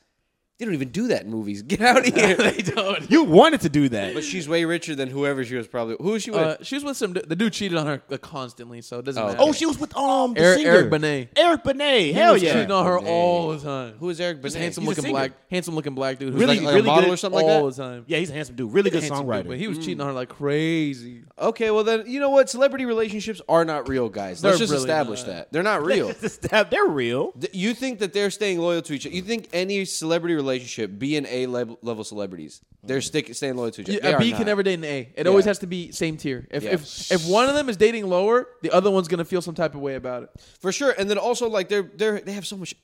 Speaker 3: they don't even do that in movies. [LAUGHS] Get out
Speaker 1: [LAUGHS]
Speaker 3: of here.
Speaker 1: they
Speaker 2: [LAUGHS]
Speaker 1: don't.
Speaker 2: you wanted to do that,
Speaker 3: But she's way richer than whoever she was probably. Who is she with?
Speaker 1: Uh, she was with some. du- The dude cheated on her like, constantly, so it doesn't
Speaker 3: Oh,
Speaker 1: matter.
Speaker 2: oh, she was with um the
Speaker 1: Eric-
Speaker 2: singer.
Speaker 1: Eric Benet.
Speaker 2: Eric Benet.
Speaker 1: He
Speaker 2: Hell
Speaker 1: was
Speaker 2: yeah.
Speaker 1: cheating on her
Speaker 3: Benet.
Speaker 1: all the time.
Speaker 3: who is Eric? Benet?
Speaker 1: Just handsome
Speaker 2: He's a
Speaker 1: looking
Speaker 2: singer.
Speaker 1: black, handsome looking black dude. Who's
Speaker 2: Really-
Speaker 1: like,
Speaker 3: like,
Speaker 2: really
Speaker 3: a model
Speaker 2: good
Speaker 3: or something
Speaker 1: all
Speaker 3: like that.
Speaker 1: the time.
Speaker 2: Yeah, he's a handsome dude. Really good
Speaker 1: Handsome dude, but
Speaker 2: songwriter.
Speaker 1: he was
Speaker 3: Mm.
Speaker 1: cheating on her like crazy.
Speaker 3: Okay, well then you know what? Celebrity relationships are not real, guys. Let's
Speaker 1: They're
Speaker 3: just
Speaker 1: really
Speaker 3: establish
Speaker 1: not.
Speaker 3: that they're not
Speaker 1: [LAUGHS]
Speaker 2: [LAUGHS]
Speaker 3: real.
Speaker 2: Stab- They're real.
Speaker 3: Th- You think that they're staying loyal to each other? You think any celebrity relationship, B and A level, level celebrities, they're stick, staying loyal to each other? They
Speaker 1: a
Speaker 3: are
Speaker 1: B
Speaker 3: not.
Speaker 1: can never date an A. It always
Speaker 3: Yeah.
Speaker 1: has to be same tier. If,
Speaker 3: Yeah.
Speaker 1: if if one of them is dating lower, the other one's gonna feel some type of way about it.
Speaker 3: for sure. And then also, like they're they're they have so much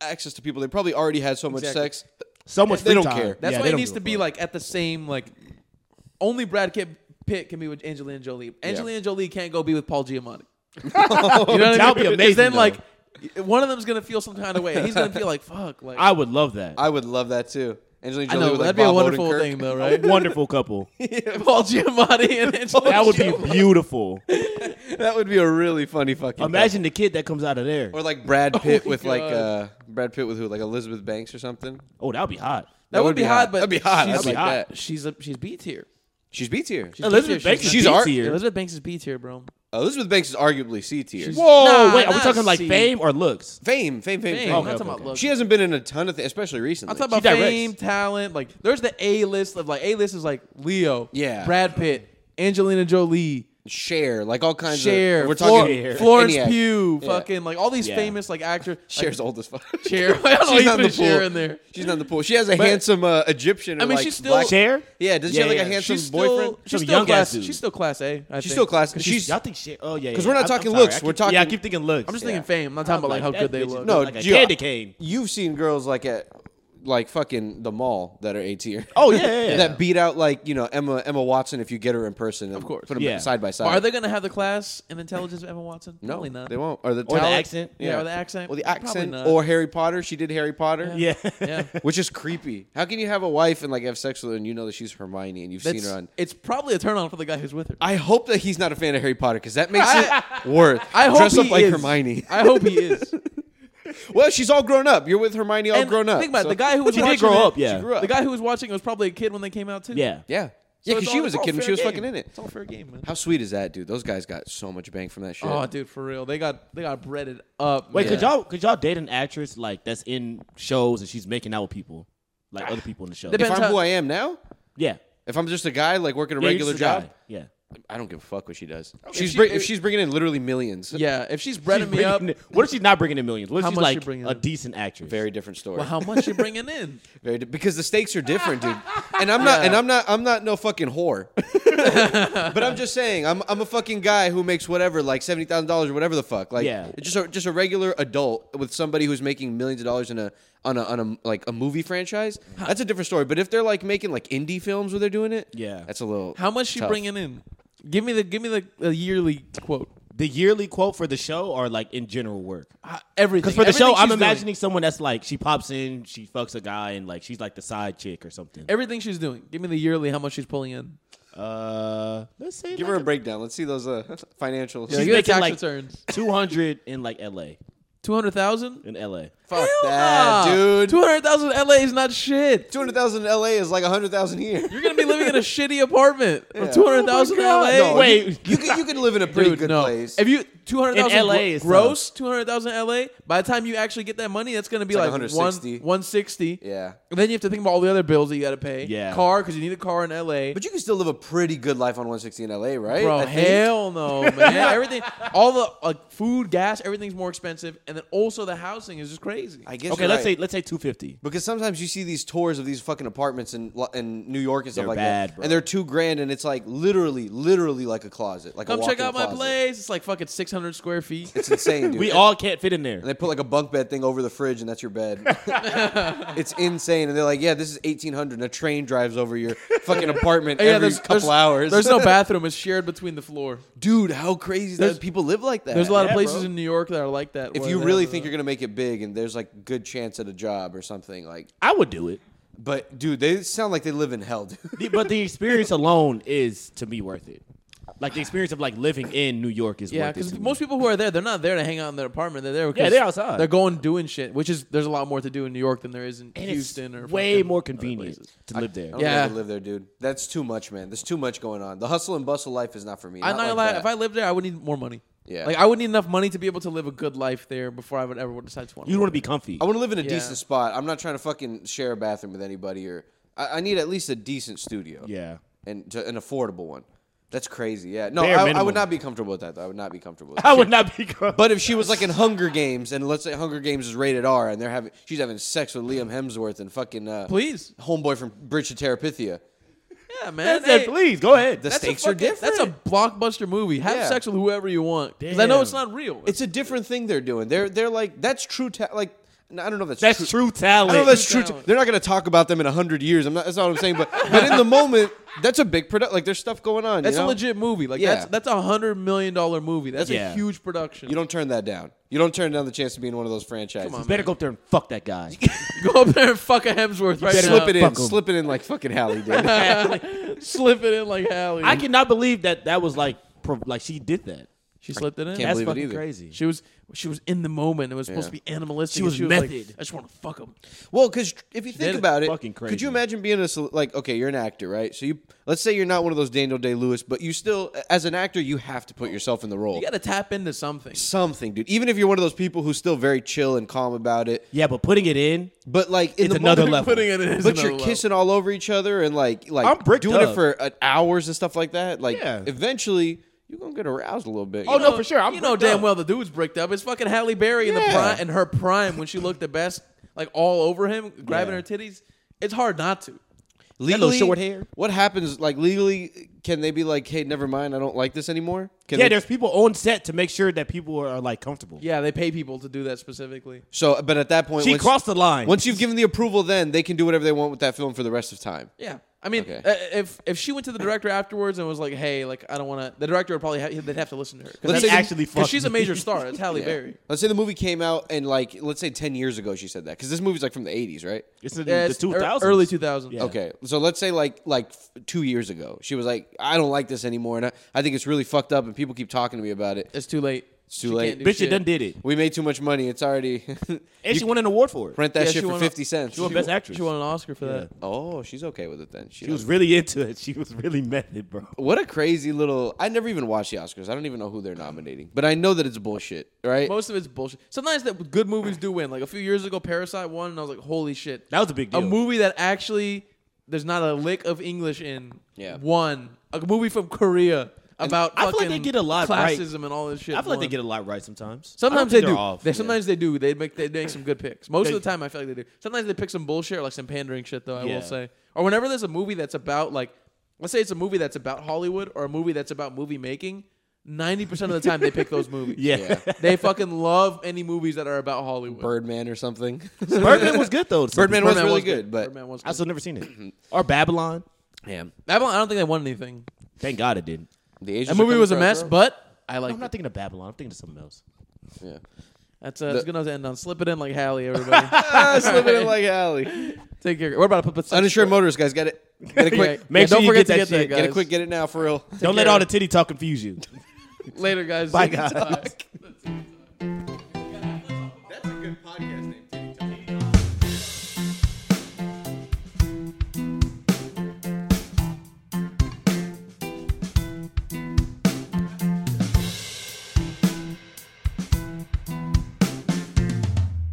Speaker 3: access to people. They probably already had so much
Speaker 1: Exactly.
Speaker 3: sex.
Speaker 2: So much free
Speaker 3: They don't
Speaker 2: time.
Speaker 3: care.
Speaker 1: That's
Speaker 2: Yeah,
Speaker 1: why
Speaker 2: they
Speaker 1: it
Speaker 2: don't
Speaker 1: needs
Speaker 2: give
Speaker 1: to
Speaker 2: a
Speaker 1: be
Speaker 2: fuck.
Speaker 1: like at the same like. Only Brad Kid- Pitt can be with Angelina Jolie. Angelina Jolie can't go be with Paul Giamatti. [LAUGHS] you know what
Speaker 2: That would be
Speaker 1: 'Cause
Speaker 2: amazing,
Speaker 1: Then
Speaker 2: though.
Speaker 1: like one of them's gonna feel some kind of way. He's gonna feel like fuck. Like
Speaker 2: I would love that.
Speaker 3: I would love that too. Angelina
Speaker 1: I
Speaker 3: Jolie
Speaker 1: know
Speaker 3: with like
Speaker 1: that'd be
Speaker 3: Bob
Speaker 1: a wonderful
Speaker 3: Odenkirk.
Speaker 1: thing [LAUGHS] though,
Speaker 2: A
Speaker 1: right?
Speaker 2: wonderful couple.
Speaker 1: Paul Giamatti and Angelina.
Speaker 2: That would be
Speaker 1: Jolie.
Speaker 2: [LAUGHS] beautiful.
Speaker 3: [LAUGHS] that would be a really funny fucking.
Speaker 2: Imagine the kid that comes out of there.
Speaker 3: couple. Or
Speaker 1: [LAUGHS]
Speaker 3: like Brad Pitt
Speaker 1: Oh my
Speaker 3: with like
Speaker 1: God.
Speaker 3: uh Brad Pitt with who like Elizabeth Banks or something.
Speaker 2: Oh, that would be hot.
Speaker 1: That, would, be hot, but
Speaker 3: that'd be hot.
Speaker 1: She's,
Speaker 3: I'd like
Speaker 2: hot.
Speaker 3: that.
Speaker 1: she's a she's B tier.
Speaker 3: She's B tier.
Speaker 1: She's
Speaker 2: Elizabeth
Speaker 1: B tier.
Speaker 2: Banks is
Speaker 3: She's
Speaker 2: B
Speaker 3: art-
Speaker 2: tier.
Speaker 1: Elizabeth Banks is B tier, bro.
Speaker 3: Elizabeth Banks is arguably C tier.
Speaker 1: She's-
Speaker 2: Whoa,
Speaker 1: Nah,
Speaker 2: wait, are we
Speaker 1: not
Speaker 2: talking like
Speaker 1: C.
Speaker 2: fame or looks?
Speaker 3: Fame, fame, fame,
Speaker 1: Fame.
Speaker 3: fame.
Speaker 1: I'm
Speaker 2: okay,
Speaker 1: not talking
Speaker 2: okay,
Speaker 1: about
Speaker 2: okay.
Speaker 1: looks.
Speaker 3: She hasn't been in a ton of things, especially recently.
Speaker 1: I'm talking about
Speaker 2: directs.
Speaker 1: fame, talent. Like, there's the A list of like A list is like Leo,
Speaker 3: Yeah.
Speaker 1: Brad Pitt, Angelina Jolie,
Speaker 3: Cher, like all kinds
Speaker 1: Cher,
Speaker 3: of. We're
Speaker 1: Flor-
Speaker 3: talking
Speaker 1: Florence
Speaker 3: ENIAC.
Speaker 1: Pugh,
Speaker 3: Yeah.
Speaker 1: fucking like all these
Speaker 2: Yeah.
Speaker 1: famous like actors.
Speaker 3: Cher's old as fuck.
Speaker 1: [LAUGHS] Cher. [LAUGHS] I don't know
Speaker 3: [LAUGHS] She's
Speaker 1: you
Speaker 3: not in
Speaker 1: put
Speaker 3: the pool.
Speaker 1: Cher in there.
Speaker 3: She's not in the pool. She has a handsome uh, Egyptian. Or
Speaker 1: I mean,
Speaker 3: like
Speaker 1: she's still-
Speaker 3: black-
Speaker 2: Cher?
Speaker 3: Yeah, does she
Speaker 2: Yeah,
Speaker 3: have like
Speaker 2: yeah.
Speaker 3: a handsome
Speaker 1: She's still,
Speaker 3: boyfriend?
Speaker 1: she's
Speaker 2: Some
Speaker 1: still
Speaker 2: young ass
Speaker 1: class.
Speaker 2: dude.
Speaker 1: She's still class A. I
Speaker 3: she's
Speaker 1: think.
Speaker 3: still class. She's
Speaker 2: Y'all think shit? Oh yeah. yeah.
Speaker 3: 'Cause we're not
Speaker 2: I'm- I'm
Speaker 3: talking
Speaker 2: sorry.
Speaker 3: looks,
Speaker 2: I keep-
Speaker 3: we're talking-
Speaker 2: Yeah, I keep thinking looks.
Speaker 1: I'm just
Speaker 3: Yeah.
Speaker 1: thinking fame. I'm not talking about like, how
Speaker 2: that
Speaker 1: good they
Speaker 2: bitch is
Speaker 1: look.
Speaker 3: No,
Speaker 2: like a
Speaker 3: Gia-
Speaker 2: candy cane.
Speaker 3: you've seen girls like at like fucking the mall that are A tier.
Speaker 2: Oh, yeah, yeah, yeah.
Speaker 3: [LAUGHS] that beat out like you know Emma Emma Watson if you get her in person. And of
Speaker 1: course.
Speaker 3: put them
Speaker 2: Yeah.
Speaker 3: side by side.
Speaker 1: Are they going to have the class and intelligence of Emma Watson?
Speaker 3: No,
Speaker 1: Probably not.
Speaker 3: they won't. Or the
Speaker 2: Or the
Speaker 3: talent.
Speaker 2: accent.
Speaker 1: Yeah, or the accent.
Speaker 3: Or the
Speaker 1: Probably
Speaker 3: accent.
Speaker 1: not.
Speaker 3: Or Harry Potter. She did Harry Potter.
Speaker 2: Yeah.
Speaker 1: [LAUGHS]
Speaker 3: [LAUGHS]
Speaker 1: Yeah.
Speaker 3: Which is creepy. How can you have a wife and like have sex with her and you know that she's Hermione and you've seen
Speaker 1: That's-
Speaker 3: her on?
Speaker 1: It's probably a turn on for the guy who's with her.
Speaker 3: I hope that he's not a fan of Harry Potter because that makes [LAUGHS] it worse.
Speaker 1: I hope
Speaker 3: dress
Speaker 1: he
Speaker 3: up like
Speaker 1: is.
Speaker 3: Hermione.
Speaker 1: I hope he
Speaker 3: [LAUGHS]
Speaker 1: is.
Speaker 3: well, she's all grown up. You're with Hermione, all
Speaker 1: And
Speaker 3: grown up.
Speaker 1: Think about
Speaker 3: so-
Speaker 1: it. The
Speaker 3: [LAUGHS]
Speaker 1: guy who was
Speaker 2: She did
Speaker 1: watching
Speaker 2: grow
Speaker 1: it-
Speaker 2: up, yeah.
Speaker 3: She grew up.
Speaker 1: The guy who was watching it was probably a kid when they came out too.
Speaker 2: [LAUGHS] Yeah.
Speaker 3: Yeah, yeah,
Speaker 1: So
Speaker 3: because
Speaker 1: it's
Speaker 3: she
Speaker 1: all-
Speaker 3: was a
Speaker 1: all
Speaker 3: kid when
Speaker 1: fair
Speaker 3: she was
Speaker 1: game.
Speaker 3: fucking in it.
Speaker 1: It's all fair game, man.
Speaker 3: How sweet is that, dude? Those guys got so much bang from that shit.
Speaker 1: Oh, dude, for real, they got they got breaded up.
Speaker 2: Wait,
Speaker 1: man.
Speaker 2: could y'all could y'all date an actress like that's in shows and she's making out with people, like other people in the show?
Speaker 1: Depends-
Speaker 3: if I'm
Speaker 1: how-
Speaker 3: who I am now,
Speaker 2: Yeah.
Speaker 3: if I'm just a guy like working a
Speaker 2: Yeah, you're
Speaker 3: regular
Speaker 2: just a
Speaker 3: job,
Speaker 2: guy. Yeah.
Speaker 3: I don't give a fuck what she does. She's
Speaker 1: she-
Speaker 3: bring,
Speaker 1: if-
Speaker 3: if she's bringing in literally millions,
Speaker 1: Yeah, if she's breading me
Speaker 2: Bringing
Speaker 1: up,
Speaker 2: in- [LAUGHS] what if she's not bringing in millions? What if
Speaker 1: How
Speaker 2: she's
Speaker 1: much
Speaker 2: like
Speaker 1: she bringing
Speaker 2: a
Speaker 1: in?
Speaker 2: decent actress?
Speaker 3: very different story.
Speaker 1: well, how much you bringing in?
Speaker 3: Very di- because the stakes are different, dude. And I'm not, and I'm not, I'm not no fucking whore. [LAUGHS] but I'm just saying, I'm, I'm a fucking guy who makes whatever, like seventy thousand dollars or whatever the fuck. Like,
Speaker 2: Yeah.
Speaker 3: just a just a regular adult with somebody who's making millions of dollars in a on a on a like a movie franchise. That's a different story. But if they're like making like indie films where they're doing it,
Speaker 2: Yeah.
Speaker 3: that's a little.
Speaker 1: How much she
Speaker 3: tough.
Speaker 1: bringing in? Give me the give me the, the yearly quote.
Speaker 2: The yearly quote for the show or like in general work?
Speaker 1: Uh, everything.
Speaker 2: Because for the
Speaker 1: Everything
Speaker 2: show, I'm
Speaker 1: she's doing.
Speaker 2: imagining someone that's like she pops in, she fucks a guy, and like she's like the side chick or something.
Speaker 1: everything she's doing. Give me the yearly how much she's pulling in.
Speaker 2: Uh, let's say
Speaker 3: Give her a breakdown. Let's see those uh, [LAUGHS] financials.
Speaker 1: Yeah, give me
Speaker 2: She's
Speaker 1: the
Speaker 2: making,
Speaker 1: tax
Speaker 2: like-
Speaker 1: returns.
Speaker 2: [LAUGHS] two hundred in like L.A.
Speaker 1: Two hundred thousand.
Speaker 2: in L.A.
Speaker 3: Fuck that, dude.
Speaker 1: Two hundred thousand LA is not shit.
Speaker 3: [LAUGHS] Two hundred thousand in L.A. is like hundred thousand here.
Speaker 1: You're gonna be living in a shitty apartment.
Speaker 3: Yeah.
Speaker 1: Two hundred thousand
Speaker 2: Oh my
Speaker 1: LA.
Speaker 2: God. No, Wait.
Speaker 3: you, you can you can live in a pretty
Speaker 1: Dude,
Speaker 3: good
Speaker 1: no.
Speaker 3: place.
Speaker 1: If you two hundred
Speaker 2: In LA is
Speaker 1: thousand gross, two hundred thousand LA. By the time you actually get that money, that's gonna be
Speaker 3: It's like
Speaker 1: like, one
Speaker 3: 160.
Speaker 1: one sixty.
Speaker 3: yeah.
Speaker 1: And then you have to think about all the other bills that you got to pay.
Speaker 2: Yeah.
Speaker 1: Car, because you need a car in LA.
Speaker 3: But you can still live a pretty good life on 160 in LA, right?
Speaker 1: Bro,
Speaker 3: I think.
Speaker 1: hell no,
Speaker 3: [LAUGHS]
Speaker 1: man. everything, all the like food, gas, everything's more expensive, and then also the housing is just crazy.
Speaker 3: I guess.
Speaker 2: okay,
Speaker 3: you're
Speaker 2: let's
Speaker 3: right.
Speaker 2: say let's say two fifty.
Speaker 3: because sometimes you see these tours of these fucking apartments in Lo- in New York and stuff
Speaker 2: They're
Speaker 3: like
Speaker 2: bad,
Speaker 3: that,
Speaker 2: bro.
Speaker 3: and they're two grand, and it's like literally, literally like a closet. Like a
Speaker 1: Come check
Speaker 3: walk-in
Speaker 1: out my
Speaker 3: closet.
Speaker 1: place. It's like fucking six hundred square feet.
Speaker 3: It's insane, dude.
Speaker 2: We
Speaker 3: And-
Speaker 2: all can't fit in there.
Speaker 3: And they put like a bunk bed thing over the fridge, and that's
Speaker 1: [LAUGHS]
Speaker 3: your bed. it's insane. And they're like, "Yeah, this is 1800." And a train drives
Speaker 1: [LAUGHS]
Speaker 3: over your fucking apartment
Speaker 1: Oh, Yeah,
Speaker 3: every
Speaker 1: there's-
Speaker 3: couple
Speaker 1: there's-
Speaker 3: hours.
Speaker 1: There's
Speaker 3: [LAUGHS]
Speaker 1: no bathroom. It's shared between the floor.
Speaker 3: dude. How crazy is
Speaker 1: There's-
Speaker 3: that people live like that.
Speaker 1: There's a lot
Speaker 2: Yeah,
Speaker 1: of places
Speaker 2: bro.
Speaker 1: in New York that are like that.
Speaker 3: if
Speaker 1: where
Speaker 3: you
Speaker 1: they
Speaker 3: really
Speaker 1: have
Speaker 3: think
Speaker 1: a-
Speaker 3: you're gonna make it big, and there's like good chance at a job or something, like
Speaker 2: I would do it,
Speaker 3: But dude, they sound like they live in hell, [LAUGHS] dude.
Speaker 2: The- but the experience alone is to me worth it. Like the experience of like living in New York is
Speaker 1: yeah,
Speaker 2: worth it.
Speaker 1: because
Speaker 2: to me.
Speaker 1: most people who are there, they're not there to hang out in their apartment. They're there. 'cause
Speaker 2: they're outside.
Speaker 1: They're going doing shit, which is there's a lot more to do in New York than there is in
Speaker 2: And it's
Speaker 1: Houston or
Speaker 2: way
Speaker 1: fucking
Speaker 2: more
Speaker 1: other
Speaker 2: convenient
Speaker 1: places.
Speaker 2: to live there.
Speaker 3: I don't
Speaker 1: Yeah.
Speaker 3: think I could live there, dude. That's too much, man. There's too much going on. The hustle and bustle life is not for me.
Speaker 1: I'm not
Speaker 3: like
Speaker 1: gonna lie.
Speaker 3: that.
Speaker 1: If I lived there, I would need more money.
Speaker 3: Yeah.
Speaker 1: like I would need enough money to be able to live a good life there before I would ever decide to want.
Speaker 2: You want to be comfy.
Speaker 3: I want to live in a
Speaker 1: Yeah.
Speaker 3: decent spot. I'm not trying to fucking share a bathroom with anybody, or I, I need at least a decent studio.
Speaker 2: Yeah.
Speaker 3: and to, an affordable one. That's crazy. Yeah, no,
Speaker 2: Bare
Speaker 3: I, I
Speaker 2: minimum.
Speaker 3: would not be comfortable with that. Though. I would not be comfortable. With
Speaker 2: I
Speaker 3: that.
Speaker 2: would not be comfy.
Speaker 3: But if she was like in Hunger Games, and let's say Hunger Games is rated R, and they're having she's having sex with Liam Hemsworth and fucking uh,
Speaker 1: Please,
Speaker 3: homeboy from Bridge to Terabithia.
Speaker 1: yeah,
Speaker 2: I
Speaker 1: man.
Speaker 2: said,
Speaker 1: Hey,
Speaker 2: please go ahead.
Speaker 3: The
Speaker 1: that's a
Speaker 3: stakes are
Speaker 1: fucking-
Speaker 3: different.
Speaker 1: That's a blockbuster movie. Have
Speaker 3: Yeah.
Speaker 1: sex with whoever you want because I know
Speaker 2: Damn.
Speaker 1: it's not real.
Speaker 3: It's a different thing they're doing. They're they're like that's true. Ta- like I don't know if that's,
Speaker 2: That's true talent.
Speaker 3: I don't know if that's
Speaker 1: True
Speaker 3: true. ta-
Speaker 1: talent.
Speaker 3: they're not going to talk about them in hundred years. I'm not. That's not what I'm [LAUGHS] saying. But but in the moment, that's a big product. Like there's stuff going on.
Speaker 1: that's
Speaker 3: you know?
Speaker 1: a legit movie. Like
Speaker 3: Yeah.
Speaker 1: that's that's a hundred million dollar movie. That's
Speaker 2: Yeah.
Speaker 1: a huge production.
Speaker 3: You don't turn that down. You don't turn down the chance to be in one of those franchises.
Speaker 1: Come on,
Speaker 2: Better go up there and fuck
Speaker 1: [LAUGHS]
Speaker 2: that guy.
Speaker 1: go up there and fuck a Hemsworth right
Speaker 3: Slip
Speaker 1: now.
Speaker 3: it in.
Speaker 2: Fuck 'em.
Speaker 3: Slip it in like fucking Hallie did.
Speaker 1: slip it in like Hallie.
Speaker 2: I cannot believe that that was like pro- like she did that.
Speaker 1: she slipped it in.
Speaker 3: Can't
Speaker 2: That's
Speaker 3: believe it
Speaker 2: fucking
Speaker 3: either.
Speaker 2: crazy.
Speaker 1: She was she was in the moment. It was supposed
Speaker 3: Yeah.
Speaker 1: to be animalistic.
Speaker 2: She
Speaker 1: and
Speaker 2: was
Speaker 1: like,
Speaker 2: method.
Speaker 1: I just want to fuck him.
Speaker 3: [LAUGHS] Well, because if you think
Speaker 2: did it
Speaker 3: about it,
Speaker 2: fucking
Speaker 3: could
Speaker 2: crazy.
Speaker 3: you imagine being a cel- like okay, you're an actor, right? So you let's say you're not one of those Daniel Day Lewis, but you still, as an actor, you have to put yourself in the role.
Speaker 1: You got to tap into [LAUGHS] something.
Speaker 3: Something, dude. Even if you're one of those people who's still very chill and calm about it,
Speaker 2: Yeah, but putting it in,
Speaker 3: But like in
Speaker 2: It's
Speaker 3: the
Speaker 2: another
Speaker 3: moment,
Speaker 2: level. Putting
Speaker 1: it in is
Speaker 3: but
Speaker 1: another
Speaker 3: you're
Speaker 1: level.
Speaker 3: kissing all over each other and like like
Speaker 2: I'm bricked
Speaker 3: doing
Speaker 2: up.
Speaker 3: it for uh, hours and stuff like that. Like
Speaker 2: Yeah.
Speaker 3: eventually you're gonna get aroused a little bit.
Speaker 2: Oh, no, for sure. I'm
Speaker 1: you know
Speaker 2: bricked
Speaker 1: damn
Speaker 2: up.
Speaker 1: well the dude's bricked up. It's fucking Halle Berry in the
Speaker 3: Yeah.
Speaker 1: prime, in her prime when she looked the best, like all over him, grabbing her titties. It's hard not to.
Speaker 2: little short hair.
Speaker 3: What happens? Like legally, can they be like, "Hey, never mind, I don't like this anymore"? Can
Speaker 2: yeah,
Speaker 3: they-
Speaker 2: there's people on set to make sure that people are, like comfortable.
Speaker 1: Yeah, they pay people to do that specifically.
Speaker 3: So, but at that point,
Speaker 2: She
Speaker 3: once-
Speaker 2: crossed the line.
Speaker 3: Once you've given the approval, then they can do whatever they want with that film for the rest of time.
Speaker 1: Yeah, I mean,
Speaker 3: Okay.
Speaker 1: uh, if if she went to the director afterwards and was like, "Hey, like I don't want to," the director would probably ha- they'd have to listen to her
Speaker 3: Let's
Speaker 1: that's-
Speaker 3: say-
Speaker 2: actually fuck
Speaker 1: because she's a
Speaker 2: me.
Speaker 1: major [LAUGHS] star. It's Halle Berry.
Speaker 3: Let's say the movie came out and like, let's say ten years ago, she said that because this movie's like from the '80s, right?
Speaker 2: It's in
Speaker 1: Yeah,
Speaker 2: the
Speaker 1: it's ear-
Speaker 2: 2000s.
Speaker 1: early two thousand.
Speaker 2: Yeah.
Speaker 3: Okay, so let's say like like f- two years ago, she was like, "I don't like this anymore," and I, I think it's really fucked up, and people keep talking to me about it.
Speaker 1: it's too late. It's
Speaker 3: too late.
Speaker 2: Bitch, it done did it.
Speaker 3: We made too much money. It's already [LAUGHS]
Speaker 2: And she won an award for it.
Speaker 3: rent that
Speaker 1: Yeah, she
Speaker 3: shit for
Speaker 1: won a-
Speaker 3: fifty cents.
Speaker 2: she won Best Actress.
Speaker 1: She won an Oscar for that.
Speaker 3: [LAUGHS] Oh, she's okay with it then. She,
Speaker 2: She was
Speaker 3: was.
Speaker 2: really into it. She was really method, bro.
Speaker 3: What a crazy little. I never even watched the Oscars. I don't even know who they're nominating, but I know that it's bullshit, right?
Speaker 1: Most of it's bullshit. Sometimes that good movies do win. Like a few years ago, Parasite won, and I was like, "Holy shit!"
Speaker 2: That was a big
Speaker 1: a
Speaker 2: deal.
Speaker 1: movie that actually there's not a lick of English in.
Speaker 3: Yeah.
Speaker 1: won a movie from Korea about
Speaker 2: I feel like
Speaker 1: fucking
Speaker 2: they get a lot right.
Speaker 1: classism and all this shit.
Speaker 2: I feel like they
Speaker 1: won.
Speaker 2: get a lot right sometimes.
Speaker 1: Sometimes
Speaker 2: I
Speaker 1: they
Speaker 2: don't think they're
Speaker 1: do.
Speaker 2: off.
Speaker 1: They, sometimes they do. They make they make some good picks. Most
Speaker 2: They-
Speaker 1: of the time, I feel like they do. Sometimes they pick some bullshit or like some pandering shit, though. I
Speaker 2: Yeah.
Speaker 1: will say, or whenever there's a movie that's about like, let's say it's a movie that's about Hollywood or a movie that's about movie making. Ninety percent of the time, they pick those movies.
Speaker 2: [LAUGHS] Yeah.
Speaker 1: [LAUGHS] they fucking love any movies that are about Hollywood.
Speaker 3: Birdman or something. [LAUGHS]
Speaker 2: Birdman was good though.
Speaker 3: Birdman was
Speaker 1: Birdman
Speaker 3: really good, but
Speaker 1: Birdman was
Speaker 2: I
Speaker 1: good.
Speaker 2: still never seen it. or Babylon.
Speaker 3: damn,
Speaker 1: Babylon, I don't think they won anything.
Speaker 2: Thank God it didn't.
Speaker 3: the Asians
Speaker 1: That
Speaker 3: are
Speaker 1: movie
Speaker 3: coming
Speaker 1: was a
Speaker 3: for our
Speaker 1: mess,
Speaker 3: throat.
Speaker 1: but I like
Speaker 2: I'm not thinking of Babylon. I'm thinking of something else.
Speaker 3: yeah. [LAUGHS]
Speaker 1: That's uh, that's
Speaker 3: The-
Speaker 1: gonna end on. Slip it in like Hallie,
Speaker 2: [LAUGHS]
Speaker 1: everybody.
Speaker 3: ah, slipping in
Speaker 1: [LAUGHS]
Speaker 3: like alley.
Speaker 1: Take care. We're about to put. [LAUGHS]
Speaker 3: Uninsured motorist guys, got it. Get it quick.
Speaker 2: Make sure
Speaker 1: don't
Speaker 2: you
Speaker 1: forget
Speaker 2: get
Speaker 1: to get
Speaker 2: that shit.
Speaker 1: that,
Speaker 3: Get
Speaker 1: guys.
Speaker 3: it quick. Get it now for real.
Speaker 2: Don't let
Speaker 1: care.
Speaker 2: all the titty talk confuse you.
Speaker 1: Later, guys.
Speaker 2: Bye,
Speaker 1: See you.
Speaker 2: guys.
Speaker 1: Bye.